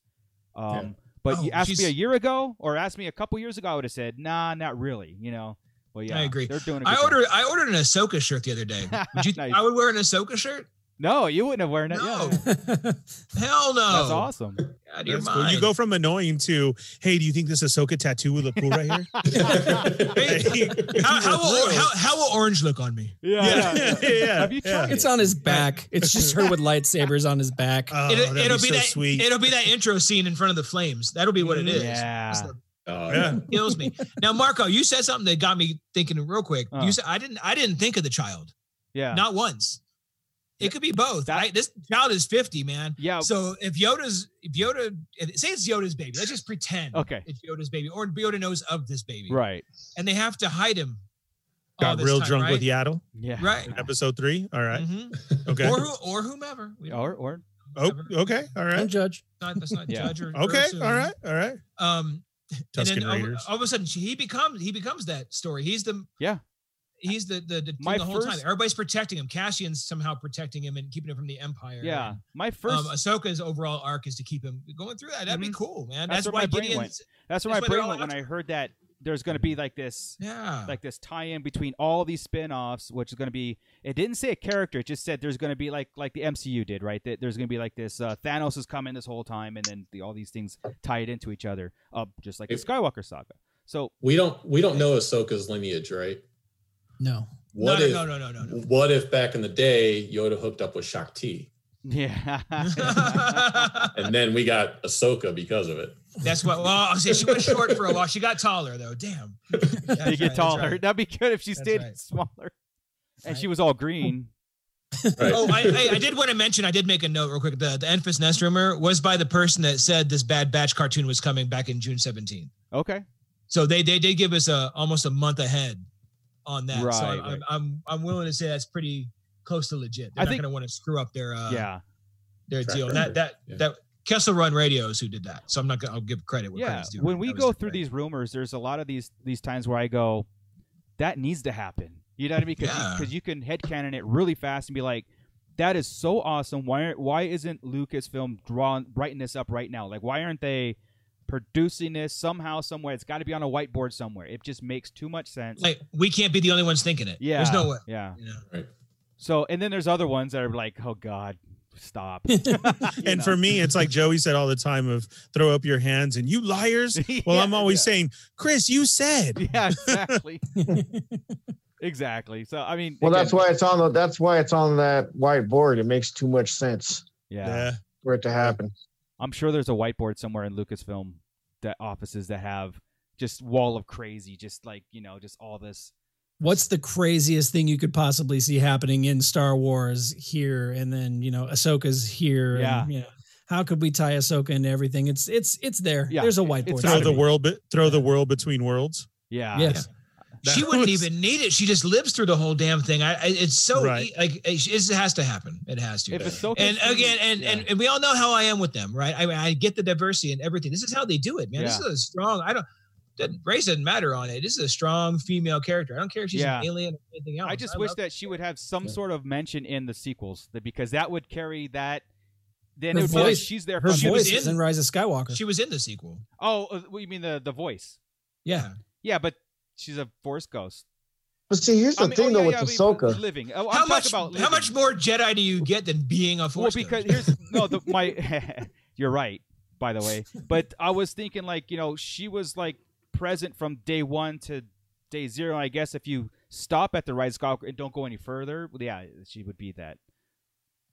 S8: Um, yeah. But oh, you asked me a year ago or asked me a couple years ago, I would have said, nah, not really. You know. Well, yeah,
S10: I agree.
S8: They're doing.
S10: I ordered. Job. I ordered an Ahsoka shirt the other day.
S8: [LAUGHS]
S10: Would you, nice. I would wear an Ahsoka shirt.
S8: No, you wouldn't have worn it.
S10: No. Oh. Yeah. [LAUGHS] Hell no.
S8: That's
S10: [LAUGHS]
S8: awesome.
S10: God, That's cool.
S12: You go from annoying to, hey, do you think this Ahsoka tattoo will look cool right here? hey, [LAUGHS]
S10: how, how, will, how, how, will, orange look on me?
S12: [LAUGHS]
S8: Yeah. yeah. yeah. Have you
S4: tried It's on his back. It's just her with lightsabers on his back.
S10: Oh, it, will be, so that sweet. it'll be that intro scene in front of the flames. That'll be what it is.
S8: Yeah.
S11: Oh, yeah.
S10: kills me. Now, Marco, you said something that got me thinking real quick. Oh. You said I didn't I didn't think of the child.
S8: Uh. Yeah.
S10: Not once. It could be both. That, I, this child is 50, man.
S8: Yeah.
S10: So if Yoda's, if Yoda, if, say it's Yoda's baby, let's just pretend
S8: okay.
S10: it's Yoda's baby or Yoda knows of this baby.
S8: Right.
S10: And they have to hide him.
S12: Got real time, drunk right? with Yaddle.
S8: Yeah.
S10: Right.
S12: Episode three. All right.
S10: mm-hmm. Okay. Or, who, or whomever.
S8: [LAUGHS] Or, or.
S12: Oh, okay. All right.
S4: Don't judge.
S10: Not, let's
S8: [LAUGHS]
S10: not
S8: yeah.
S10: judge or.
S12: Okay. All right. All right.
S10: Um, Tuscan and then Raiders. All, all of a sudden he becomes, he becomes that story. He's the,
S8: yeah
S10: he's the the, the, the whole first, time. Everybody's protecting him. Cassian's somehow protecting him and keeping him from the Empire.
S8: Yeah,
S10: and,
S8: my first um,
S10: Ahsoka's overall arc is to keep him going through that. That'd mm-hmm. be cool, man. That's, that's why
S8: my brain Gideon's, went. That's where that's my brain went when I heard that there's going to be like this,
S10: yeah,
S8: like this tie-in between all these spin-offs, which is going to be. It didn't say a character. It just said there's going to be like like the MCU did, right? That there's going to be like this. Uh, Thanos is coming this whole time, and then the, all these things tied into each other, up uh, just like the Skywalker saga. So
S11: we don't we don't know Ahsoka's lineage, right?
S4: No.
S11: What
S10: no,
S11: if,
S10: no, no, no, no,
S8: [LAUGHS]
S10: no. [LAUGHS]
S11: What if back in the day Yoda hooked up with Shakti?
S8: [LAUGHS] Yeah.
S11: and then we got Ahsoka because of it.
S10: That's what. Well, I'll say she went short for a while. She got taller though. Damn.
S8: That's [LAUGHS] you get right, taller. Right. That'd be good if she stayed right. smaller. And she was all green.
S10: Oh, I, I, I, did want to mention. I did make a note real quick. The the Enfys Nest rumor was by the person that said this Bad Batch cartoon was coming back in June 17th.
S8: Okay.
S10: So they they did give us a almost a month ahead on that. Right, so I'm, right. I'm, I'm, I'm willing to say that's pretty close to legit. They're I not going to want to screw up their uh,
S8: yeah
S10: their Track deal. Record. That that yeah. that Kessel Run Radios who did that. So I'm not going. to I'll give credit. Where
S8: yeah,
S10: due.
S8: when we go through these rumors, there's a lot of these these times where I go, that needs to happen. You know what I mean? Because yeah. you, you can headcanon it really fast and be like. That is so awesome. Why why isn't Lucasfilm drawing writing this up right now? Like why aren't they producing this somehow, somewhere. It's got to be on a whiteboard somewhere. It just makes too much sense.
S10: Like we can't be the only ones thinking it.
S8: Yeah,
S10: there's no way.
S8: Yeah,
S10: you know?
S11: right.
S8: So and then there's other ones that are like, oh god, stop.
S12: [LAUGHS] and know? for me, it's like Joey said all the time of throw up your hands and you liars.
S8: [LAUGHS]
S12: yeah, well, I'm always yeah. saying, Chris, you
S9: [LAUGHS]
S12: said.
S8: Yeah, exactly. exactly. So I mean
S13: Well, again, that's why it's on the that's why it's on that whiteboard. It makes too much sense.
S8: Yeah. yeah.
S13: [LAUGHS] For it to happen.
S8: I'm sure there's a whiteboard somewhere in Lucasfilm that offices that have just wall of crazy, just like, you know, just all this
S9: what's the craziest thing you could possibly see happening in Star Wars here, and then you know Ahsoka's here.
S8: Yeah.
S9: And, you know, how could we tie Ahsoka into everything? It's it's it's there. Yeah. There's a whiteboard.
S12: Throw the world, be, throw the world between worlds.
S8: Yeah.
S9: Yes. Yeah.
S10: That she was, wouldn't even need it. She just lives through the whole damn thing. I, I it's so right. like it, it, has to happen. It has to.
S8: If Ahsoka
S10: and again, and, yeah. and, and we all know how I am with them, right? I mean, I get the diversity and everything. This is how they do it, man. This is a strong. I don't doesn't, race doesn't matter on it. This is a strong female character. I don't care if she's yeah. an alien or anything else.
S8: I just I wish that she would have some yeah. sort of mention in the sequels that, because that would carry that. Then
S9: her
S8: voice, she's there.
S9: Her she voice in, is in Rise of Skywalker.
S10: She was in the sequel.
S8: Oh, well, you mean the the voice?
S9: Yeah,
S8: yeah, but she's a Force ghost.
S13: But see, here's the I mean, thing, oh, yeah, though, yeah, with yeah, Ahsoka.
S8: Living.
S10: Oh, how much? How much more Jedi do you get than being a Force?
S8: Well, because ghost? here's no. The, my, [LAUGHS] you're right. By the way, but I was thinking like you know she was like present from day one to day zero. And I guess if you stop at the Rise Skywalker and don't go any further, well, yeah, she would be that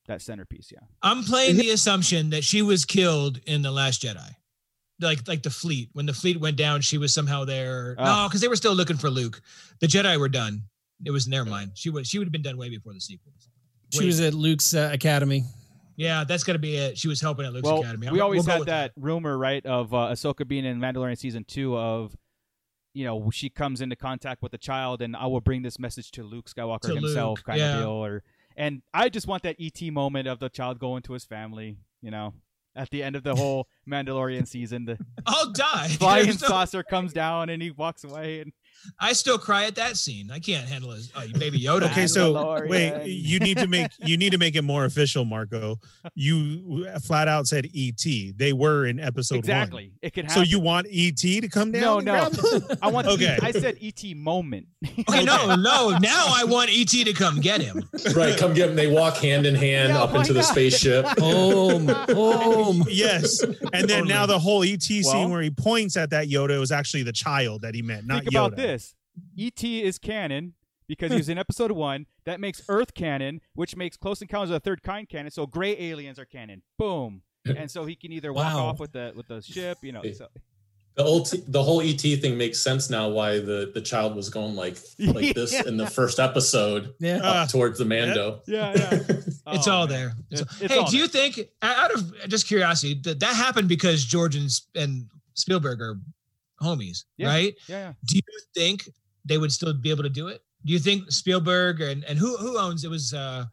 S8: that centerpiece. Yeah,
S10: I'm playing the assumption that she was killed in the Last Jedi, like like the fleet. When the fleet went down, she was somehow there. Oh.
S8: Ah.
S10: No, because they were still looking for Luke. The Jedi were done. It was in their mind. She would she would have been done way before the sequel.
S9: She Wait. was at Luke's uh, academy.
S10: Yeah, that's gonna be it. She was helping at Luke's
S8: well,
S10: Academy.
S8: I'm, we always we'll had that, that, rumor, right, of uh, Ahsoka being in Mandalorian season two of, you know, she comes into contact with a child, and I will bring this message to Luke Skywalker to himself, Luke. kind yeah. of deal. Or and I just want that ET moment of the child going to his family, you know, at the end of [LAUGHS] the whole Mandalorian season. [LAUGHS] The
S10: I'll die. [LAUGHS]
S8: Flying There's saucer no... comes down, and he walks away, and
S10: I still cry at that scene. I can't handle it. Oh, baby Yoda.
S12: Okay, so wait, you need to make you need to make it more official, Marco. You flat out said ET. They were in episode
S8: exactly.
S12: One.
S8: It could
S12: happen. So you want ET to come down?
S8: No, no. I want.
S12: [LAUGHS]
S8: okay, e- I said ET moment.
S10: Okay, no, no. Now I want ET to come get him.
S11: [LAUGHS] Right, come get him. They walk hand in hand no, up into the spaceship.
S8: [LAUGHS]
S9: Oh, oh,
S12: yes. And then now the whole ET scene well, where he points at that Yoda was actually the child that he meant, not
S8: think
S12: Yoda.
S8: About this. ET is canon because he was in episode one. That makes Earth canon, which makes Close Encounters of the Third Kind canon. So gray aliens are canon. Boom. And so he can either walk wow. off with the with the ship, you know.
S10: [LAUGHS]
S8: So.
S11: The old t- the whole ET thing makes sense now. Why the the child was going like like
S10: [LAUGHS]
S11: yeah. this in the first episode,
S9: yeah.
S11: Uh, towards the Mando.
S8: Yeah,
S11: [LAUGHS]
S8: yeah. yeah.
S10: oh, it's all there. It's, it's, it's hey, all do there. you think out of just curiosity that that happened because George and, and Spielberg are homies,
S8: yeah.
S10: right?
S8: yeah.
S10: Do you think they would still be able to do it? Do you think Spielberg and, and who who owns it was uh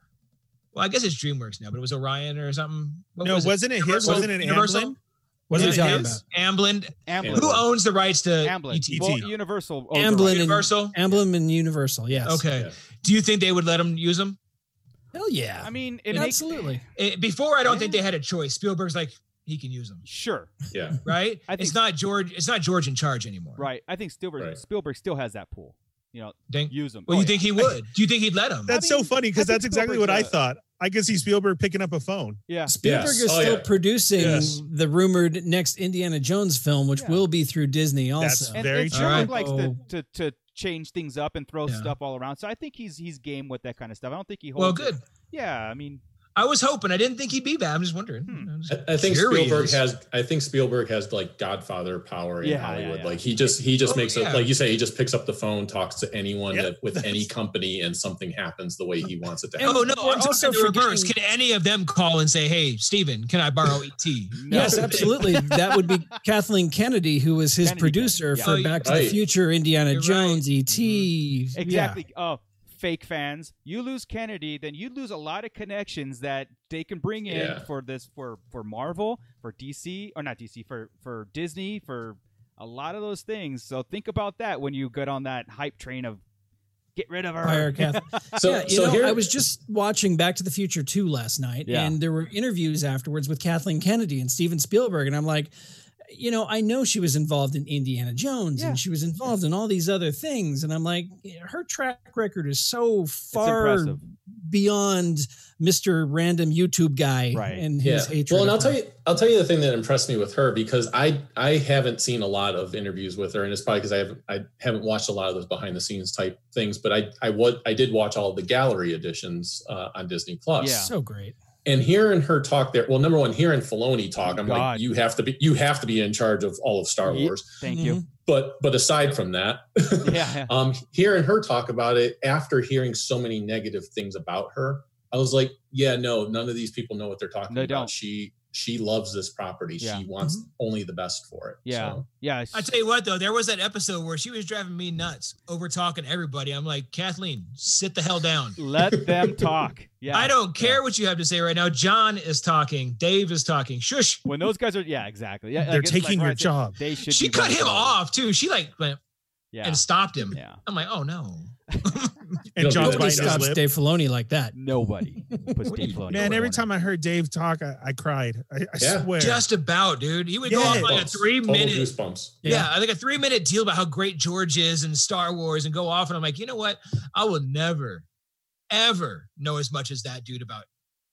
S10: well I guess it's DreamWorks now, but it was Orion or something.
S12: What no, was not it, it his? Wasn't it
S10: Universal? Amblin?
S9: What are you talking about?
S10: Amblin. Amblin. E Who owns the rights to
S8: Amblin? E
S10: ET?
S8: Well, Universal.
S9: Amblin. And,
S10: Universal.
S9: Amblin and Universal. Yes.
S10: Okay. Yeah. Do you think they would let them use them?
S9: Hell yeah!
S8: I mean, it
S9: absolutely.
S8: Makes,
S10: it, before, I don't yeah. think they had a choice. Spielberg's like, he can use them.
S8: Sure.
S11: Yeah.
S10: Right. I think, it's not George. It's not George in charge anymore.
S8: Right. I think Spielberg. Right. Spielberg still has that pool. You know,
S10: think,
S8: use them.
S10: Well, oh, you yeah. [LAUGHS] Oh, think he would? Do you think he'd let him?
S12: That's I mean, so funny because that's exactly Spielberg's what a, I thought. I could see Spielberg picking up a phone.
S8: Yeah.
S9: Spielberg
S8: yes.
S9: is
S8: oh,
S9: still yeah. producing yes. the rumored next Indiana Jones film, which yeah. will be through Disney. Also, that's
S8: and, very and true. Spielberg right. likes oh. to, to, to change things up and throw stuff all around. So I think he's he's game with that kind of stuff. I don't think he holds.
S10: Well, good.
S8: It. Yeah. I mean,
S10: I was hoping. I didn't think he'd be bad. I'm just wondering. Hmm. I'm just
S9: Uh,
S11: I, I, think curious. Spielberg has. I think Spielberg has like Godfather power in yeah, Hollywood. Yeah, yeah. Like he just he just oh, makes it like you say. He just picks up the phone, talks to anyone that, with any company, and something happens the way he wants it to. happen.
S10: Oh no! I'm also the reverse. Can any of them call and say, "Hey, Steven, can I borrow E ET?"
S9: no.
S10: [LAUGHS]
S9: Yes, absolutely. that would be Kathleen Kennedy, who was his Kennedy producer for oh, Back to right. the Future, Indiana You're Jones, E right. ET. Mm-hmm.
S8: Exactly. Oh fake fans. You lose Kennedy, then you lose a lot of connections that they can bring in yeah. for this for for Marvel, for DC, or not DC, for for Disney, for a lot of those things. So think about that when you get on that hype train of get rid of her.
S9: Fire Kath. so, yeah, you so know, here- I was just watching Back to the Future 2 last night, yeah. and there were interviews afterwards with Kathleen Kennedy and Steven Spielberg, and I'm like
S4: you know, I know she was involved in Indiana Jones yeah. and she was involved in all these other things. And I'm like, her track record is so far beyond Mr. Random YouTube guy right. and his yeah. hatred.
S11: Well, and I'll tell you, I'll tell you the thing that impressed me with her because I I haven't seen a lot of interviews with her, and it's probably because I haven't I haven't watched a lot of those behind the scenes type things. But I I what I did watch all the gallery editions uh, on Disney Plus.
S4: Yeah, so great
S11: and hearing her talk there, well, number one, hearing Filoni talk, I'm God. like, you have to be, you have to be in charge of all of Star Wars.
S8: Thank you.
S10: [LAUGHS]
S11: But, but aside from that, [LAUGHS] yeah. um, hearing her talk about it after hearing so many negative things about her, I was like, yeah, no, none of these people know what they're talking they about. Don't. She, she loves this property. Yeah. She wants mm-hmm. only the best for it.
S8: Yeah. So. Yeah.
S10: I tell you what though, there was that episode where she was driving me nuts over talking everybody. I'm like, Kathleen, sit the hell down.
S8: Let them talk. Yeah.
S10: I don't care yeah. what you have to say right now. John is talking. Dave is talking. Shush.
S8: When those guys are yeah, exactly. Yeah.
S12: They're taking like, your right, job.
S8: They, they should
S10: She cut him
S8: job.
S10: off too. She like went yeah. and stopped him. Yeah. I'm like, oh no.
S4: and John Nobody stops Dave Filoni like that.
S10: [LAUGHS]
S8: Nobody puts Dave Filoni.
S12: Man, every time I heard Dave talk, I, I cried. I, I yeah. swear.
S10: Just about, dude. He would yeah. go off like a three minute
S11: goosebumps.
S10: Yeah, yeah, like a three minute deal about how great George is and Star Wars, and go off. And I'm like, you know what? I will never, ever know as much as that dude about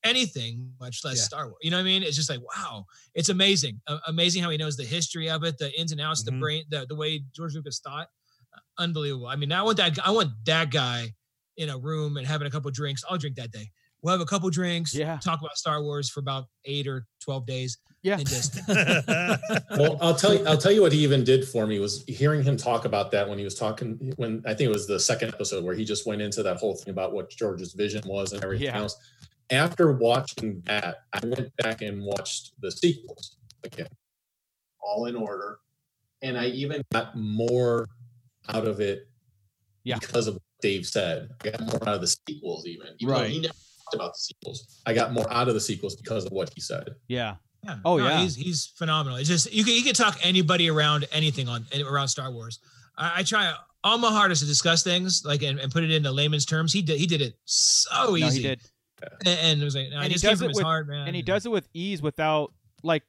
S10: anything, much less yeah. Star Wars. You know what I mean? It's just like, wow, it's amazing, uh, amazing how he knows the history of it, the ins and outs, mm-hmm. the brain, the, the way George Lucas thought Uh, unbelievable. I mean, I want that. I want that guy in a room and having a couple drinks. I'll drink that day. We'll have a couple drinks.
S8: Yeah.
S10: Talk about Star Wars for about eight or twelve days.
S8: Yeah.
S10: Just- [LAUGHS]
S11: well, I'll tell you. I'll tell you what he even did for me was hearing him talk about that when he was talking. When I think it was the second episode where he just went into that whole thing about what George's vision was and everything yeah. else. After watching that, I went back and watched the sequels again, all in order, and I even got more out of it
S8: yeah.
S11: because of what Dave said. I got more out of the sequels, even. even right. He never talked about the sequels. I got more out of the sequels because of what he said.
S8: Yeah. yeah. Oh no, yeah.
S10: He's, he's phenomenal. It's just you can you can talk anybody around anything on around Star Wars. I, I try all my hardest to discuss things like and, and, put it into layman's terms. He did he did it so no, easy.
S8: he did.
S10: And, and it was like, no, and
S8: he
S10: does it
S8: with,
S10: heart, man.
S8: And he does it with ease without like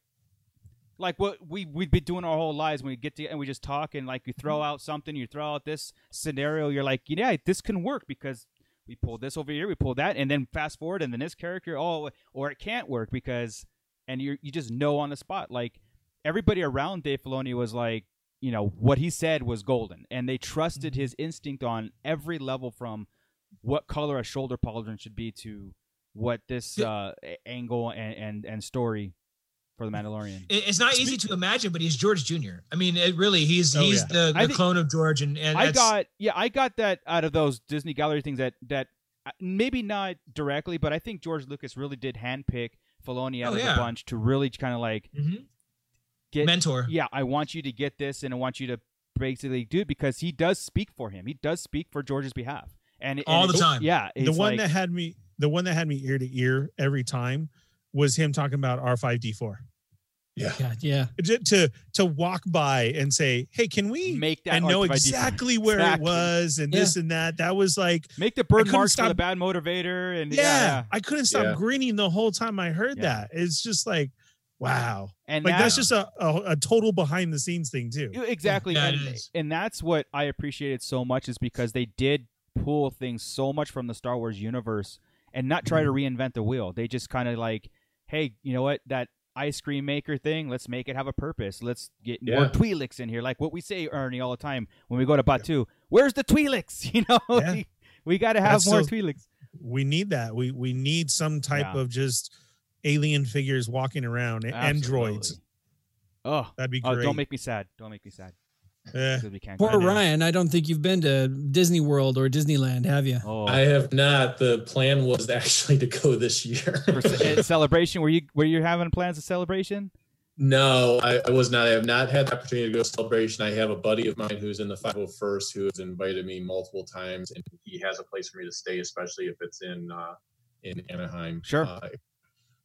S8: like what we we've been doing our whole lives when we get to and we just talk and like you throw out something you throw out this scenario you're like yeah this can work because we pull this over here we pull that and then fast forward and then this character oh or it can't work because and you you just know on the spot like everybody around Dave Filoni was like you know what he said was golden and they trusted his instinct on every level from what color a shoulder pauldron should be to what this uh, angle and, and and story for the Mandalorian.
S10: It's not easy to imagine, but he's George Jr. I mean, it really he's oh, he's yeah. the, the clone of George, and, and
S8: I got yeah, I got that out of those Disney gallery things that that uh, maybe not directly, but I think George Lucas really did handpick Filoni out oh, of yeah. the bunch to really kind of like mm-hmm.
S10: get mentor.
S8: Yeah, I want you to get this, and I want you to basically do it because he does speak for him. He does speak for George's behalf, and,
S10: all
S8: and
S10: the time.
S8: Yeah,
S12: the one like, that had me, the one that had me ear to ear every time was him talking about R5D4.
S11: Yeah.
S4: God, yeah.
S12: To, to walk by and say, "Hey, can we
S8: make that?"
S12: and know exactly where exactly. it was and yeah. this and that. That was like
S8: make the bird marks stop, for the bad motivator. And yeah, yeah.
S12: I couldn't stop yeah. grinning the whole time I heard that. It's just like, wow, and like now, that's just a, a, a total behind the scenes thing too.
S8: Exactly, and, and that's what I appreciated so much is because they did pull things so much from the Star Wars universe and not try to reinvent the wheel. They just kind of like, hey, you know what? That ice cream maker thing, let's make it have a purpose. Let's get yeah. more Twi'leks in here. Like what we say, Ernie, all the time when we go to Batu, yeah. where's the Twi'leks? [LAUGHS] You know, yeah. we, we got to have That's more so, Twi'leks.
S12: We need that. We we need some type of just alien figures walking around, Absolutely. androids.
S8: Oh, that'd be great. Oh, don't make me sad. Don't make me sad.
S12: Yeah.
S4: Poor Ryan, I don't think you've been to Disney World or Disneyland, have you?
S11: Oh. I have not. The plan was [LAUGHS] actually to go this year. [LAUGHS]
S8: celebration? Were you were you having plans of celebration?
S11: No, I, I, was not. I have not had the opportunity to go to celebration. I have a buddy of mine who's in the 501st who has invited me multiple times, and he has a place for me to stay, especially if it's in uh, in Anaheim.
S8: Sure.
S11: Uh,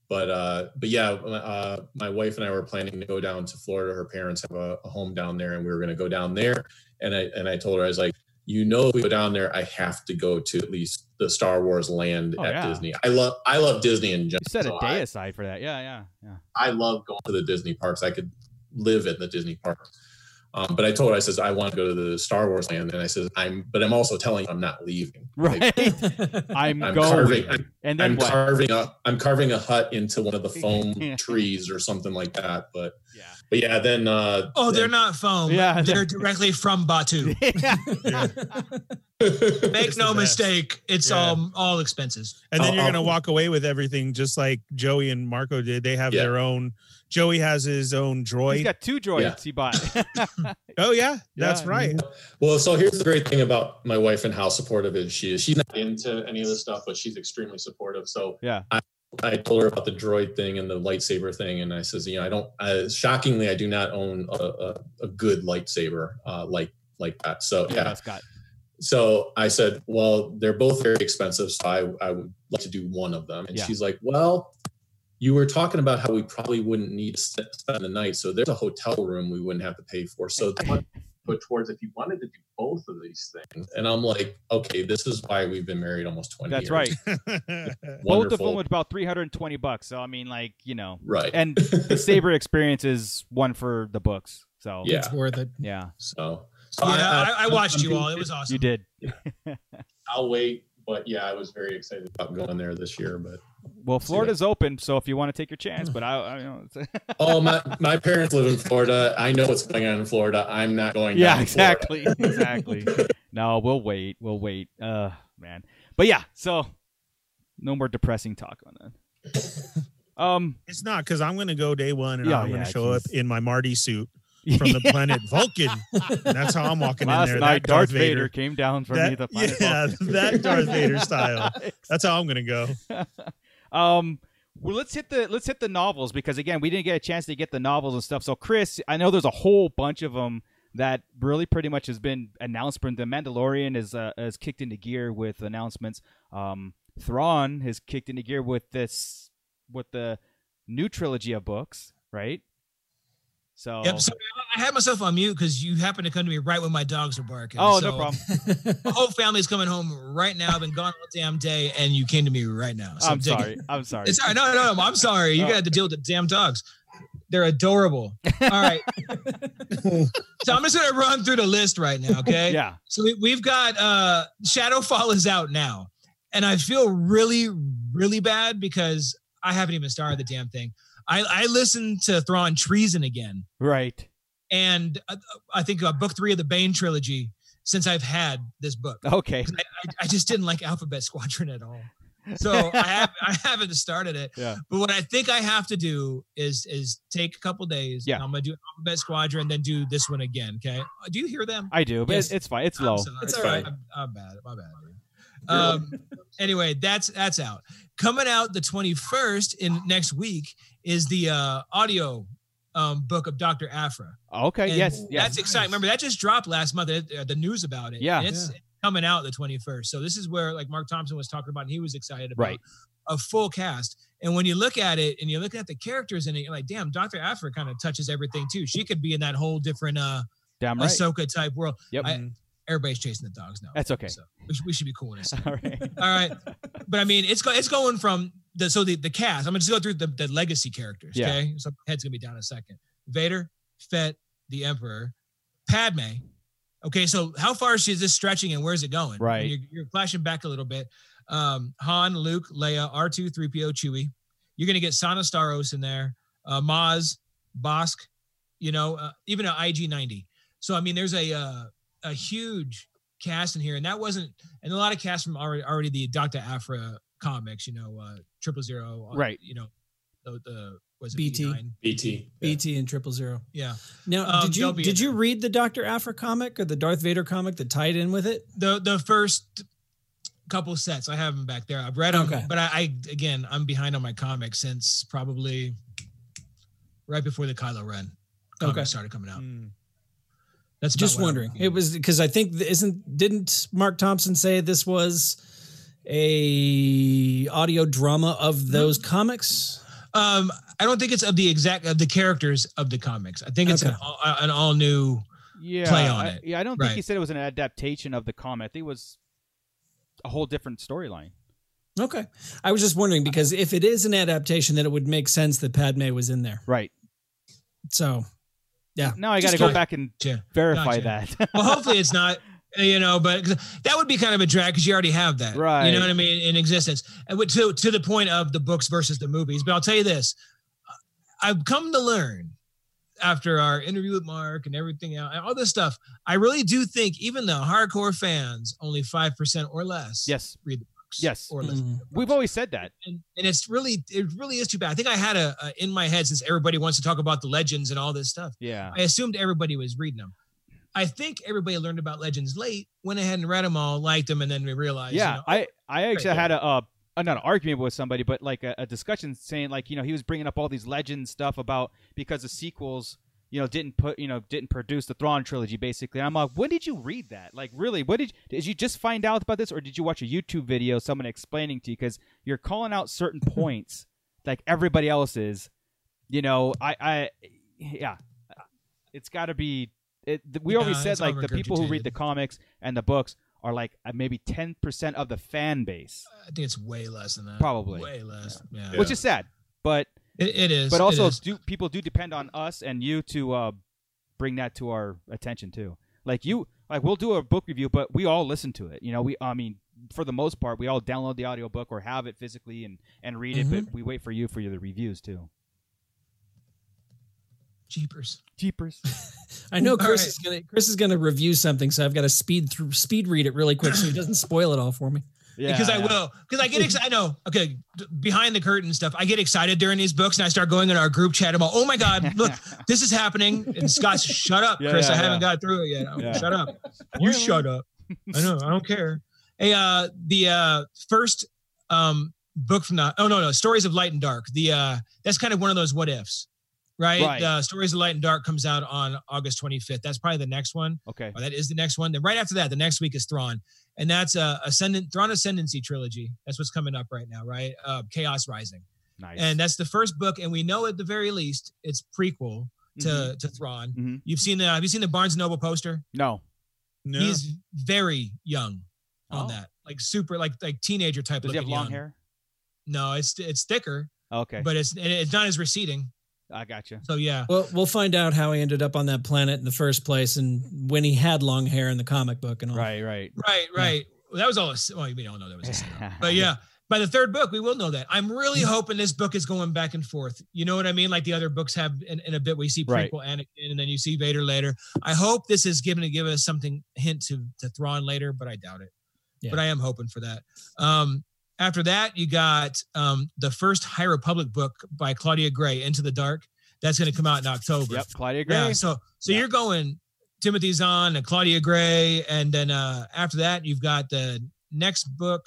S11: but uh, but yeah, uh, my wife and I were planning to go down to Florida. Her parents have a, a home down there, and we were going to go down there. And I and I told her I was like, you know, if we go down there, I have to go to at least the Star Wars land oh, at yeah. Disney. I love I love Disney in general.
S8: You set a so day I, aside for that. Yeah, yeah, yeah.
S11: I love going to the Disney parks. I could live at the Disney park. Um, but I told her, I says, I want to go to the Star Wars land. And I says, I'm, but I'm also telling you, I'm not leaving.
S8: Right. [LAUGHS] Like, I'm, I'm, going. Carving,
S11: I'm,
S8: and then
S11: I'm
S8: what?
S11: carving up, I'm carving a hut
S8: [LAUGHS]
S11: into one of the foam trees or something like that. But yeah, but yeah, then, uh,
S10: [LAUGHS]
S11: [LAUGHS]
S10: oh,
S11: then,
S10: they're not foam. Yeah. They're, they're directly from Batu. Yeah.
S11: [LAUGHS]
S10: yeah. Make no mistake. It's yeah. all, all expenses.
S8: Oh,
S12: And then I'll, you're going to walk away with everything just like Joey and Marco did. They have their own, Joey has his own
S8: [LAUGHS]
S12: droid.
S8: He's got two droids yeah. he
S11: [LAUGHS]
S8: bought.
S12: oh yeah, that's yeah. right.
S8: [LAUGHS]
S12: [LAUGHS]
S11: Well, so here's the great thing about my wife and how supportive is she is. She's not into any of this stuff, but she's extremely supportive. So
S8: yeah.
S11: I, I told her about the droid thing and the lightsaber thing, and I says, you know, I don't. I, shockingly, I do not own a, a, a good lightsaber uh, like like that. So yeah, yeah
S8: Scott.
S11: So I said, well, they're both very expensive, so I I would like to do one of them. And yeah. she's like, well, you were talking about how we probably wouldn't need to spend the night. So there's a hotel room we wouldn't have to pay for. So [LAUGHS] put towards if you wanted to do both of these things. And I'm like, okay, this is why we've been married almost 20
S8: That's
S11: years.
S8: right. both of them was about 320 bucks. So I mean like, you know.
S11: Right. [LAUGHS]
S8: And the Saber experience is one for the books. So
S11: yeah.
S4: it's worth it.
S8: Yeah.
S11: So,
S10: so yeah, I, I, I watched I'm, you all. It was awesome.
S8: You did.
S11: Yeah. I'll wait but yeah, I was very excited about going there this year. But
S8: well, Florida's open, so if you want to take your chance, but I, I you know,
S11: oh my, my parents live in Florida. I know what's going on in Florida. I'm not going.
S8: Yeah, exactly, exactly. No, we'll wait. We'll wait. Uh, man. But yeah, so no more depressing talk on that. Um,
S12: it's not because I'm going to go day one and yeah, I'm going to yeah, show geez. up in my Marty suit
S8: [LAUGHS]
S12: from the planet Vulcan. And that's how I'm walking
S8: Last
S12: in there.
S8: Night, Darth, Darth Vader, Vader, came down from
S12: that,
S8: me. The
S12: planet [LAUGHS] yeah, Vulcan. that Darth Vader
S8: [LAUGHS]
S12: style. That's how I'm gonna go.
S8: um, well, let's hit the let's hit the novels because again, we didn't get a chance to get the novels and stuff. So, Chris, I know there's a whole bunch of them that really pretty much has been announced. But the Mandalorian is uh, is kicked into gear with announcements. Um, Thrawn has kicked into gear with this with the new trilogy of books, right? So
S10: yep. So I had myself on mute because you happened to come to me right when my dogs were barking.
S8: Oh,
S10: [LAUGHS] so
S8: no problem.
S10: my whole family's coming home right now. I've been gone all damn day, and you came to me right now.
S8: So I'm, I'm sorry. I'm sorry.
S10: It's all right. No, no, no. I'm sorry. You oh. got to deal with the damn dogs. They're adorable.
S8: [LAUGHS]
S10: All right. so I'm just gonna run through the list right now. Okay.
S8: Yeah.
S10: So we, we've got uh Shadowfall is out now, and I feel really, really bad because I haven't even started the damn thing. I, I, listened to Thrawn Treason again.
S8: Right.
S10: And I, I think uh, book three of the Bane trilogy since I've had this book.
S8: Okay.
S10: I, I, just didn't like Alphabet Squadron at all.
S8: [LAUGHS]
S10: So I, have, I haven't started it.
S8: Yeah.
S10: But what I think I have to do is is take a couple days.
S8: Yeah.
S10: I'm going to do Alphabet Squadron, then do this one again. Okay. Do you hear them?
S8: I do, but yes. it's fine. It's low.
S10: It's all right. I'm, I'm bad. My bad. Um, anyway, that's that's out. Coming out the 21st in next week is the uh, audio um, book of Dr. Afra.
S8: Okay.
S10: And
S8: Uh, yes.
S10: Yes. That's exciting. Remember that just dropped last month. Uh, the news about it.
S8: Yeah.
S10: It's, yeah. it's coming out the 21st. So this is where like Mark Thompson was talking about, and he was excited about
S8: right.
S10: a full cast. And when you look at it, and you're looking at the characters in it, you're like, damn, Dr. Afra kind of touches everything too. She could be in that whole different uh,
S8: damn right.
S10: Ahsoka type world.
S8: Yep.
S12: Mm.
S10: I, everybody's chasing the dogs now.
S8: That's okay. So
S10: we, should, we should be cool with this.
S8: [LAUGHS] All right.
S10: All right. But I mean, it's go, it's going from the so the, the cast. I'm gonna just go through the, the legacy characters.
S8: Yeah.
S10: Okay. So head's gonna be down in a second. Vader, Fett, the Emperor, Padme. Okay, so how far is this stretching and where's it going?
S8: Right.
S10: You're, you're, flashing back a little bit. Um, Han, Luke, Leia, R2, 3PO, Chewie. You're gonna get Sana Staros in there, uh, Maz, Bosk, you know, uh, even an IG90. So I mean, there's a uh, a huge cast in here, and that wasn't and a lot of cast from already already the Doctor Afra comics, you know, uh Triple Zero,
S8: right?
S10: You know, the, the was
S4: BT,
S10: B9?
S11: BT,
S4: yeah.
S10: E
S4: BT, and Triple Zero.
S10: Yeah.
S4: Now, um, did you did you read the Doctor Afra comic or the Darth Vader comic that tied in with it?
S10: The the first couple sets I have them back there. I've read them, okay. but I, I again I'm behind on my comics since probably right before the Kylo Ren comic okay. started coming out.
S8: Hmm.
S10: Mm.
S4: That's just wondering. It was because I think isn't didn't Mark Thompson say this was a audio drama of those mm-hmm. comics?
S10: Um, I don't think it's of the exact of the characters of the comics. I think it's okay. an, all, an all new
S8: yeah,
S10: play on
S8: I,
S10: it.
S8: Yeah, I don't right. think he said it was an adaptation of the comic. I think it was a whole different storyline.
S4: Okay, I was just wondering because if it is an adaptation, then it would make sense that Padme was in there,
S8: right?
S4: So Yeah.
S8: Now I got to go back and yeah. verify gotcha.
S10: that. well, hopefully it's not, you know, but that would be kind of a drag because you already have that.
S8: Right.
S10: You know what I mean? In existence. And to, to the point of the books versus the movies. But I'll tell you this I've come to learn after our interview with Mark and everything else, all this stuff, I really do think even the hardcore fans, only 5% or less
S8: [LAUGHS] yes.
S10: read the books.
S8: Yes.
S10: Or
S8: mm. We've always said that.
S10: And, and, it's really, it really is too bad. I think I had a, a, in my head, since everybody wants to talk about the legends and all this stuff.
S8: Yeah.
S10: I assumed everybody was reading them. I think everybody learned about legends late, went ahead and read them all, liked them, and then we realized.
S8: Yeah.
S10: You know,
S8: I, I actually had a, uh, not an argument with somebody, but like a, a, discussion saying like you know he was bringing up all these legend stuff about because the sequels you know didn't put you know didn't produce the Thrawn trilogy basically. And I'm like, when did you read that? Like really, what did did you just find out about this, or did you watch a YouTube video someone explaining to you because you're calling out
S10: [LAUGHS]
S8: certain points like everybody else is? You know, I I yeah, it's got to be. It, we yeah, always said like the people who read the comics and the books are like uh, maybe 10% of the fan base.
S10: I think it's way less than that.
S8: Probably.
S10: Way less. Yeah.
S8: yeah. Which is sad, but
S10: it, it is.
S8: But also
S10: is.
S8: Do, people do depend on us and you to uh, bring that to our attention too. Like you like we'll do a book review, but we all listen to it. You know, we I mean, for the most part, we all download the audiobook or have it physically and and read mm-hmm. it, but we wait for you for the reviews too.
S10: Jeepers.
S8: Jeepers.
S4: I know Chris right. is gonna Chris is gonna review something, so I've got to speed through speed read it really quick so he doesn't spoil it all for me.
S10: Yeah, because I yeah. will. Because I get excited. I know. Okay, behind the curtain stuff. I get excited during these books, and I start going in our group chat. about, oh my [LAUGHS] god, look, this is happening. And Scott's, shut up, yeah, Chris. I haven't got through it yet. Oh, shut up. You shut up. I know. I don't care. Hey, uh, the uh, first um book from the oh no no stories of light and dark. The uh, that's kind of one of those what ifs right? right. Uh, Stories of Light and Dark comes out on August 25th. That's probably the next one.
S8: Okay.
S10: Or that is the next one. Then right after that, the next week is Thrawn. And that's uh, Ascendant Thrawn Ascendancy trilogy. That's what's coming up right now, right? Uh, Chaos Rising.
S8: Nice.
S10: And that's the first book, and we know at the very least it's prequel to mm-hmm. to Thrawn. Mm-hmm. You've seen the have you seen the Barnes Noble poster?
S8: No.
S10: No. He's very young on oh. that, like super, like like teenager type.
S8: Does he have long
S10: young.
S8: hair?
S10: No, it's it's thicker.
S8: Okay.
S10: But it's it's not as receding.
S8: I got you.
S10: [LAUGHS] So yeah.
S4: Well, we'll find out how he ended up on that planet in the first place, and when he had long hair in the comic book and all.
S8: Right, right,
S10: right, right. Yeah. Well, that was all. A, well, we don't know that was a setup,
S8: [LAUGHS]
S10: but yeah. By the third book, we will know that. I'm really hoping this book is going back and forth. You know what I mean? Like the other books have in, in a bit we see prequel right. Anakin and then you see Vader later. I hope this is given to give us something hint to, to Thrawn later, but I doubt it. Yeah. But I am hoping for that. Um, after that, you got um, the first High Republic book by Claudia Gray, Into the Dark. That's going to come out in October.
S8: Yep, Claudia Gray. Yeah,
S10: so so yeah. you're going Timothy Zahn and Claudia Gray, and then uh, after that, you've got the next book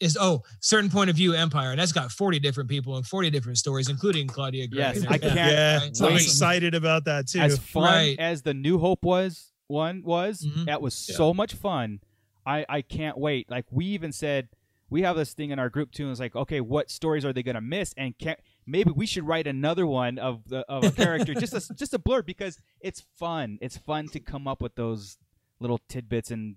S10: is oh certain point of view empire and that's got 40 different people and 40 different stories including claudia gray
S8: yes i can't yeah
S12: right? so i'm excited about that too
S8: as fun right. as the new hope was one was mm-hmm. that was yeah. so much fun i i can't wait like we even said we have this thing in our group too. And it's like, okay, what stories are they gonna miss? And can maybe we should write another one of the of a [LAUGHS] character, just a just a blur because it's fun. It's fun to come up with those little tidbits. And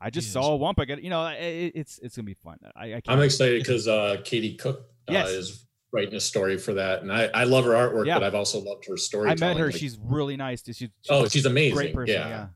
S8: I just yes. saw a wump. I got you know, it, it's it's gonna be fun. I, I
S11: am excited because uh, Katie Cook uh, yes. is writing a story for that, and I I love her artwork, yeah. but I've also loved her story.
S8: I met her. Like, she's really nice. She's, she's
S11: oh, she's amazing.
S8: Great person. yeah. yeah.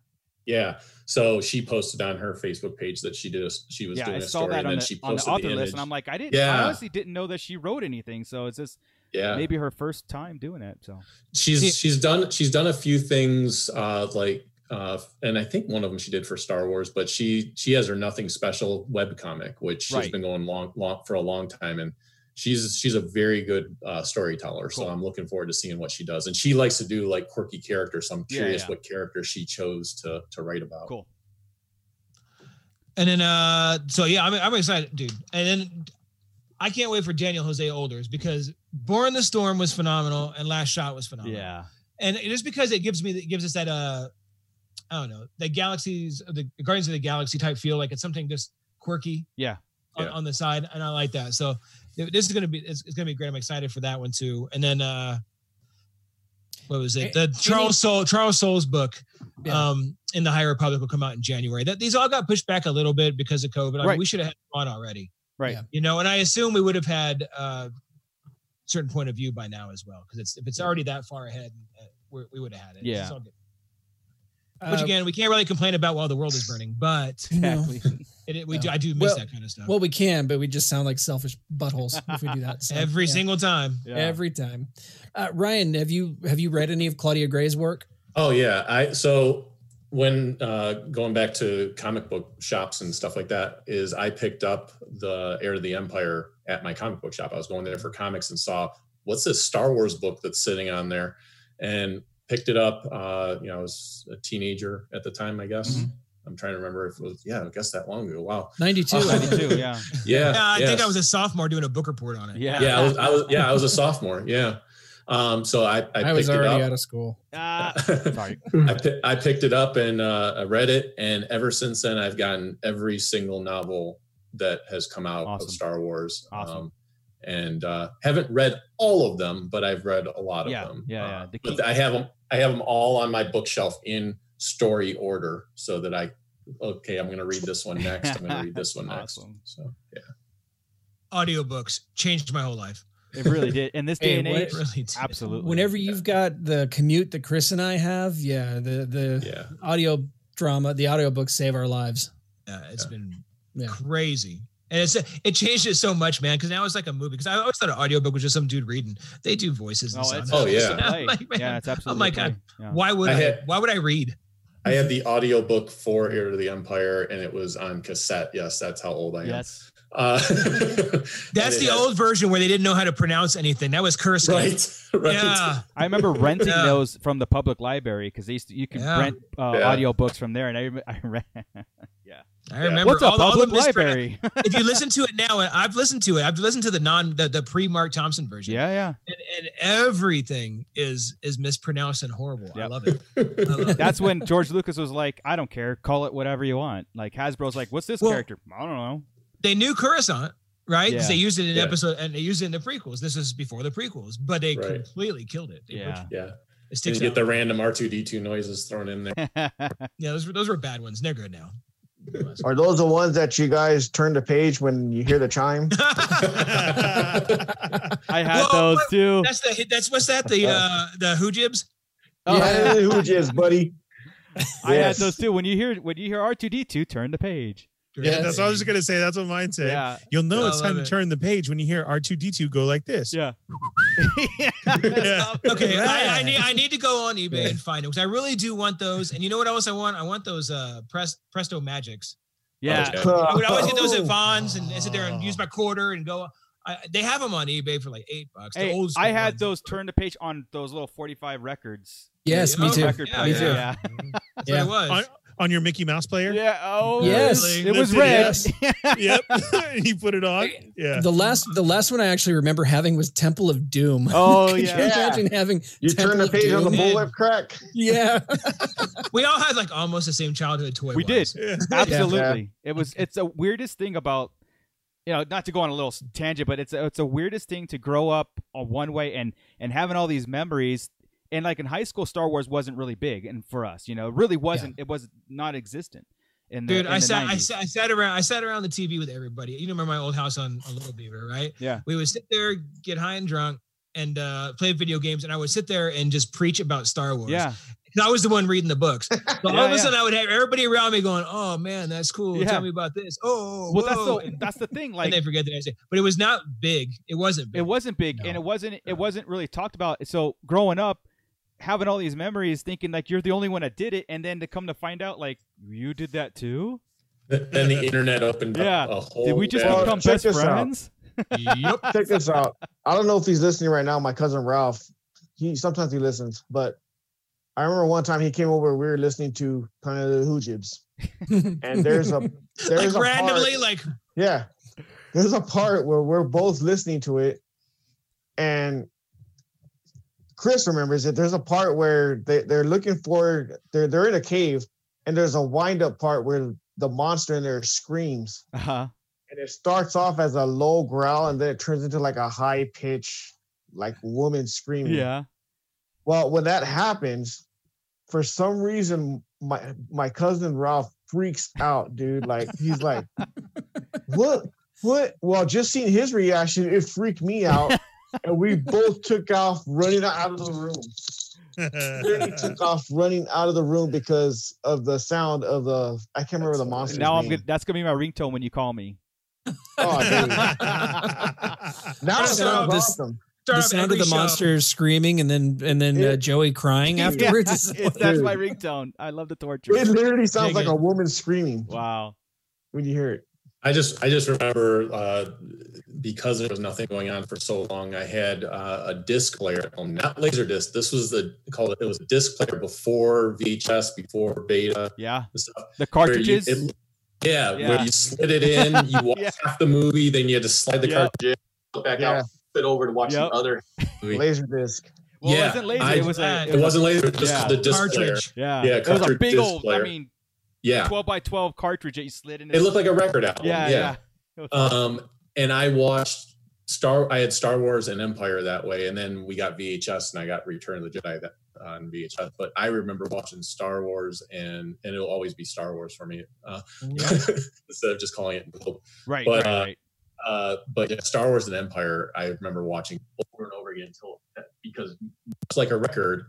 S11: Yeah. So she posted on her Facebook page that she did a, she was
S8: yeah,
S11: doing
S8: I
S11: a story
S8: that
S11: and then
S8: the,
S11: she posted
S8: on the author
S11: the
S8: list and I'm like I didn't yeah. I honestly didn't know that she wrote anything so it's just
S11: yeah
S8: maybe her first time doing it so
S11: she's she's done she's done a few things uh like uh and I think one of them she did for Star Wars but she she has her nothing special web comic which right. has been going long long for a long time and she's she's a very good uh, storyteller. Cool. So I'm looking forward to seeing what she does. And she likes to do like quirky characters. So I'm curious yeah, yeah. what character she chose to to write about.
S8: Cool.
S10: And then uh so yeah, I'm I'm excited, dude. And then I can't wait for Daniel Jose Olders because Born the Storm was phenomenal and Last Shot was phenomenal. [LAUGHS]
S8: Yeah.
S10: And just because it gives me it gives us that uh I don't know, the galaxies the Guardians of the Galaxy type feel, like it's something just quirky.
S8: Yeah.
S10: on,
S8: yeah.
S10: on the side, and I like that. So this is gonna be it's, gonna be great. I'm excited for that one too. And then uh what was it? The Charles Soul Charles Soul's book yeah. um in the High Republic will come out in January. That these all got pushed back a little bit because of COVID. I mean,
S8: right.
S10: we should have had one already.
S8: Right. Yeah.
S10: You know, and I assume we would have had uh certain point of view by now as well. Cause it's if it's already that far ahead we're, we would have had it.
S8: Yeah.
S4: uh,
S10: Which again, we can't really complain about while the world is burning, but
S8: Exactly.
S10: [LAUGHS] it, it- we do, I do miss
S4: Well-
S10: that kind of stuff
S4: Well, we can, but we just sound like selfish buttholes if we do that. So,
S10: every
S4: yeah.
S10: single time.
S8: Yeah.
S4: every time. Uh, Ryan, have you have you read any of Claudia Gray's work?
S11: Oh yeah, I so when uh, going back to comic book shops and stuff like that is I picked up the Heir to the Empire at my comic book shop. I was going there for comics and saw what's this Star Wars book that's sitting on there, and picked it up. Uh, you know, I was a teenager at the time, I guess.
S10: Mm-hmm.
S11: I'm trying to remember if it was yeah, I guess that long ago.
S10: [LAUGHS]
S11: Wow.
S4: Ninety two.
S11: Oh,
S8: I did too, yeah.
S10: Yeah,
S11: Yeah.
S10: I think
S11: yes
S10: I was a sophomore doing a book report on it.
S8: Yeah.
S11: yeah, I
S10: [LAUGHS]
S11: was, I was yeah, I was a sophomore. Yeah. Um, so I, I,
S4: I, was
S11: picked it
S4: already
S11: up.
S4: out of school.
S8: [LAUGHS] Ah, sorry.
S11: [LAUGHS] I, pi- I picked it up and uh, I read it, and ever since then, I've gotten every single novel that has come out
S8: Awesome.
S11: of Star Wars. um,
S8: Awesome.
S11: and uh, haven't read all of them, but I've read a lot of
S8: Yeah,
S11: them.
S8: yeah,
S11: Uh,
S8: yeah. The
S11: but
S8: key-
S11: I have them. I have them all on my bookshelf in story order, so that I okay, I'm going to read this one next. I'm going to read
S8: [LAUGHS]
S11: this one next.
S8: Awesome.
S11: So yeah.
S10: Audiobooks changed my whole life.
S8: It really did. In this day
S4: Hey,
S8: and
S4: what-
S8: age,
S10: It really did.
S8: absolutely.
S4: Whenever you've got the commute that Chris and I have, yeah, the the
S11: Yeah.
S4: audio drama, the audiobooks save our lives.
S10: Yeah, it's been
S4: Yeah.
S10: crazy. And it's it changed it so much, man. Because now it's like a movie. Because I always thought an audiobook was just some dude reading. They do voices. And
S8: Oh,
S10: sound
S8: it's,
S11: Oh,
S10: effects
S11: yeah.
S10: now.
S8: Right.
S10: [LAUGHS] Like, man,
S8: yeah, it's absolutely.
S10: my
S8: right.
S10: God.
S8: Yeah.
S10: Why would
S11: I
S10: I?
S11: had-
S10: why would I read?
S11: I had the audiobook for Heir to the Empire and it was on cassette. Yes, that's how old I am.
S10: [LAUGHS]
S8: Yes.
S11: Uh, [LAUGHS]
S10: That's the old version where they didn't know how to pronounce anything. That was cursing.
S11: [LAUGHS] Right. Right.
S10: Yeah.
S8: I remember renting
S10: Yeah.
S8: those from the public library because they used to, you could
S10: Yeah.
S8: rent uh,
S11: Yeah.
S8: audiobooks from there, and I, rem- [LAUGHS] I read.
S10: I remember
S8: What's a
S10: all, the- all the
S8: public
S10: mispron-
S8: library?
S10: [LAUGHS] if you listen to it now, and I've listened to it. I've listened to the non the, the pre Mark Thompson version.
S8: yeah, yeah.
S10: And, and everything is is mispronounced and horrible. I
S8: Yep.
S10: love it.
S8: [LAUGHS]
S10: I love it.
S8: That's when George Lucas was like, "I don't care, call it whatever you want." Like Hasbro's like, "What's this
S10: Well-
S8: character?" I don't know.
S10: they knew Coruscant, right? 'Cause
S8: Yeah.
S10: They used it in
S11: Yeah.
S10: episode and they used it in the prequels. This is before the prequels, but they
S11: Right.
S10: completely killed it. They
S8: Yeah.
S10: butchered
S11: [LAUGHS] Yeah.
S10: it. It
S11: Did
S10: sticks
S11: you get
S10: out.
S11: the random R2D2 noises thrown in there?
S10: yeah, those were those were bad ones. They're good now.
S13: Are those the ones that you guys turn the page when you hear the chime?
S8: [LAUGHS] I had
S10: Whoa,
S8: those too.
S10: that's the that's what's that the uh the who jibs?
S8: Oh,
S13: Yeah, who just, buddy?
S8: I had
S13: Yes.
S8: those too. When you hear when you hear R two D two, turn the page.
S12: [LAUGHS] Yeah, that's what I was just gonna say. That's what mine
S10: [LAUGHS]
S12: said.
S8: Yeah,
S12: You'll know
S10: I
S12: it's time
S10: love it.
S12: to turn the page when you hear R2D2 go like this.
S8: yeah.
S12: [LAUGHS] Yeah.
S10: Okay, I, I need I need to go on eBay and find it because I really do want those. And you know what else I want? I want those uh press Presto Magics.
S8: [LAUGHS] Yeah.
S11: Okay.
S10: I would always get those at Vons and sit there and use my quarter and go. I, they have them on eBay for like eight bucks. the
S8: Hey,
S10: old
S8: I
S10: school
S8: had
S10: ones.
S8: those turn the page on those little forty five records.
S4: Yes,
S10: Yeah,
S4: me
S10: oh,
S4: too.
S8: Record
S10: Yeah,
S8: player,
S4: me too.
S8: yeah.
S10: That's what
S4: Yeah.
S10: it was.
S12: On, on your Mickey Mouse player.
S8: Yeah. Oh,
S4: Yes.
S8: it was red.
S12: That's yep. [LAUGHS] you put it on. Yeah.
S4: The last the last one I actually remember having was Temple of Doom.
S8: [LAUGHS]
S10: [LAUGHS]
S8: Oh
S4: Could
S8: yeah.
S4: you
S13: Yeah.
S4: imagine having
S13: You turn the
S4: Temple of
S13: page on the
S4: Doom?
S13: bullet crack.
S4: [LAUGHS] Yeah.
S10: [LAUGHS] We all had like almost the same childhood toy.
S8: We
S10: ones.
S8: did. Absolutely. It was. It's the weirdest thing about, you know, not to go on a little s- tangent, but it's a, it's the weirdest thing to grow up on one way and and having all these memories. And like in high school, Star Wars wasn't really big, and for us, you know, it really wasn't. It was non-existent. In the,
S10: Dude,
S8: in
S10: I
S8: the
S10: sat, I
S8: 90s.
S10: sat, I sat around, I sat around the TV with everybody. You remember my old house on, on Little Beaver, right?
S8: Yeah.
S10: We would sit there, get high and drunk, and uh, play video games. And I would sit there and just preach about Star Wars.
S8: Yeah.
S10: 'Cause I was the one reading the
S8: [LAUGHS]
S10: books. But all
S8: Yeah,
S10: of a
S8: yeah.
S10: sudden, I would have everybody around me going, "Oh man, that's cool.
S8: Yeah.
S10: Tell me about this.
S8: Well,
S10: Oh, whoa."
S8: that's the
S10: and,
S8: that's the thing.
S10: [LAUGHS] and
S8: Like
S10: they forget the next day. But it was not big. It wasn't. Big.
S8: It wasn't big, and
S10: No.
S8: it wasn't it wasn't really talked about. So growing up, having all these memories, thinking like you're the only one that did it, and then to come to find out like you did that too.
S11: [LAUGHS] then the internet opened
S8: Yeah.
S11: up a whole
S8: Did we just [LAUGHS]
S11: bag of-
S8: become
S13: Check
S8: best
S13: this out.
S8: friends?
S11: [LAUGHS]
S10: yep.
S13: [LAUGHS] Check this out. I don't know if he's listening right now. My cousin Ralph, he sometimes he listens, but I remember one time he came over. We were listening to Planet of the Hoojibs, and there's
S10: [LAUGHS]
S13: a
S10: Like
S13: there's a
S10: randomly,
S13: part,
S10: like
S13: yeah, there's a part where we're both listening to it, and Chris remembers it. There's a part where they they're looking for they're they're in a cave, and there's a wind up part where the monster in there screams
S8: Uh huh.
S13: and it starts off as a low growl and then it turns into like a high pitch like woman screaming
S8: Yeah.
S13: well when that happens for some reason my my cousin ralph freaks out dude like he's like what what well just seeing his
S8: [LAUGHS]
S13: reaction it freaked me out and we both took off running out of the room
S11: Oh,
S13: Clearly
S8: Uh-huh.
S13: took off running out of the room because of the sound of the. I can't remember the monster.
S8: Now I'm
S13: name.
S8: gonna, that's gonna be my ringtone when you call me.
S13: Oh, dude. now
S4: First off,
S13: sounds
S4: this-
S13: awesome.
S10: Start
S4: the
S10: up
S4: sound
S10: every
S4: of the
S10: show.
S4: monster screaming and then and then uh,
S13: It-
S4: Joey
S8: [LAUGHS]
S4: crying
S13: [LAUGHS] Yeah.
S4: afterwards. is
S8: It's- that's my ringtone. I love the torture.
S13: It literally sounds
S8: Dang
S13: like
S8: it.
S13: a woman screaming
S8: Wow.
S13: when you hear it.
S11: I just I just remember uh, because there was nothing going on for so long. I had uh, a disc player at home, not Laserdisc. This was the called it was a disc player before VHS, before Beta
S8: Yeah.
S11: and stuff.
S8: The
S11: where you-
S8: cartridges.
S11: it- yeah,
S8: Yeah.
S11: where you slid it
S8: [LAUGHS]
S11: in, you watched
S8: Yeah.
S11: half the movie, then you had to slide the
S8: Yep.
S11: cartridge in, put it back
S13: Yeah.
S11: out, flip it over to watch
S8: Yep.
S11: the other movie.
S13: Laserdisc.
S8: well, it
S11: yeah,
S8: wasn't laser.
S11: I-
S8: it was a.
S10: it
S11: it wasn't laser, just
S8: Yeah.
S11: the disc player.
S10: cartridge.
S8: Yeah.
S11: yeah,
S8: It was a
S11: cartridge
S8: big
S11: disc
S8: old. I
S11: player.
S8: mean,
S11: Yeah,
S8: twelve by twelve cartridge that you slid in.
S11: it looked like a record album.
S8: Yeah.
S11: yeah.
S8: Yeah.
S11: um, and I watched Star. I had Star Wars and Empire that way, and then we got VHS, and I got Return of the Jedi that, on VHS. But I remember watching Star Wars, and and it'll always be Star Wars for me uh, [LAUGHS] instead of just calling it. Nope.
S8: Right.
S11: But,
S8: right.
S11: uh,
S8: right.
S11: Uh, but yeah, Star Wars and Empire, I remember watching over and over again until because it's like a record.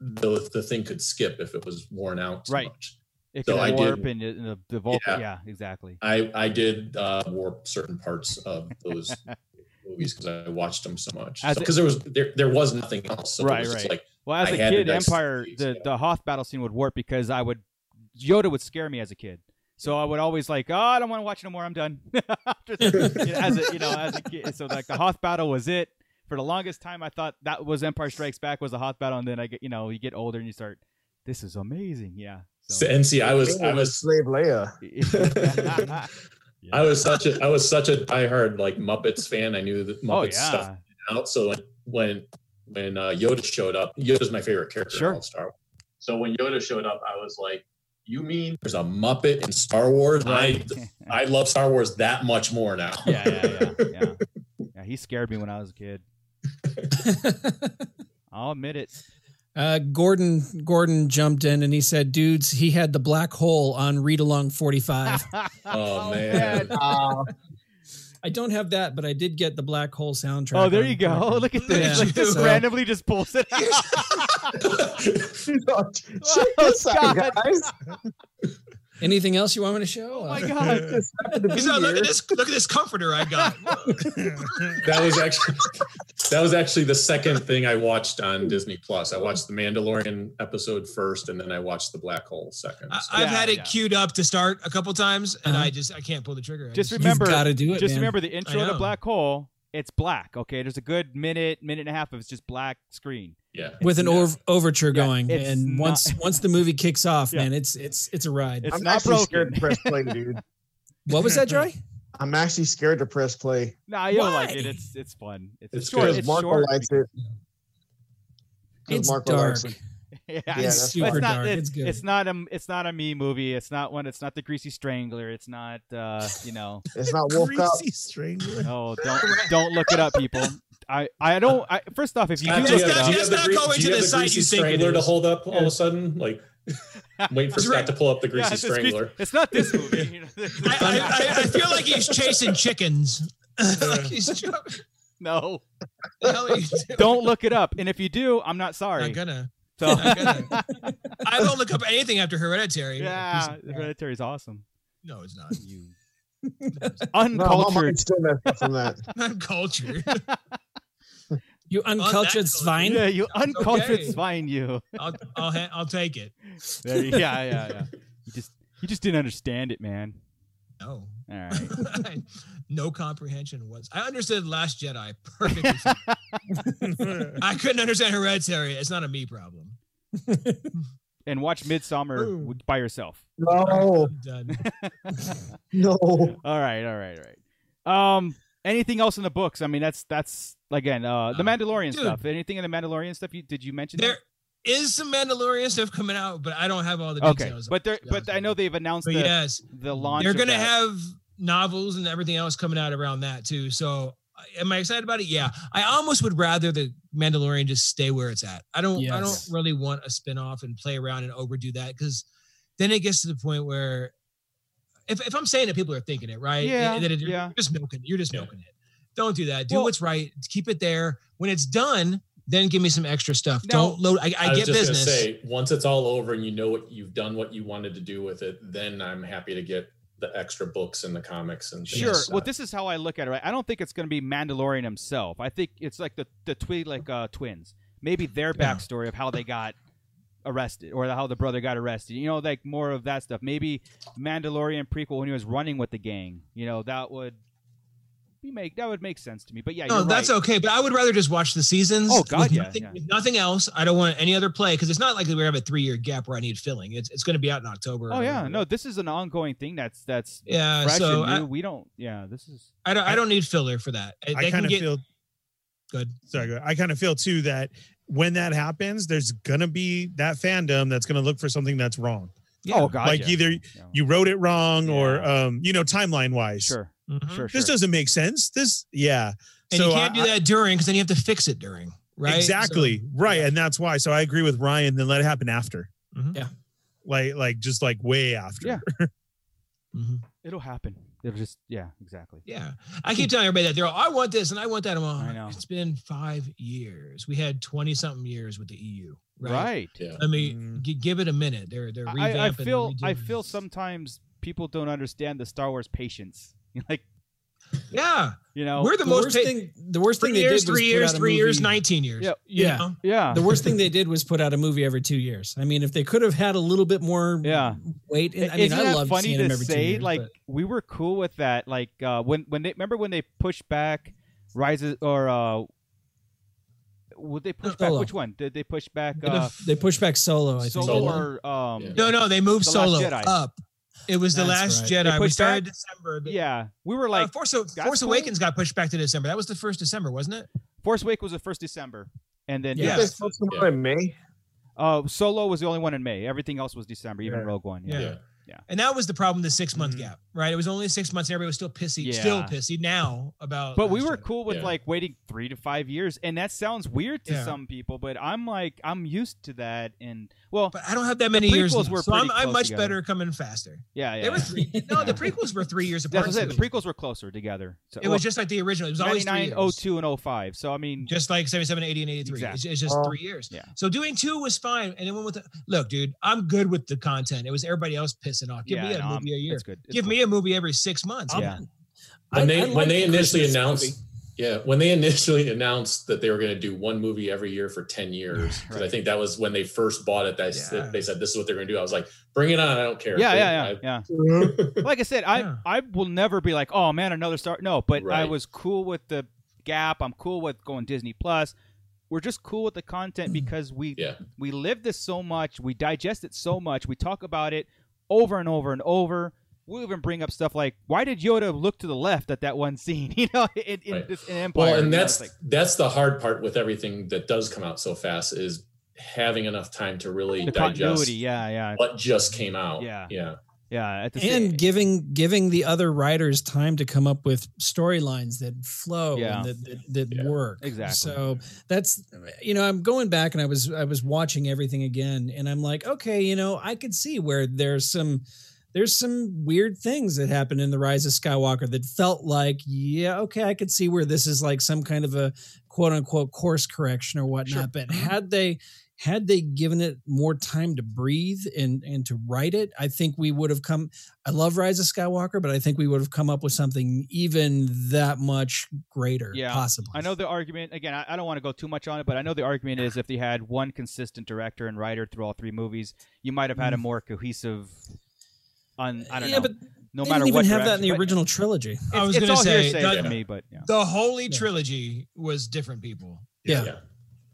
S11: The, the thing could skip if it was worn out too
S8: Right.
S11: much.
S8: It
S11: so
S8: could
S11: I
S8: warp
S11: did-
S8: and, and the, the vault. Yeah.
S11: Yeah.
S8: Exactly.
S11: I I did uh, warp certain parts of those [LAUGHS] movies because I watched them so much.
S8: As
S11: Because there was there there was nothing else. So it
S8: Right,
S11: was just
S8: right.
S11: Like
S8: Well, as
S11: I
S8: a
S11: had
S8: kid,
S11: it, I s-
S8: Empire the
S11: yeah.
S8: the Hoth battle scene would warp because I would Yoda would scare me as a kid. So I would always like, oh, I don't want to watch no more. I'm done. [LAUGHS] After the- you know, as a you know, as a kid, so like the Hoth battle was it for the longest time. I thought that was Empire Strikes Back was the Hoth battle, and then I get you know you get older and you start, this is amazing. Yeah.
S11: so,
S8: So, [LAUGHS]
S11: and see, I was I
S13: It
S11: was [LAUGHS]
S13: slave
S12: [LAUGHS]
S13: Leia.
S8: yeah.
S11: I was such a I was such a diehard like Muppets fan. I knew the Muppets
S8: Oh
S11: stuff
S8: yeah.
S11: out. So like, when when uh, Yoda showed up, Yoda's my favorite character
S8: Sure.
S11: in all of Star Wars. So when Yoda showed up, I was like, "You mean there's a Muppet in Star Wars?" I I love Star Wars that much more now.
S8: [LAUGHS] yeah, yeah, yeah, yeah. Yeah, he scared me when I was a kid. I'll admit it.
S4: [LAUGHS] Uh, Gordon Gordon jumped in and he said, "Dudes, he had the black hole on read along
S8: [LAUGHS]
S4: 45."
S11: [LAUGHS] Oh, man.
S13: Uh,
S4: I don't have that, but I did get the black hole soundtrack.
S8: Oh, there
S4: on
S8: you go. [LAUGHS]
S4: record.
S8: Look at this.
S4: Yeah.
S8: Like, just
S4: So-
S8: randomly just pulls it out.
S13: check
S12: Oh,
S13: this out,
S8: God.
S13: guys.
S12: [LAUGHS]
S4: Anything else you want me to show?
S8: [LAUGHS]
S4: Uh,
S8: oh my
S4: [LAUGHS]
S8: god.
S13: This happened to
S10: He
S13: be
S10: said, look
S13: here.
S10: at this! Look at this comforter I got.
S11: [LAUGHS]
S8: [LAUGHS]
S11: that was actually that was actually the second thing I watched on Disney Plus. I watched the Mandalorian episode first, and then I watched the Black Hole second.
S10: I,
S11: So-
S10: I've
S8: Yeah,
S10: had it
S8: yeah.
S10: queued up to start a couple times, and
S4: Uh-huh.
S10: I just I can't pull the trigger. I
S8: Just
S4: You've
S8: remember-
S4: gotta do it.
S8: Just
S4: man.
S8: remember the intro
S10: I
S8: to
S10: know.
S8: Black Hole. It's black. Okay, there's a good minute, minute and a half of it's just black screen.
S11: yeah,
S4: with an
S8: Yeah.
S4: ov- overture
S8: Yeah,
S4: going,
S8: it's
S4: and
S8: not-
S4: once once the movie kicks off,
S8: Yeah.
S4: man, it's it's it's a ride.
S8: It's
S13: I'm
S8: not
S13: actually
S8: broken.
S13: scared to press play, dude.
S4: what was that, Joy?
S13: I'm actually scared to press play
S8: [LAUGHS] Nah, you'll
S4: Why?
S8: like it. It's it's fun. It's,
S11: It's
S8: short.
S11: good.
S13: because
S8: It's
S13: Marco
S8: short.
S13: likes it. 'Cause
S4: It's
S13: Marco
S4: dark.
S13: likes it.
S8: [LAUGHS] yeah,
S13: that's
S4: it's
S13: fine.
S4: super
S8: it's not,
S4: dark.
S8: It's,
S4: It's good.
S8: It's not a. It's not a me movie. It's not one. It's not the Greasy Strangler. It's not. uh You know.
S13: It's not Wolf Cop.
S12: Greasy strangler.
S8: No, don't don't look it up, people. I I don't. I, first off, if you do
S11: Scott,
S8: look
S11: do you
S8: it
S11: have-
S8: up,
S11: do
S10: Let's
S11: you have the
S10: not
S11: Gre-
S10: go
S11: do you
S10: into
S11: have
S10: the site
S11: Greasy
S10: you think it
S11: strangler to
S10: is.
S11: hold up all of a
S8: [LAUGHS]
S11: sudden. Like, wait for
S10: That's
S11: Scott
S10: right.
S11: to pull up the Greasy
S8: Yeah, it's, a Greasy-
S11: Strangler.
S8: it's not this movie. [LAUGHS]
S10: I, I, I, I feel like he's
S8: [LAUGHS]
S10: chasing chickens. like he's joking. [LAUGHS]
S8: no,
S10: The hell
S8: [LAUGHS]
S10: are you doing?
S8: don't look it up. And if you do, I'm not
S10: Not
S8: sorry.
S10: gonna.
S8: So,
S10: not gonna. I won't look up anything after Hereditary.
S8: [LAUGHS]
S10: [LAUGHS]
S8: yeah, Hereditary is awesome.
S10: No, it's not.
S8: You
S10: [LAUGHS]
S13: No, my
S8: uncultured.
S13: mind's still messed up from that.
S10: [LAUGHS] I'm cultured.
S4: [LAUGHS] You uncultured
S10: goes.
S4: swine.
S8: yeah, you uncultured
S10: okay.
S8: swine. You.
S10: I'll I'll, ha- I'll take it.
S8: There
S10: [LAUGHS]
S8: you- yeah, yeah, yeah. You just you just didn't understand it, man. [LAUGHS]
S10: No. [LAUGHS]
S8: All right.
S10: no comprehension was. I understood Last Jedi perfectly.
S4: [LAUGHS]
S10: fine. I couldn't understand Hereditary. It's not a me problem.
S8: And watch Midsummer
S10: Ooh.
S8: w- by yourself.
S13: No,
S12: Oh.
S10: I'm done.
S13: no.
S8: All right, all right, all right. Um, anything else in the books? I mean, that's that's again uh, the
S10: Uh,
S8: Mandalorian
S10: dude.
S8: stuff. Anything in the Mandalorian stuff? You did you mention
S10: There
S8: that?
S10: is some Mandalorian stuff coming out, but I don't have all the details.
S8: Okay,
S10: of it,
S8: but there,
S10: to be honest
S8: but I
S10: with
S8: know
S10: you.
S8: they've announced
S10: But
S8: the,
S10: yes,
S8: the launch.
S10: they're
S8: of
S10: gonna
S8: that.
S10: have novels and everything else coming out around that too. So. uh, Am I excited about it? Yeah, I almost would rather the Mandalorian just stay where it's at. I don't, I don't
S4: Yes.
S10: really want a spin-off and play around and overdo that because then it gets to the point where, if, if I'm saying it, people are thinking it, right?
S8: Yeah,
S10: And then it-
S8: yeah.
S10: You're just milking. You're just
S11: Yeah.
S10: milking it. Don't do that. Do
S8: Well-
S10: what's right. Keep it there. When it's done, Then give me some extra stuff. No. Don't load. I, I, I get business. Say,
S11: once it's all over and you know what you've done, what you wanted to do with it, then I'm happy to get the extra books and the comics and
S8: sure. Like well, this is how I look at it. Right? I don't think it's going to be Mandalorian himself. I think it's like the the twi- like uh, twins. Maybe their backstory yeah. of how they got arrested or how the brother got arrested. You know, like more of that stuff. Maybe Mandalorian prequel when he was running with the gang. You know, that would be make that would make sense to me. But yeah, no,
S10: Oh, that's
S8: right.
S10: okay. But I would rather just watch the seasons.
S8: Oh God, yeah,
S10: nothing,
S8: yeah.
S10: nothing else. I don't want any other play because it's not likely we have a three year gap where I need filling. It's it's going to be out in October.
S8: Oh
S10: [LAUGHS]
S8: yeah, no, this is an ongoing thing. That's that's
S10: yeah. so I,
S8: we don't. Yeah, this is.
S10: I don't. I don't need filler for that. They
S12: I kind of
S10: get,
S12: feel.
S10: Good.
S12: Sorry, I kind of feel too that when that happens, there's gonna be that fandom that's gonna look for something that's wrong.
S8: Yeah. Oh God!
S12: Like
S8: yeah.
S12: either you wrote it wrong or um, you know timeline wise.
S8: Sure.
S12: Mm-hmm. Sure,
S8: sure.
S12: This doesn't make sense. This, yeah. uh,
S10: And so you can't I, do that during because then you have to fix it during, right?
S12: Exactly. So, right. Yeah. And that's why. So I agree with Ryan. Then let it happen after.
S10: Mm-hmm. Yeah.
S12: Like, like just like way after.
S8: Yeah. mm-hmm. It'll happen. It'll just, yeah, exactly.
S10: Yeah. I keep telling everybody that they're all, I want this and I want that. i I know. It's been five years. We had 20 something years with the EU. Right.
S8: right.
S10: Yeah. I mean, mm. give it a minute. They're, they're revamping. I,
S8: I feel, I feel sometimes people don't understand the Star Wars patience like
S10: yeah
S8: you know
S10: we're the,
S4: the
S10: most
S4: worst pa- thing the worst thing they years,
S10: did was three years three years 19 years
S8: yeah
S4: yeah
S8: yeah. yeah
S4: the worst thing they did was put out a movie every two years i mean if they could have had a little bit more
S8: yeah
S4: wait i mean
S8: Isn't
S4: i love
S8: funny
S4: seeing
S8: to
S4: them every
S8: say
S4: two years,
S8: like but. we were cool with that like uh when when they remember when they pushed back rises or uh would they push solo. back which one? Did they push back? Uh,
S4: they pushed back Solo. Oh, I think.
S8: Solo or um, yeah.
S10: no, no, they moved the Solo up. It was the That's last right. Jedi. We started
S8: back?
S10: December.
S8: Yeah, we were like uh,
S10: Force, Force Awakens got pushed back to December. That was the first December, wasn't it?
S4: Uh,
S8: Force Awakens was the first December, and then
S13: yeah, yeah. yeah. in May.
S8: Uh, Solo was the only one in May. Everything else was December, even yeah. Rogue One.
S10: Yeah. yeah. yeah. And that was the problem, the six month mm-hmm. gap, right? It was only six months and everybody was still pissy, still pissy now about.
S8: But we were Jedi. cool with like waiting three to five years. And that sounds weird to some people, but I'm like, I'm used to that. And well,
S10: but I don't have that many years. Now, so I'm, I'm much together. better coming faster.
S8: Yeah, yeah.
S10: There were three,
S8: [LAUGHS]
S10: no, the prequels were three years apart.
S8: The prequels were closer together.
S10: So, it well, was just like the original. It was always
S8: 99, 02, and 05. So I mean,
S10: just like 77, 80, and 83. Exactly. It's, it's, just three years.
S8: Yeah.
S10: So doing two was fine, and then one with the, look, dude, I'm good with the content. It was everybody else pissing off. Give yeah, me a no, movie I'm, a year. It's it's Give cool. me a movie every six months.
S8: Yeah.
S11: When they I, I when like they initially Christmas announced. Movie. Yeah, when they [LAUGHS] initially announced that they were going to do one movie every year for 10 years, because right. I think that was when they first bought it, they, yeah. they said, this is what they're going to do. I was like, bring it on. I don't care.
S8: Yeah, Bring yeah, yeah. I, yeah. like I said, I, yeah. I will never be like, oh, man, another star. No, but right. I was cool with the gap. I'm cool with going Disney Plus. We're just cool with the content because we we live this so much. We digest it so much. We talk about it over and over and over we'll even bring up stuff like why did Yoda look to the left at that one scene, [LAUGHS] you know, in, in right. this in Empire.
S11: Well, and that's like, that's the hard part with everything that does come out so fast is having enough time to really digest.
S8: Yeah, yeah.
S11: What just came out.
S8: Yeah,
S11: yeah.
S8: Yeah,
S4: and same. giving giving the other writers time to come up with storylines that flow yeah. and that that, that yeah. work
S8: exactly.
S4: So that's you know I'm going back and I was I was watching everything again and I'm like okay you know I could see where there's some there's some weird things that happened in the rise of skywalker that felt like yeah okay i could see where this is like some kind of a quote unquote course correction or whatnot sure. but
S8: Mm-hmm.
S4: had they had they given it more time to breathe and and to write it i think we would have come i love rise of skywalker but i think we would have come up with something even that much greater
S8: yeah
S4: possibly
S8: i know the argument again I, I don't want to go too much on it but i know the argument is if they had one consistent director and writer through all three movies you might have had a more cohesive on, I don't
S4: Mm. yeah,
S8: know.
S4: But
S8: no
S4: they
S8: matter
S4: didn't even
S8: have
S4: that in the original trilogy.
S10: I was going to say
S8: the, me, but yeah.
S10: the Holy yeah. Trilogy was different people.
S4: Yeah. yeah.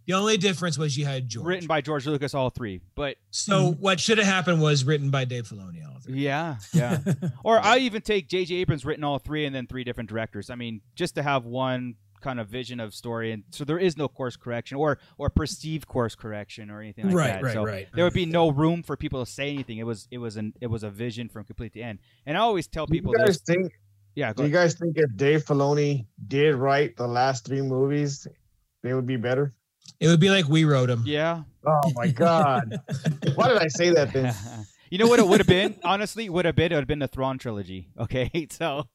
S10: The only difference was you had George.
S8: Written by George Lucas, all three. But
S10: so mm-hmm. what should have happened was written by Dave Filoni, all
S4: [LAUGHS]
S10: three.
S8: Yeah, yeah. or I even take J.J. Abrams written all three, and then three different directors. I mean, just to have one kind of vision of story, and so there is no course correction or or perceived course correction or anything like
S4: right,
S8: that.
S4: Right,
S8: so
S4: right,
S8: There would be no room for people to say anything. It was it was an it was a vision from complete to end. And I always tell people.
S13: Do you guys think?
S8: Yeah.
S13: do you guys think if Dave Filoni did write the last three movies, they would be better?
S10: It would be like we wrote them.
S8: Yeah.
S13: Oh my
S10: [LAUGHS]
S13: God! Why did I say that
S8: [LAUGHS]
S13: then?
S8: [LAUGHS] you know what it would have been? Honestly, would have been it would have been the Thrawn trilogy. Okay, so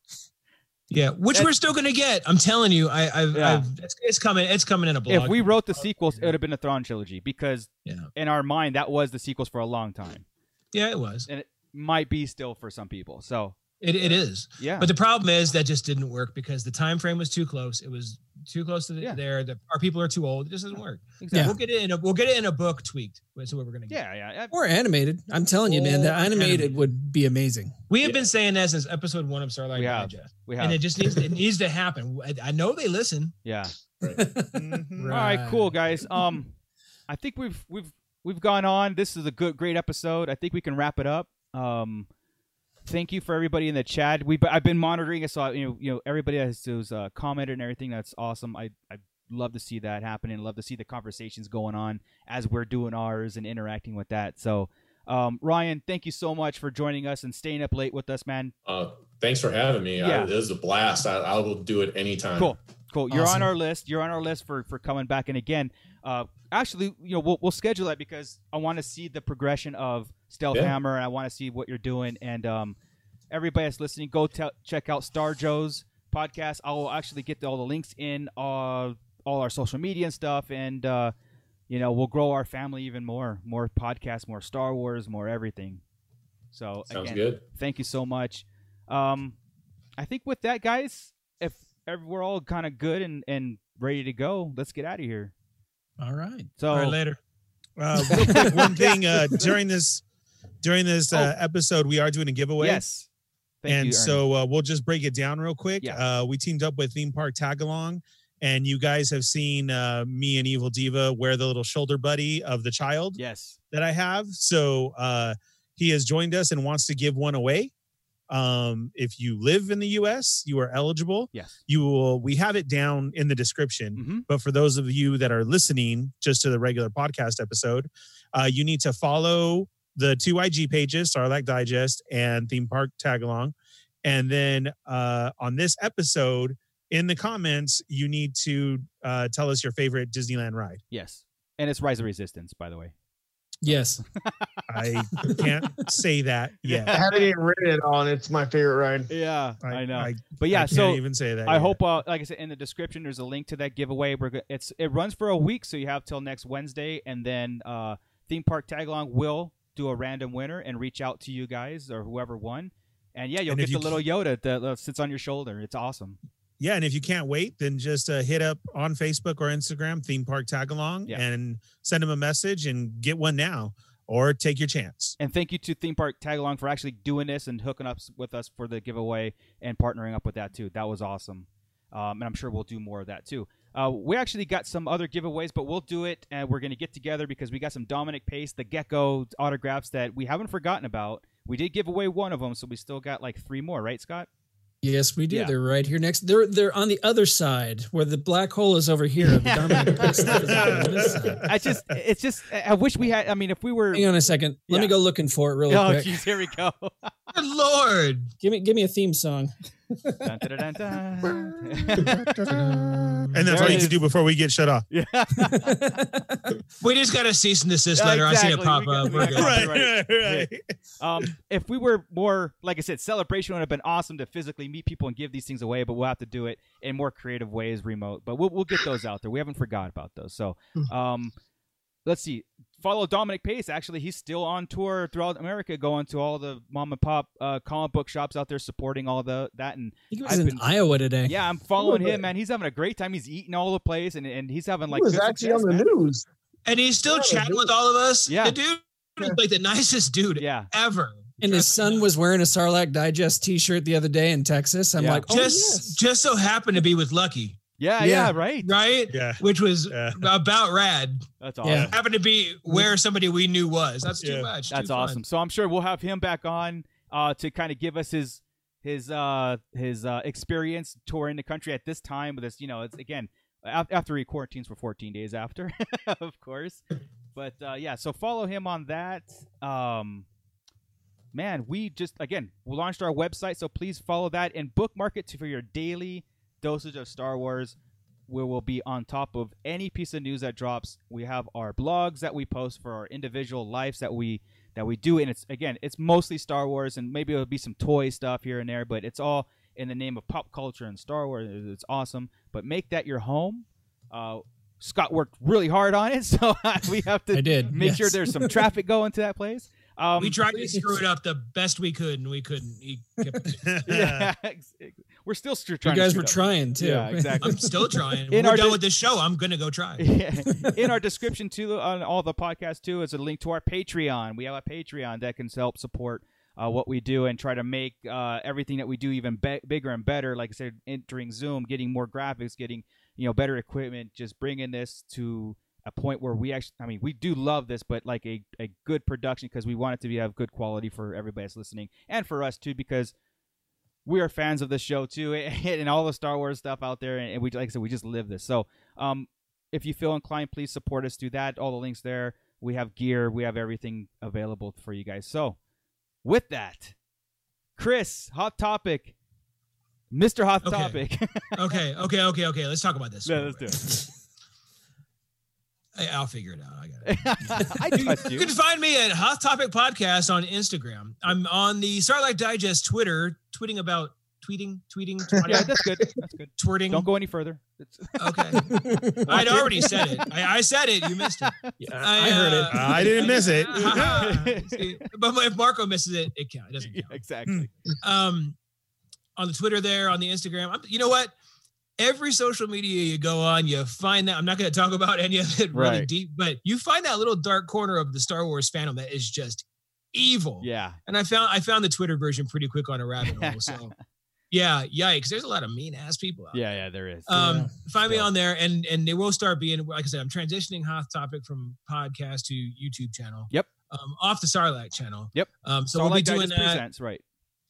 S10: Yeah, which that's, we're still gonna get. I'm telling you, I, I've, yeah. I've it's, it's, coming. It's coming in a blog.
S8: If we wrote the sequels, it would have been the Thrawn trilogy because yeah. in our mind that was the sequels for a long time.
S10: Yeah, it was,
S8: and it might be still for some people. So
S10: it, it is.
S8: Yeah.
S10: But the problem is that just didn't work because the time frame was too close. It was too close to the, yeah. there. The, our people are too old. It just doesn't work. Exactly. Yeah. We'll get it in a we'll get it in a book tweaked. That's what we're gonna get.
S8: Yeah, yeah.
S9: Or animated. I'm telling you, man, the animated, animated. would be amazing.
S10: We have yeah. been saying that since episode one of Starlight
S8: we
S10: have.
S8: Digest. We have.
S10: And it just needs it needs to happen. I, I know they listen.
S8: Yeah. Right.
S10: [LAUGHS]
S8: mm-hmm. right. All right, cool guys. Um I think we've we've we've gone on. This is a good great episode. I think we can wrap it up. Um thank you for everybody in the chat. We I've been monitoring it, so I, you know you know everybody has who's uh, commented and everything. That's awesome. I I love to see that happening. Love to see the conversations going on as we're doing ours and interacting with that. So. Um, Ryan, thank you so much for joining us and staying up late with us, man.
S11: Uh, thanks for having me. Yeah. I, it was a blast. I, I will do it anytime.
S8: Cool, cool. Awesome. You're on our list. You're on our list for for coming back. And again, uh, actually, you know, we'll, we'll schedule that because I want to see the progression of Stealth yeah. Hammer. I want to see what you're doing. And um, everybody that's listening, go t- check out Star Joe's podcast. I will actually get all the links in uh, all our social media and stuff. And, uh, you know, we'll grow our family even more. More podcasts, more Star Wars, more everything. So,
S11: Sounds
S8: again,
S11: good. [LAUGHS]
S8: thank you so much. Um, I think with that, guys, if, if we're all kind of good and, and ready to go, let's get out of here.
S9: All right.
S8: So all
S9: right, later.
S12: Uh, quick, one thing uh, during this during this uh, oh. episode, we are doing a giveaway.
S8: Yes.
S12: Thank and you, so uh, we'll just break it down real quick. Yeah. Uh, we teamed up with Theme Park Tagalong, and you guys have seen uh, me and Evil Diva wear the little shoulder buddy of the child.
S8: Yes.
S12: That I have. So uh, he has joined us and wants to give one away. Um, if you live in the U.S., you are eligible.
S8: Yes.
S12: You will. We have it down in the description. Mm-hmm. But for those of you that are listening just to the regular podcast episode, uh, you need to follow the two IG pages, Sarlacc Digest and Theme Park Tagalong. And then uh, on this episode, in the comments, you need to uh, tell us your favorite Disneyland ride.
S8: Yes. And it's Rise of Resistance, by the way.
S9: Yes.
S8: [LAUGHS]
S12: I can't say that yet.
S13: I haven't even written it on. It's my favorite ride.
S8: Yeah, I, I know. I, but yeah, so
S12: even say that.
S8: I yet. hope, uh, like I said, in the description, there's a link to that giveaway. We're go- it's it runs for a week, so you have till next Wednesday, and then uh, theme park tagalong will do a random winner and reach out to you guys or whoever won. And yeah, you'll and get you the little Yoda that uh, sits on your shoulder. It's awesome.
S12: Yeah, and if you can't wait, then just uh, hit up on Facebook or Instagram theme park tagalong yeah. and send them a message and get one now or take your chance.
S8: And thank you to theme park tagalong for actually doing this and hooking up with us for the giveaway and partnering up with that too. That was awesome. Um, and I'm sure we'll do more of that too. Uh, we actually got some other giveaways, but we'll do it and we're going to get together because we got some Dominic Pace, the Gecko autographs that we haven't forgotten about. We did give away one of them, so we still got like three more, right, Scott?
S9: Yes, we do. Yeah. They're right here next. They're they're on the other side where the black hole is over here.
S8: [LAUGHS] [LAUGHS] I just it's just I wish we had. I mean, if we were.
S9: Hang on a second. Let yeah. me go looking for it really
S8: oh,
S9: quick.
S8: Geez, here we
S9: [LAUGHS]
S8: go.
S10: Good lord! [LAUGHS]
S9: Give me give me a theme
S8: [LAUGHS]
S9: song. [LAUGHS]
S12: dun, dun, dun, and that's all you can do before we get shut off.
S8: Yeah.
S10: we just got a cease and desist letter. Exactly. I see it pop up.
S12: Right, right, [LAUGHS] right. right.
S8: Yeah. Um, if we were more, like I said, celebration would have been awesome to physically meet people and give these things away, but we'll have to do it in more creative ways, remote. But we'll, we'll get those out there. We haven't forgot about those. So
S13: Mm.
S8: um, let's see. Follow Dominic Pace. Actually, he's still on tour throughout America, going to all the mom and pop uh, comic book shops out there, supporting all the that. And
S9: I think he was I've in been, Iowa today.
S8: Yeah, I'm following him, man. He's having a great time. He's eating all the place, and, and he's having like.
S13: He was actually success, on the man. news,
S10: and he's still yeah, chatting with all of us. Yeah, the dude is like the nicest dude
S8: yeah.
S10: ever.
S9: And his son was wearing a Sarlacc Digest T-shirt the other day in Texas. I'm yeah. like, oh,
S10: just
S9: yes.
S10: just so happened to be with Lucky.
S8: Yeah, yeah, yeah, right.
S10: Right?
S12: Yeah.
S10: Which was yeah. about rad.
S8: That's awesome. Yeah.
S10: Happened to be where somebody we knew was. That's too much.
S8: That's
S10: too
S8: awesome. Fun. So I'm sure we'll have him back on uh, to kind of give us his his uh, his uh, experience touring the country at this time with this, you know, it's again after he quarantines for 14 days after, [LAUGHS] of course. But uh, yeah, so follow him on that. Um, man, we just again we launched our website, so please follow that and bookmark it for your daily dosage of Star Wars. We will be on top of any piece of news that drops. We have our blogs that we post for our individual lives that we that we do, and it's again, it's mostly Star Wars, and maybe it'll be some toy stuff here and there, but it's all in the name of pop culture and Star Wars. It's awesome, but make that your home. Uh, Scott worked really hard on it, [LAUGHS] so we have to
S4: I did,
S8: make
S4: yes.
S8: sure there's some traffic going to that place. Um,
S10: we tried to screw it up the best we could, and we couldn't. He
S8: [LAUGHS]
S10: kept,
S8: [LAUGHS] yeah, ex- ex- we're still str-
S4: You
S8: trying. to
S4: guys
S8: screw
S4: were
S8: it up.
S4: trying too.
S8: Yeah,
S4: [LAUGHS]
S8: exactly.
S10: [LAUGHS] I'm still trying. When
S8: In
S10: we're
S8: our
S10: done
S8: di-
S10: with this show, I'm gonna go try.
S8: [LAUGHS] Yeah. in our description too on all the podcasts too is a link to our patreon we have a patreon that can help support uh, what we do and try to make uh, everything that we do even be- bigger and better like i said entering zoom getting more graphics getting you know better equipment just bringing this to a point where we actually i mean we do love this but like a, a good production because we want it to be have good quality for everybody that's listening and for us too because we are fans of the show too [LAUGHS] and all the star wars stuff out there and we like i said we just live this so um, if you feel inclined, please support us. Do that. All the links there. We have gear. We have everything available for you guys. So, with that, Chris, hot topic, Mister Hot
S10: Okay.
S8: Topic. [LAUGHS]
S10: Okay, okay, okay, okay. Let's talk about this.
S8: Yeah, let's do
S10: it. I'll figure it out. [LAUGHS] I got it.
S8: I trust
S10: You
S8: you.
S10: can find me at Hot Topic Podcast on Instagram. I'm on the Starlight Digest Twitter, tweeting about tweeting, tweeting,
S8: [LAUGHS] Yeah,
S10: twatting,
S8: that's good. That's
S10: [LAUGHS]
S8: good.
S10: twirting.
S8: Don't go any
S10: [LAUGHS]
S8: further. It's, [LAUGHS]
S10: Okay. I'd already said it. I, I said it. You missed it. uh,
S4: I heard it.
S12: I didn't [LAUGHS] miss it.
S10: See, but if Marco misses it, it counts. It doesn't
S8: Yeah,
S10: count.
S8: exactly.
S10: um, on the Twitter there, on the Instagram. I'm, you know what? Every social media you go on, you find that. I'm not going to talk about any of it really
S8: Right.
S10: deep, but you find that little dark corner of the Star Wars fandom that is just evil.
S8: Yeah.
S10: And I found I found the Twitter version pretty quick on a rabbit hole.
S8: [LAUGHS]
S10: So, yeah, yikes! There's a lot of mean ass people. Out there.
S8: Yeah. Yeah. There is.
S10: Um,
S4: Yeah.
S10: find me
S8: Yeah.
S10: on there, and and they will start being like I said. I'm transitioning Hoth Topic from podcast to YouTube channel.
S8: Yep.
S10: Um, off the Sarlacc channel.
S8: Yep.
S10: Um, so
S8: Starlight
S10: we'll be doing
S8: Digest
S10: that
S8: presents right.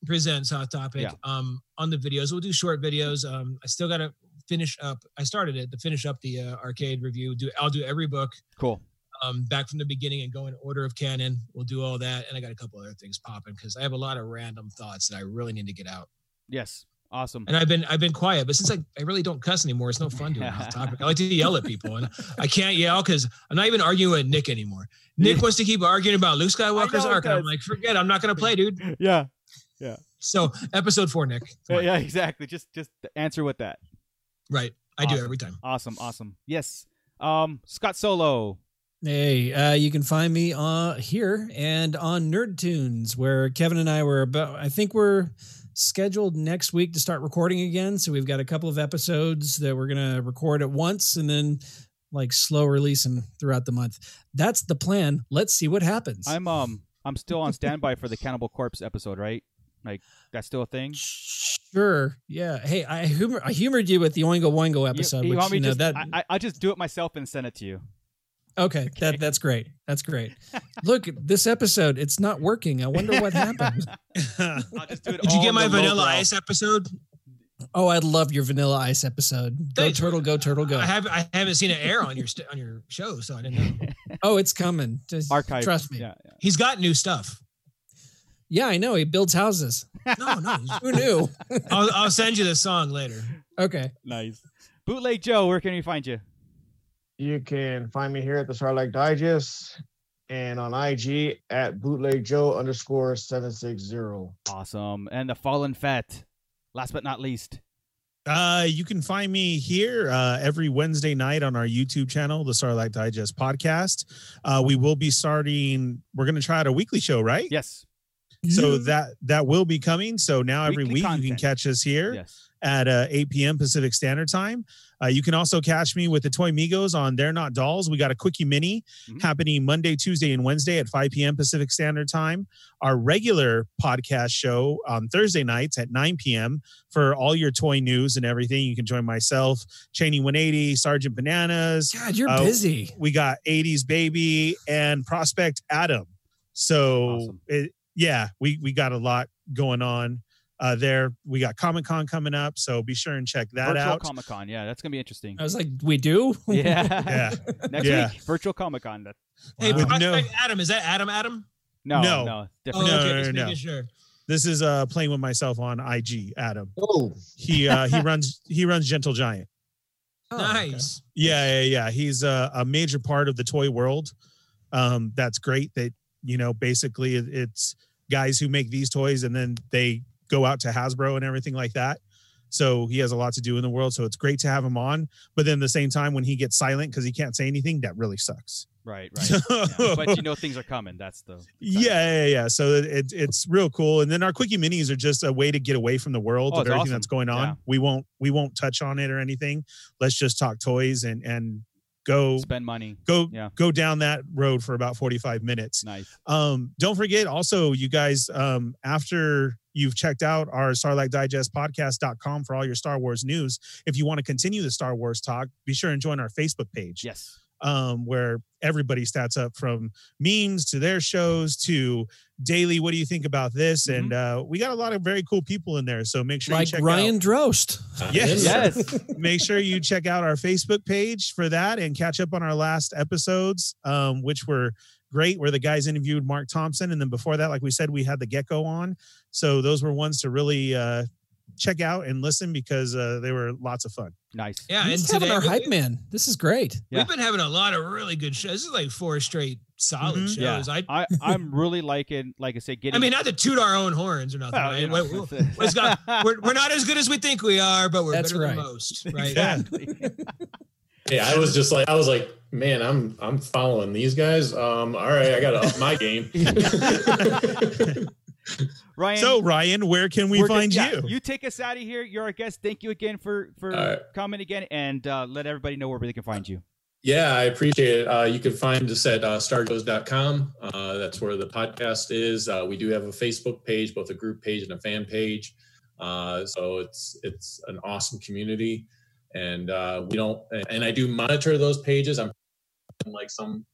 S10: presents hot topic
S8: Yeah.
S10: um on the videos we'll do short videos um i still gotta finish up i started it to finish up the uh, arcade review do i'll do every book
S8: Cool.
S10: um back from the beginning and go in order of canon we'll do all that and i got a couple other things popping because i have a lot of random thoughts that i really need to get out
S8: Yes. Awesome.
S10: and i've been i've been quiet but since i, I really don't cuss anymore it's no fun
S8: [LAUGHS]
S10: doing hot topic i like to yell at people and i can't yell because i'm not even arguing with nick anymore nick wants to keep arguing about luke skywalker's
S8: he
S10: arc and i'm
S8: does.
S10: like forget it, i'm not gonna play dude [LAUGHS]
S8: Yeah.
S10: so episode four nick Come on.
S8: Yeah. Exactly. Just just answer with that.
S10: Right. I
S8: Awesome.
S10: do every time.
S8: Awesome. Awesome. Yes. Um, Scott Solo.
S4: Hey, uh, you can find me uh, here and on Nerd Tunes, where Kevin and I were about. I think we're scheduled next week to start recording again. So we've got a couple of episodes that we're gonna record at once, and then like slow release them throughout the month. That's the plan. Let's see what happens.
S8: I'm um I'm still on standby for the Cannibal Corpse episode, right? Like that's still a thing.
S4: sure. Yeah. Hey, I humor I humored you with the Oingo Boingo episode.
S8: you,
S4: which,
S8: want me
S4: you know,
S8: just,
S4: that
S8: I, I- I'll just do it myself and send it to you. [LAUGHS]
S4: Okay, that that's great. That's great. Look, this episode, it's not working. I wonder
S8: [LAUGHS]
S4: what happened.
S8: I'll just do it.
S10: [LAUGHS] Did you
S8: all
S10: get
S8: in
S10: my
S8: the
S10: Vanilla
S8: lowbrow.
S10: Ice episode?
S4: Oh, I love your Vanilla Ice episode. Go
S10: Thanks.
S4: turtle, go turtle, go.
S10: I have I haven't seen it air on your st- on your show, so I didn't know.
S4: oh, it's coming. Just
S8: Archive.
S4: Trust me. Yeah.
S8: Yeah, yeah.
S10: He's got new stuff.
S4: I know. He builds houses.
S10: No, no.
S8: [LAUGHS]
S10: he's-
S4: Who knew?
S10: I'll, I'll send you the song later.
S4: okay.
S8: [LAUGHS] Nice. Bootleg Joe, where can we find you?
S13: You can find me here at the Sarlacc Digest and on IG at bootleg Joe underscore seven six zero.
S8: Awesome. And the Fallen Fat. Last but not least.
S12: Uh, you can find me here uh, every Wednesday night on our YouTube channel, the Starlight Digest podcast. Uh, we will be starting. We're going to try out a weekly show, right?
S8: Yes.
S12: So that that will be coming. So now every
S8: Weekly
S12: week you can
S8: content.
S12: catch us here
S8: Yes.
S12: at uh, 8 p.m. Pacific Standard Time. Uh, you can also catch me with the Toy Migos on They're Not Dolls. We got a quickie mini
S8: Mhm.
S12: happening Monday, Tuesday, and Wednesday at 5 p.m. Pacific Standard Time. Our regular podcast show on Thursday nights at 9 p.m. for all your toy news and everything. You can join myself, Cheney 180, Sergeant Bananas.
S4: God, you're
S12: Oh.
S4: busy.
S12: We got 80s Baby and Prospect Adam. So,
S8: Awesome.
S12: it, yeah, we, we got a lot going on. Uh, there we got Comic Con coming up, so be sure and check that
S8: Virtual
S12: out.
S8: Comic Con. Yeah, that's gonna be interesting.
S4: I was like, we do?
S8: yeah.
S12: Yeah.
S8: [LAUGHS] Next
S12: Yeah.
S8: week. Virtual Comic Con. That
S10: [LAUGHS] Hey,
S12: With
S10: Prospect
S12: no-
S10: Adam, is that Adam Adam?
S8: no,
S12: No.
S8: no,
S10: Oh,
S8: different.
S12: No,
S10: okay,
S12: no,
S10: just
S12: no,
S10: making
S12: no.
S10: sure.
S12: This is uh playing with myself on IG, Adam.
S13: Oh,
S12: He
S8: [LAUGHS]
S12: uh he runs he runs Gentle Giant.
S4: Oh, okay.
S10: nice.
S12: Yeah, yeah, yeah. He's uh, a major part of the toy world. Um that's great that you know basically it- it's guys who make these toys and then they go out to Hasbro and everything like that. So he has a lot to do in the world. So it's great to have him on. But then at the same time, when he gets silent because he can't say anything, that really sucks.
S8: Right, right. yeah.
S12: [LAUGHS]
S8: But you know things are coming. That's the. That's
S12: yeah, yeah, yeah. So it, it, it's real cool. And then our quickie minis are just a way to get away from the world
S8: Oh,
S12: of
S8: it's
S12: everything
S8: awesome.
S12: that's going on.
S8: Yeah.
S12: We won't we won't touch on it or anything. Let's just talk toys and and go
S8: Spend money.
S12: go
S8: Yeah.
S12: go down that road for about 45 minutes.
S8: Nice.
S12: Um, don't forget also, you guys, um, after you've checked out our Starlight Digest podcast.com for all your Star Wars news, if you want to continue the Star Wars talk, be sure and join our Facebook page
S8: Yes.
S12: um, where everybody stats up from memes to their shows to daily. What do you think about this? And uh, we got a lot of very cool people in there. So make sure
S4: like
S12: you check
S4: Ryan Drost.
S12: out. Yes.
S8: Yes.
S12: [LAUGHS] make sure you check out our Facebook page for that and catch up on our last episodes, um, which were great, where the guys interviewed Mark Thompson. And then before that, like we said, we had the gecko on. So those were ones to really uh, check out and listen because uh, they were lots of fun.
S8: nice.
S10: Yeah,
S4: He's
S10: and
S4: having
S10: today
S4: our
S10: we-
S4: hype man. This is great.
S8: Yeah.
S10: We've been having a lot of really good shows. This is like four straight solid
S12: Mhm.
S8: Yeah.
S10: shows. I,
S8: I I'm really liking, like I said, getting. [LAUGHS]
S10: I mean, not to toot our own horns or nothing.
S8: Well,
S10: right?
S8: you
S10: We-
S8: know,
S10: we-
S8: [LAUGHS]
S10: it's got- we're, we're not as good as we think we are, but we're
S4: That's
S10: better
S4: right.
S10: than most, right?
S8: exactly.
S11: Yeah, I was just like, I was like, man, I'm I'm following these guys. Um, all right, I gotta up my game.
S8: [LAUGHS] Ryan.
S12: So, Ryan, where can we
S8: we're gonna-
S12: find
S8: yeah,
S12: you?
S8: You take us out of here. You're our guest. Thank you again for for
S11: All right.
S8: coming again, and uh, let everybody know where they can find you.
S11: yeah, I appreciate it. Uh, you can find us at uh, stargoes.com. Uh, that's where the podcast is. Uh, we do have a Facebook page, both a group page and a fan page. Uh, so it's it's an awesome community, and uh, we don't. and- And I do monitor those pages. I'm like some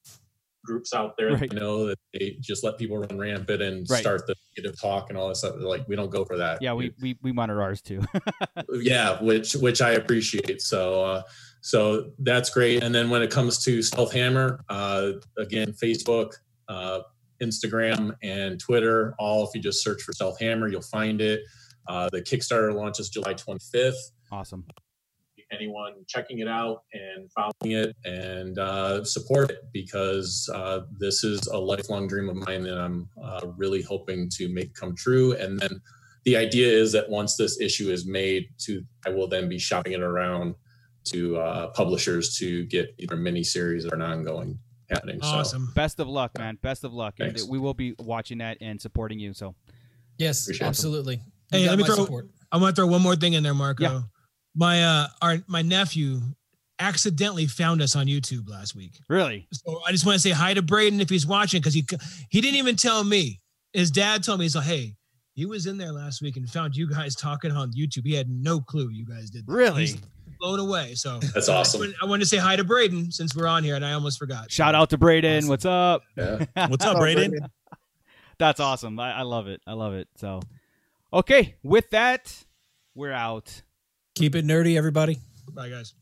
S11: groups out there
S8: Right.
S11: that know that they just let people run rampant and
S8: Right.
S11: start the negative talk and all that stuff. Like we don't go for that.
S8: Yeah, we we, we monitor ours too. [LAUGHS]
S11: yeah which which i appreciate so uh so that's great and then when it comes to stealth hammer uh again facebook uh instagram and twitter all if you just search for stealth hammer you'll find it uh the kickstarter launches july 25th
S8: awesome.
S11: anyone checking it out and following it and uh, support it because uh, this is a lifelong dream of mine that I'm uh, really hoping to make come true. And then the idea is that once this issue is made, to I will then be shopping it around to uh, publishers to get either miniseries or an ongoing happening.
S10: Awesome.
S8: Best of luck, man. Best of luck. And
S11: Thanks.
S8: we will be watching that and supporting you. So
S4: Yes,
S11: Appreciate it.
S4: absolutely.
S10: Hey,
S4: You got
S10: let me
S4: my
S10: throw-
S4: support.
S10: I want to throw one more thing in there, Marco.
S8: Yeah.
S10: My uh, our my nephew accidentally found us on YouTube last week.
S8: really,
S10: So I just want to say hi to Braden if he's watching because he he didn't even tell me. His dad told me he's like, hey, he was in there last week and found you guys talking on YouTube. He had no clue you guys did. That.
S8: really.
S10: He's blown away. So
S11: So that's
S10: I
S11: awesome.
S10: wanted- I wanted to say hi to Braden since we're on here and I almost forgot.
S8: Shout out to Braden.
S10: Awesome.
S8: What's up? [LAUGHS]
S11: Yeah.
S12: What's up,
S13: Oh,
S12: Braden?
S13: Brandon.
S8: That's awesome. I, I love it. I love it. So, okay. With that, we're out.
S4: Keep it nerdy, everybody.
S10: Bye guys.